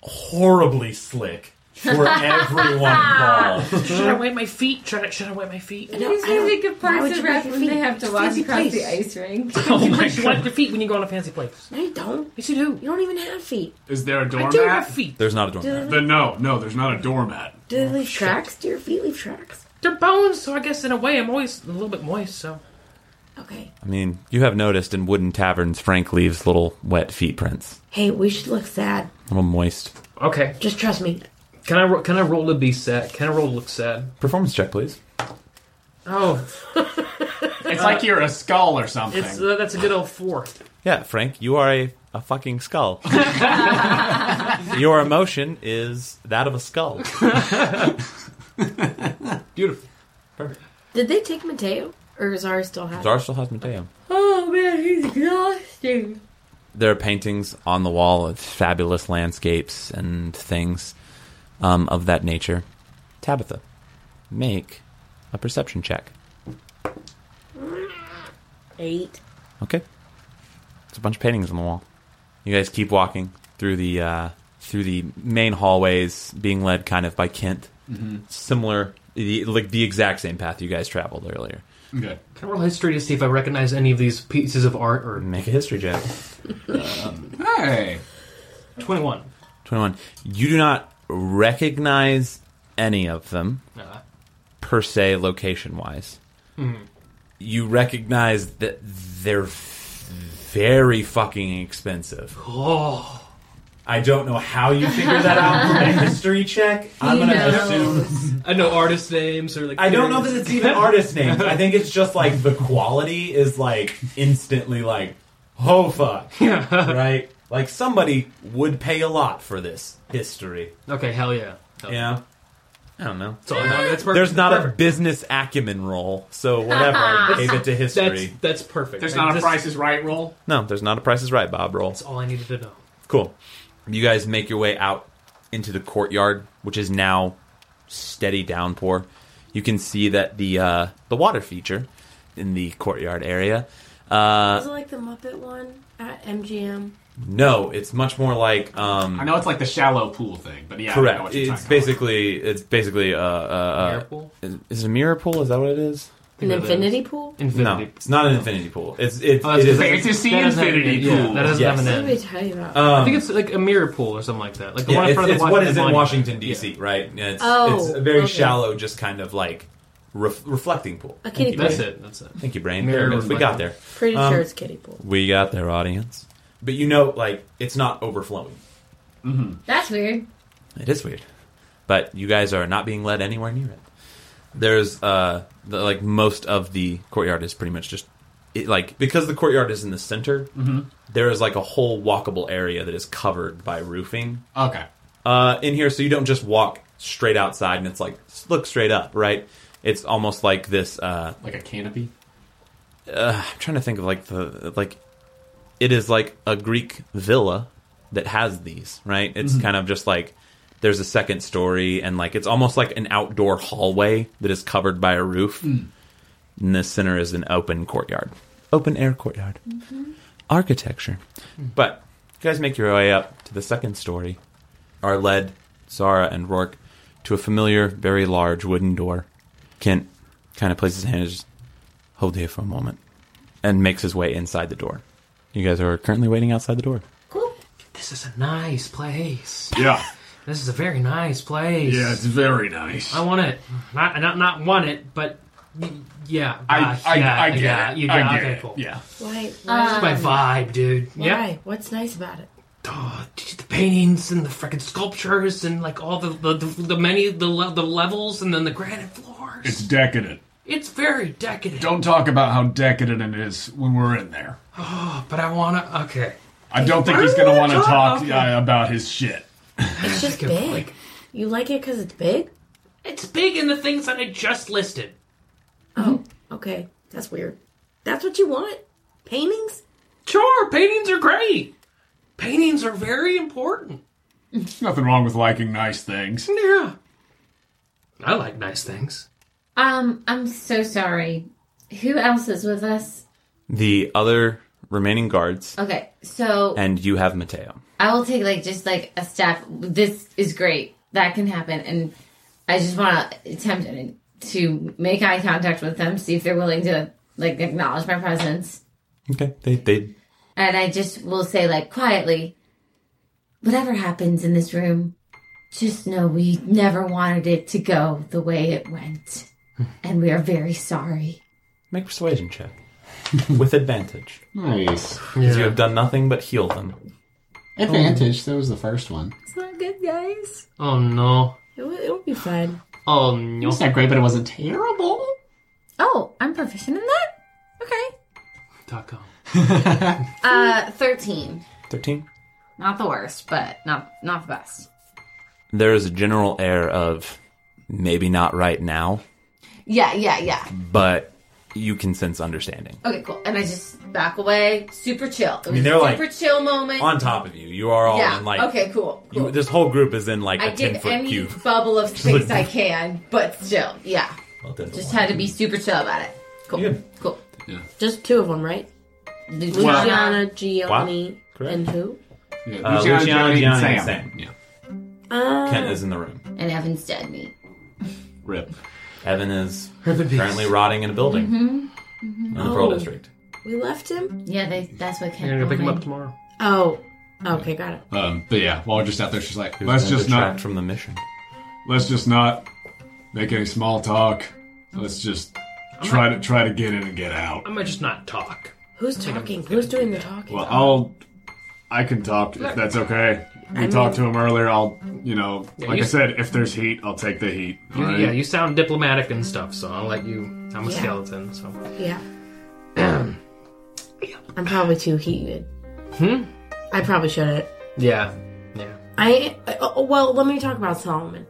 Speaker 2: horribly slick for everyone involved.
Speaker 7: Should I wipe my feet? Should I, should I wipe my feet?
Speaker 4: No, These are the good
Speaker 6: why
Speaker 4: parts
Speaker 6: would
Speaker 4: of
Speaker 6: you make
Speaker 4: rap
Speaker 6: it
Speaker 4: when they
Speaker 6: mean?
Speaker 4: have to
Speaker 6: It's
Speaker 4: walk
Speaker 6: fancy
Speaker 4: across the
Speaker 6: place.
Speaker 4: ice rink.
Speaker 7: [LAUGHS] Oh my God. wipe your feet when you go on a fancy place.
Speaker 6: No, you don't.
Speaker 7: Yes, you do.
Speaker 6: You don't even have feet.
Speaker 5: Is there a
Speaker 7: I
Speaker 5: doormat?
Speaker 7: do have feet.
Speaker 2: There's not a
Speaker 6: Do
Speaker 2: doormat.
Speaker 6: they leave,
Speaker 5: Then no, no, there's not a doormat.
Speaker 6: do they leave tracks? Do your feet leave tracks?
Speaker 7: They're bones, so I guess in a way I'm always a little bit moist. So
Speaker 6: Okay.
Speaker 2: I mean, you have noticed in wooden taverns, Frank leaves little wet feet prints.
Speaker 6: Hey, we should look sad.
Speaker 2: A little moist.
Speaker 7: okay,
Speaker 6: Just trust me.
Speaker 7: can I ro- can I roll to be sad? Can I roll to look sad?
Speaker 2: Performance check, please.
Speaker 7: Oh,
Speaker 8: It's like you're a skull or something.
Speaker 7: it's uh, that's a good old four.
Speaker 2: Yeah, Frank, you are a, a fucking skull. [LAUGHS] Your emotion is that of a skull. Beautiful.
Speaker 6: Did they take Mateo? Or Zara still have
Speaker 2: Zara still has Mateo.
Speaker 4: Oh man, he's exhausting.
Speaker 2: There are paintings on the wall of fabulous landscapes and things um, of that nature. Tabitha, make a perception check.
Speaker 6: eight?
Speaker 2: Okay. It's a bunch of paintings on the wall. You guys keep walking through the uh, through the main hallways, being led kind of by Kent. Similar, the, like the exact same path you guys traveled earlier.
Speaker 5: Okay.
Speaker 7: Can I roll history to see if I recognize any of these pieces of art or
Speaker 2: Make a history check.
Speaker 5: Hey.
Speaker 7: twenty one?
Speaker 2: Twenty-one. You do not recognize any of them
Speaker 7: Uh,
Speaker 2: per se, location-wise.
Speaker 7: Hmm.
Speaker 2: You recognize that they're f- very fucking expensive.
Speaker 7: oh,
Speaker 2: I don't know how you figure that out from a history check. I'm gonna assume
Speaker 7: I know artist names or like.
Speaker 2: I don't know that
Speaker 7: periods.
Speaker 2: it's even artist names. I think it's just like the quality is like instantly like, oh fuck, right? Like somebody would pay a lot for this history.
Speaker 7: Okay, hell yeah. Hell
Speaker 2: Yeah, I don't know.
Speaker 7: That's all I know. That's perfect.
Speaker 2: There's not a
Speaker 7: Perfect.
Speaker 2: business acumen roll, so whatever. I gave it to history.
Speaker 7: That's that's perfect.
Speaker 8: There's
Speaker 7: I
Speaker 8: not a
Speaker 7: just-
Speaker 8: Price is Right roll.
Speaker 2: No, there's not a Price is Right Bob roll.
Speaker 7: That's all I needed to know.
Speaker 2: Cool. You guys make your way out into the courtyard, which is now steady downpour. You can see that the uh, the water feature in the courtyard area
Speaker 6: Was it
Speaker 2: Uh,
Speaker 6: like the Muppet one at MGM?
Speaker 2: no, it's much more like um,
Speaker 5: Hmm.
Speaker 8: I know it's like the shallow pool thing, but yeah, I know
Speaker 2: correct.
Speaker 8: what you're
Speaker 2: It's basically it's basically uh, uh, uh,
Speaker 8: Mirror pool?
Speaker 2: Is, is it a mirror pool? Is that what it is?
Speaker 6: An infinity pool?
Speaker 2: No, it's not an infinity pool. It's it's
Speaker 7: Oh, that's
Speaker 2: it is-
Speaker 7: because it's the That doesn't have infinity an end. Uh, Yeah, pool. that doesn't have an
Speaker 6: What
Speaker 2: Yes.
Speaker 6: are we talking about?
Speaker 2: Um,
Speaker 7: I think it's like a mirror pool or something like that. Like the
Speaker 2: Yeah,
Speaker 7: one in
Speaker 2: it's,
Speaker 7: front of
Speaker 2: it's
Speaker 7: the
Speaker 2: what is in
Speaker 7: monument.
Speaker 2: Washington D.C. Right? And It's
Speaker 6: Oh,
Speaker 2: it's a very
Speaker 6: okay.
Speaker 2: shallow, just kind of like ref, reflecting pool.
Speaker 6: A
Speaker 2: Thank
Speaker 6: kiddie
Speaker 2: you,
Speaker 6: pool.
Speaker 2: brain.
Speaker 6: That's it,
Speaker 7: that's it.
Speaker 2: Thank you, brain.
Speaker 7: Mirror
Speaker 2: There it is. we got there.
Speaker 7: reflecting.
Speaker 6: Pretty
Speaker 2: Um,
Speaker 6: sure it's kiddie pool.
Speaker 2: We got their audience, but you know, like it's not overflowing. Mm-hmm.
Speaker 4: That's weird.
Speaker 2: It is weird, but you guys are not being led anywhere near it. There's uh, the, like most of the courtyard is pretty much just it, like because the courtyard is in the center.
Speaker 8: Mhm.
Speaker 2: there is like a whole walkable area that is covered by roofing.
Speaker 8: Okay.
Speaker 2: Uh, in here, so you don't just walk straight outside and it's like s- look straight up, right? It's almost like this, uh,
Speaker 8: like a canopy.
Speaker 2: Uh, I'm trying to think of like the like it is like a Greek villa that has these, right? It's
Speaker 8: Mhm.
Speaker 2: kind of just like there's a second story and like it's almost like an outdoor hallway that is covered by a roof.
Speaker 1: Mm.
Speaker 2: In the center is an open courtyard. Open air courtyard. Architecture.
Speaker 8: Mm.
Speaker 2: But you guys make your way up to the second story, are led, Zara and Rourke, to a familiar, very large wooden door. Kent kind of places his hand and just hold here for a moment and makes his way inside the door. You guys are currently waiting outside the door.
Speaker 7: This is a nice place.
Speaker 5: Yeah.
Speaker 7: This is a very nice place.
Speaker 5: Yeah, it's very nice.
Speaker 7: I want it. Not not not want it, but y- yeah.
Speaker 5: I-
Speaker 7: uh,
Speaker 5: I-
Speaker 7: yeah,
Speaker 5: I get
Speaker 7: yeah,
Speaker 5: it.
Speaker 7: You
Speaker 5: I
Speaker 7: got
Speaker 5: get
Speaker 7: okay,
Speaker 5: it.
Speaker 7: cool.
Speaker 5: Yeah.
Speaker 6: Why?
Speaker 7: It's my vibe, dude.
Speaker 6: Why?
Speaker 7: Yeah. Oh,
Speaker 6: What's nice about it?
Speaker 7: The paintings and the freaking sculptures and like all the the, the, the many the le- the levels and then the granite floor.
Speaker 5: It's decadent.
Speaker 7: It's very decadent.
Speaker 5: Don't talk about how decadent it is when we're in there.
Speaker 7: Oh, but I wanna. Okay.
Speaker 5: I don't think he's gonna want to talk
Speaker 7: Okay.
Speaker 5: uh, about his shit.
Speaker 6: It's just big. You like it because it's big?
Speaker 7: It's big in the things that I just listed.
Speaker 6: Okay, that's weird. That's what you want? Paintings?
Speaker 7: Sure, paintings are great. Paintings are very important.
Speaker 5: There's nothing wrong with liking nice things.
Speaker 7: Yeah. I like nice things.
Speaker 4: Um, I'm so sorry. Who else is with us?
Speaker 2: The other remaining guards,
Speaker 4: Okay, so
Speaker 2: and you have Mateo.
Speaker 4: I will take like just like a step. This is great. That can happen, and I just want to attempt to make eye contact with them, see if they're willing to like acknowledge my presence.
Speaker 2: Okay, they they
Speaker 4: And I just will say like quietly, whatever happens in this room, just know we never wanted it to go the way it
Speaker 2: [LAUGHS]
Speaker 4: went, and we are very sorry.
Speaker 2: make persuasion check [LAUGHS] with advantage.
Speaker 16: Nice.
Speaker 2: Because you have done nothing but heal them.
Speaker 16: Advantage. That was the first one.
Speaker 6: It's not good, guys.
Speaker 7: Oh no.
Speaker 6: It'll, it'll be fine.
Speaker 7: Oh no.
Speaker 16: It's not great, but it wasn't terrible.
Speaker 4: Oh, I'm proficient in that. Okay,
Speaker 7: Taco.
Speaker 4: uh, thirteen.
Speaker 2: Thirteen.
Speaker 4: Not the worst, but not not the best.
Speaker 2: There is a general air of maybe not right now,
Speaker 4: Yeah, yeah, yeah.
Speaker 2: but you can sense understanding.
Speaker 4: Okay, cool. And I just back away, super chill. It
Speaker 2: I
Speaker 4: was
Speaker 2: mean,
Speaker 4: a
Speaker 2: they're like
Speaker 4: super chill moment.
Speaker 2: On top of you, you are all
Speaker 4: yeah.
Speaker 2: in like
Speaker 4: okay, cool.
Speaker 2: you, this whole group is in like a
Speaker 4: I
Speaker 2: ten
Speaker 4: did
Speaker 2: foot
Speaker 4: any
Speaker 2: cube.
Speaker 4: bubble
Speaker 2: [LAUGHS]
Speaker 4: of
Speaker 2: Just
Speaker 4: space
Speaker 2: like-
Speaker 4: I can, but still, yeah.
Speaker 2: Well, ten foot
Speaker 4: Just
Speaker 2: wide.
Speaker 4: had to be super chill about it. Cool. Cool.
Speaker 5: Yeah.
Speaker 6: Just two of them, right?
Speaker 4: Luciana.
Speaker 6: Luciana, Gianni,
Speaker 2: Correct.
Speaker 6: and who?
Speaker 5: Yeah,
Speaker 2: Uh,
Speaker 5: Luciano,
Speaker 2: Luciano,
Speaker 5: Gianni, and
Speaker 2: Gianni, and
Speaker 5: Sam.
Speaker 2: Sam.
Speaker 6: Uh,
Speaker 2: Kent is in the room.
Speaker 4: And Evan's dead meat.
Speaker 2: Rip. Evan is
Speaker 7: Urban beast.
Speaker 2: currently rotting in a building
Speaker 4: Mm-hmm.
Speaker 2: in the
Speaker 6: Oh.
Speaker 2: Pearl District.
Speaker 6: We left him?
Speaker 4: Yeah, they, that's what
Speaker 7: You're
Speaker 4: Kent
Speaker 7: gonna go pick him up
Speaker 4: wanted.
Speaker 7: tomorrow.
Speaker 6: Oh. Okay, got it.
Speaker 5: Um, but yeah, while we're just out there, she's like,
Speaker 2: He was
Speaker 5: let's
Speaker 2: gonna
Speaker 5: just not
Speaker 2: detract from the mission.
Speaker 5: Let's just not make any small talk. Let's just try to try to get in and get out.
Speaker 7: I might just not talk.
Speaker 6: Who's talking? Who's doing the talking?
Speaker 5: Well, I'll I can talk if that's okay. We
Speaker 6: I
Speaker 5: talked
Speaker 6: mean-
Speaker 5: to him earlier. I'll you know,
Speaker 7: Yeah,
Speaker 5: like
Speaker 7: you-
Speaker 5: I said, if there's heat, I'll take the heat. All
Speaker 7: You,
Speaker 5: right.
Speaker 7: Yeah, you sound diplomatic and stuff, so I'll let you. I'm a
Speaker 6: Yeah.
Speaker 7: skeleton, so.
Speaker 5: uh, [CLEARS THROAT]
Speaker 6: Yeah. I'm probably too heated.
Speaker 7: Hmm?
Speaker 6: I probably shouldn't.
Speaker 7: Yeah. Yeah.
Speaker 6: I. Uh, well, let me talk about Solomon.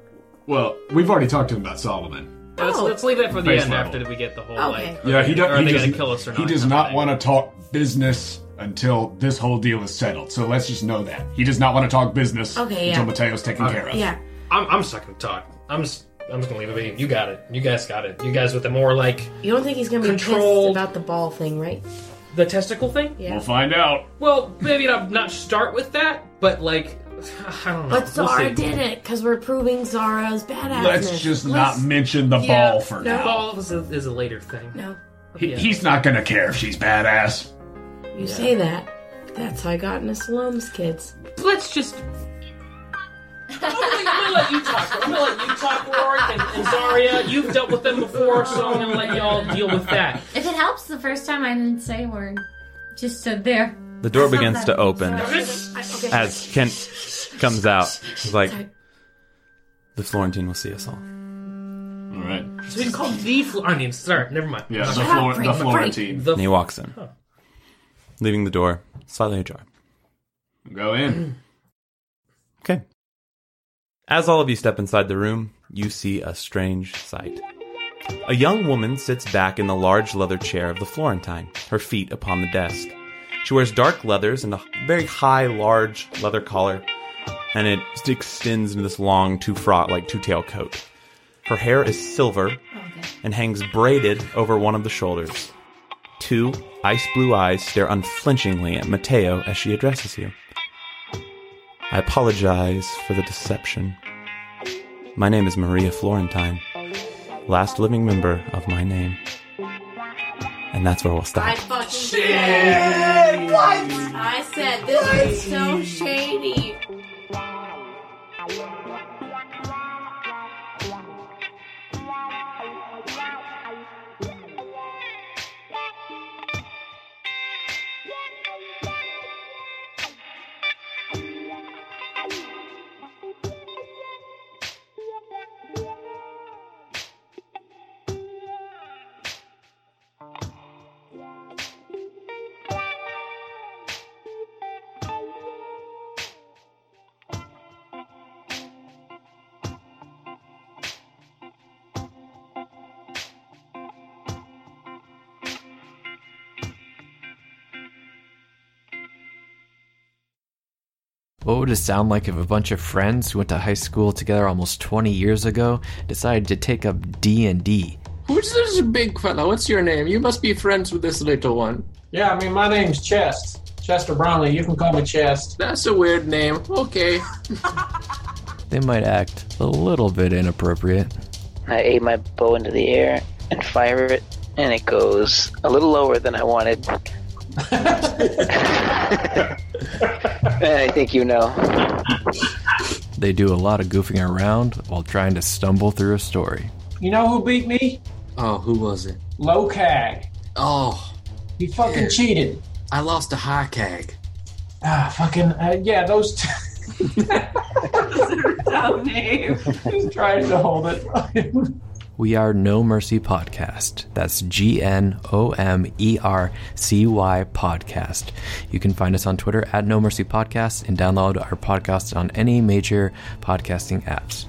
Speaker 5: Well, we've already talked to him about Solomon.
Speaker 7: Let's, let's leave that for the
Speaker 5: Base
Speaker 7: end
Speaker 5: level.
Speaker 7: after we get the whole
Speaker 6: Oh. Okay.
Speaker 7: like.
Speaker 5: Yeah, he does.
Speaker 7: Are
Speaker 5: he
Speaker 7: they
Speaker 5: does,
Speaker 7: gonna kill us or not?
Speaker 5: He does not want to talk business until this whole deal is settled. So let's just know that he does not want to talk business
Speaker 6: Okay,
Speaker 5: until
Speaker 6: yeah.
Speaker 5: Mateo's taken
Speaker 7: Okay.
Speaker 5: care of.
Speaker 6: Yeah.
Speaker 7: I'm, I'm just not gonna talk. I'm just I'm just gonna leave it be. You got it. You guys got it. You guys with the more like
Speaker 6: You don't think he's gonna be
Speaker 7: Controlled.
Speaker 6: pissed about the ball thing, right?
Speaker 7: The testicle thing?
Speaker 4: Yeah.
Speaker 5: We'll find out.
Speaker 7: Well, maybe not, not start with that, but like, [SIGHS] I don't know.
Speaker 6: But Zara did it because we're proving Zara's badass.
Speaker 5: Let's just not mention the ball for
Speaker 7: the
Speaker 5: now.
Speaker 7: ball is a, is a later thing.
Speaker 6: No.
Speaker 5: He, He's not gonna care if she's badass.
Speaker 6: You say that. That's how I got into slums, kids.
Speaker 7: Let's just. I'm gonna let you talk. I'm gonna let you talk, Rorik and, and Zarya. You've dealt with them before, so I'm gonna let y'all deal with that.
Speaker 4: If it helps, the first time I didn't say a word, just stood there.
Speaker 2: The door
Speaker 4: That's not
Speaker 2: begins
Speaker 4: bad.
Speaker 2: to open
Speaker 4: Sorry. I- okay.
Speaker 2: as Kent comes out. He's like, the Florentine will see us all.
Speaker 5: All right.
Speaker 7: So we can call the Flor- I mean, sorry, never mind.
Speaker 5: Yeah, the
Speaker 7: Okay.
Speaker 5: Shut up, Flor- Frank, the Frank. Florentine.
Speaker 7: The
Speaker 2: And he walks in,
Speaker 7: Huh.
Speaker 2: leaving the door slightly ajar.
Speaker 5: Go in.
Speaker 2: Okay. As all of you step inside the room, you see a strange sight. A young woman sits back in the large leather chair of the Florentine, her feet upon the desk. She wears dark leathers and a very high, large leather collar, and it extends into this long two fraught like two tail coat. Her hair is silver
Speaker 4: Oh,
Speaker 2: and hangs braided over one of the shoulders. Two ice blue eyes stare unflinchingly at Matteo as she addresses you. I apologize for the deception. My name is Maria Florentine, last living member of my name. And that's where we'll stop.
Speaker 6: I fucking
Speaker 14: Shit! What?
Speaker 6: I said this
Speaker 14: What?
Speaker 6: is so shady.
Speaker 17: What would it sound like if a bunch of friends who went to high school together almost 20 years ago decided to take up D&D?
Speaker 18: Who's this big fellow? What's your name? You must be friends with this little one.
Speaker 19: Yeah, I mean, my name's Chest. Chester Brownlee. You can call me Chest.
Speaker 18: That's a weird name. Okay.
Speaker 17: [LAUGHS] They might act a little bit inappropriate.
Speaker 20: I aim my bow into the air and fire it, and it goes a little lower than I wanted. and I think you know.
Speaker 17: They do a lot of goofing around while trying to stumble through a story.
Speaker 19: You know who beat me?
Speaker 18: Oh, who was it?
Speaker 19: Low Cag.
Speaker 18: Oh.
Speaker 19: He fucking
Speaker 18: yeah.
Speaker 19: cheated.
Speaker 18: I lost a high cag.
Speaker 19: Ah, fucking. Uh, yeah, those.
Speaker 7: [LAUGHS]
Speaker 19: T- Just trying to hold it.
Speaker 7: [LAUGHS]
Speaker 17: We are No Mercy Podcast. That's G N O M E R C Y Podcast. You can find us on Twitter at No Mercy Podcast and download our podcast on any major podcasting apps.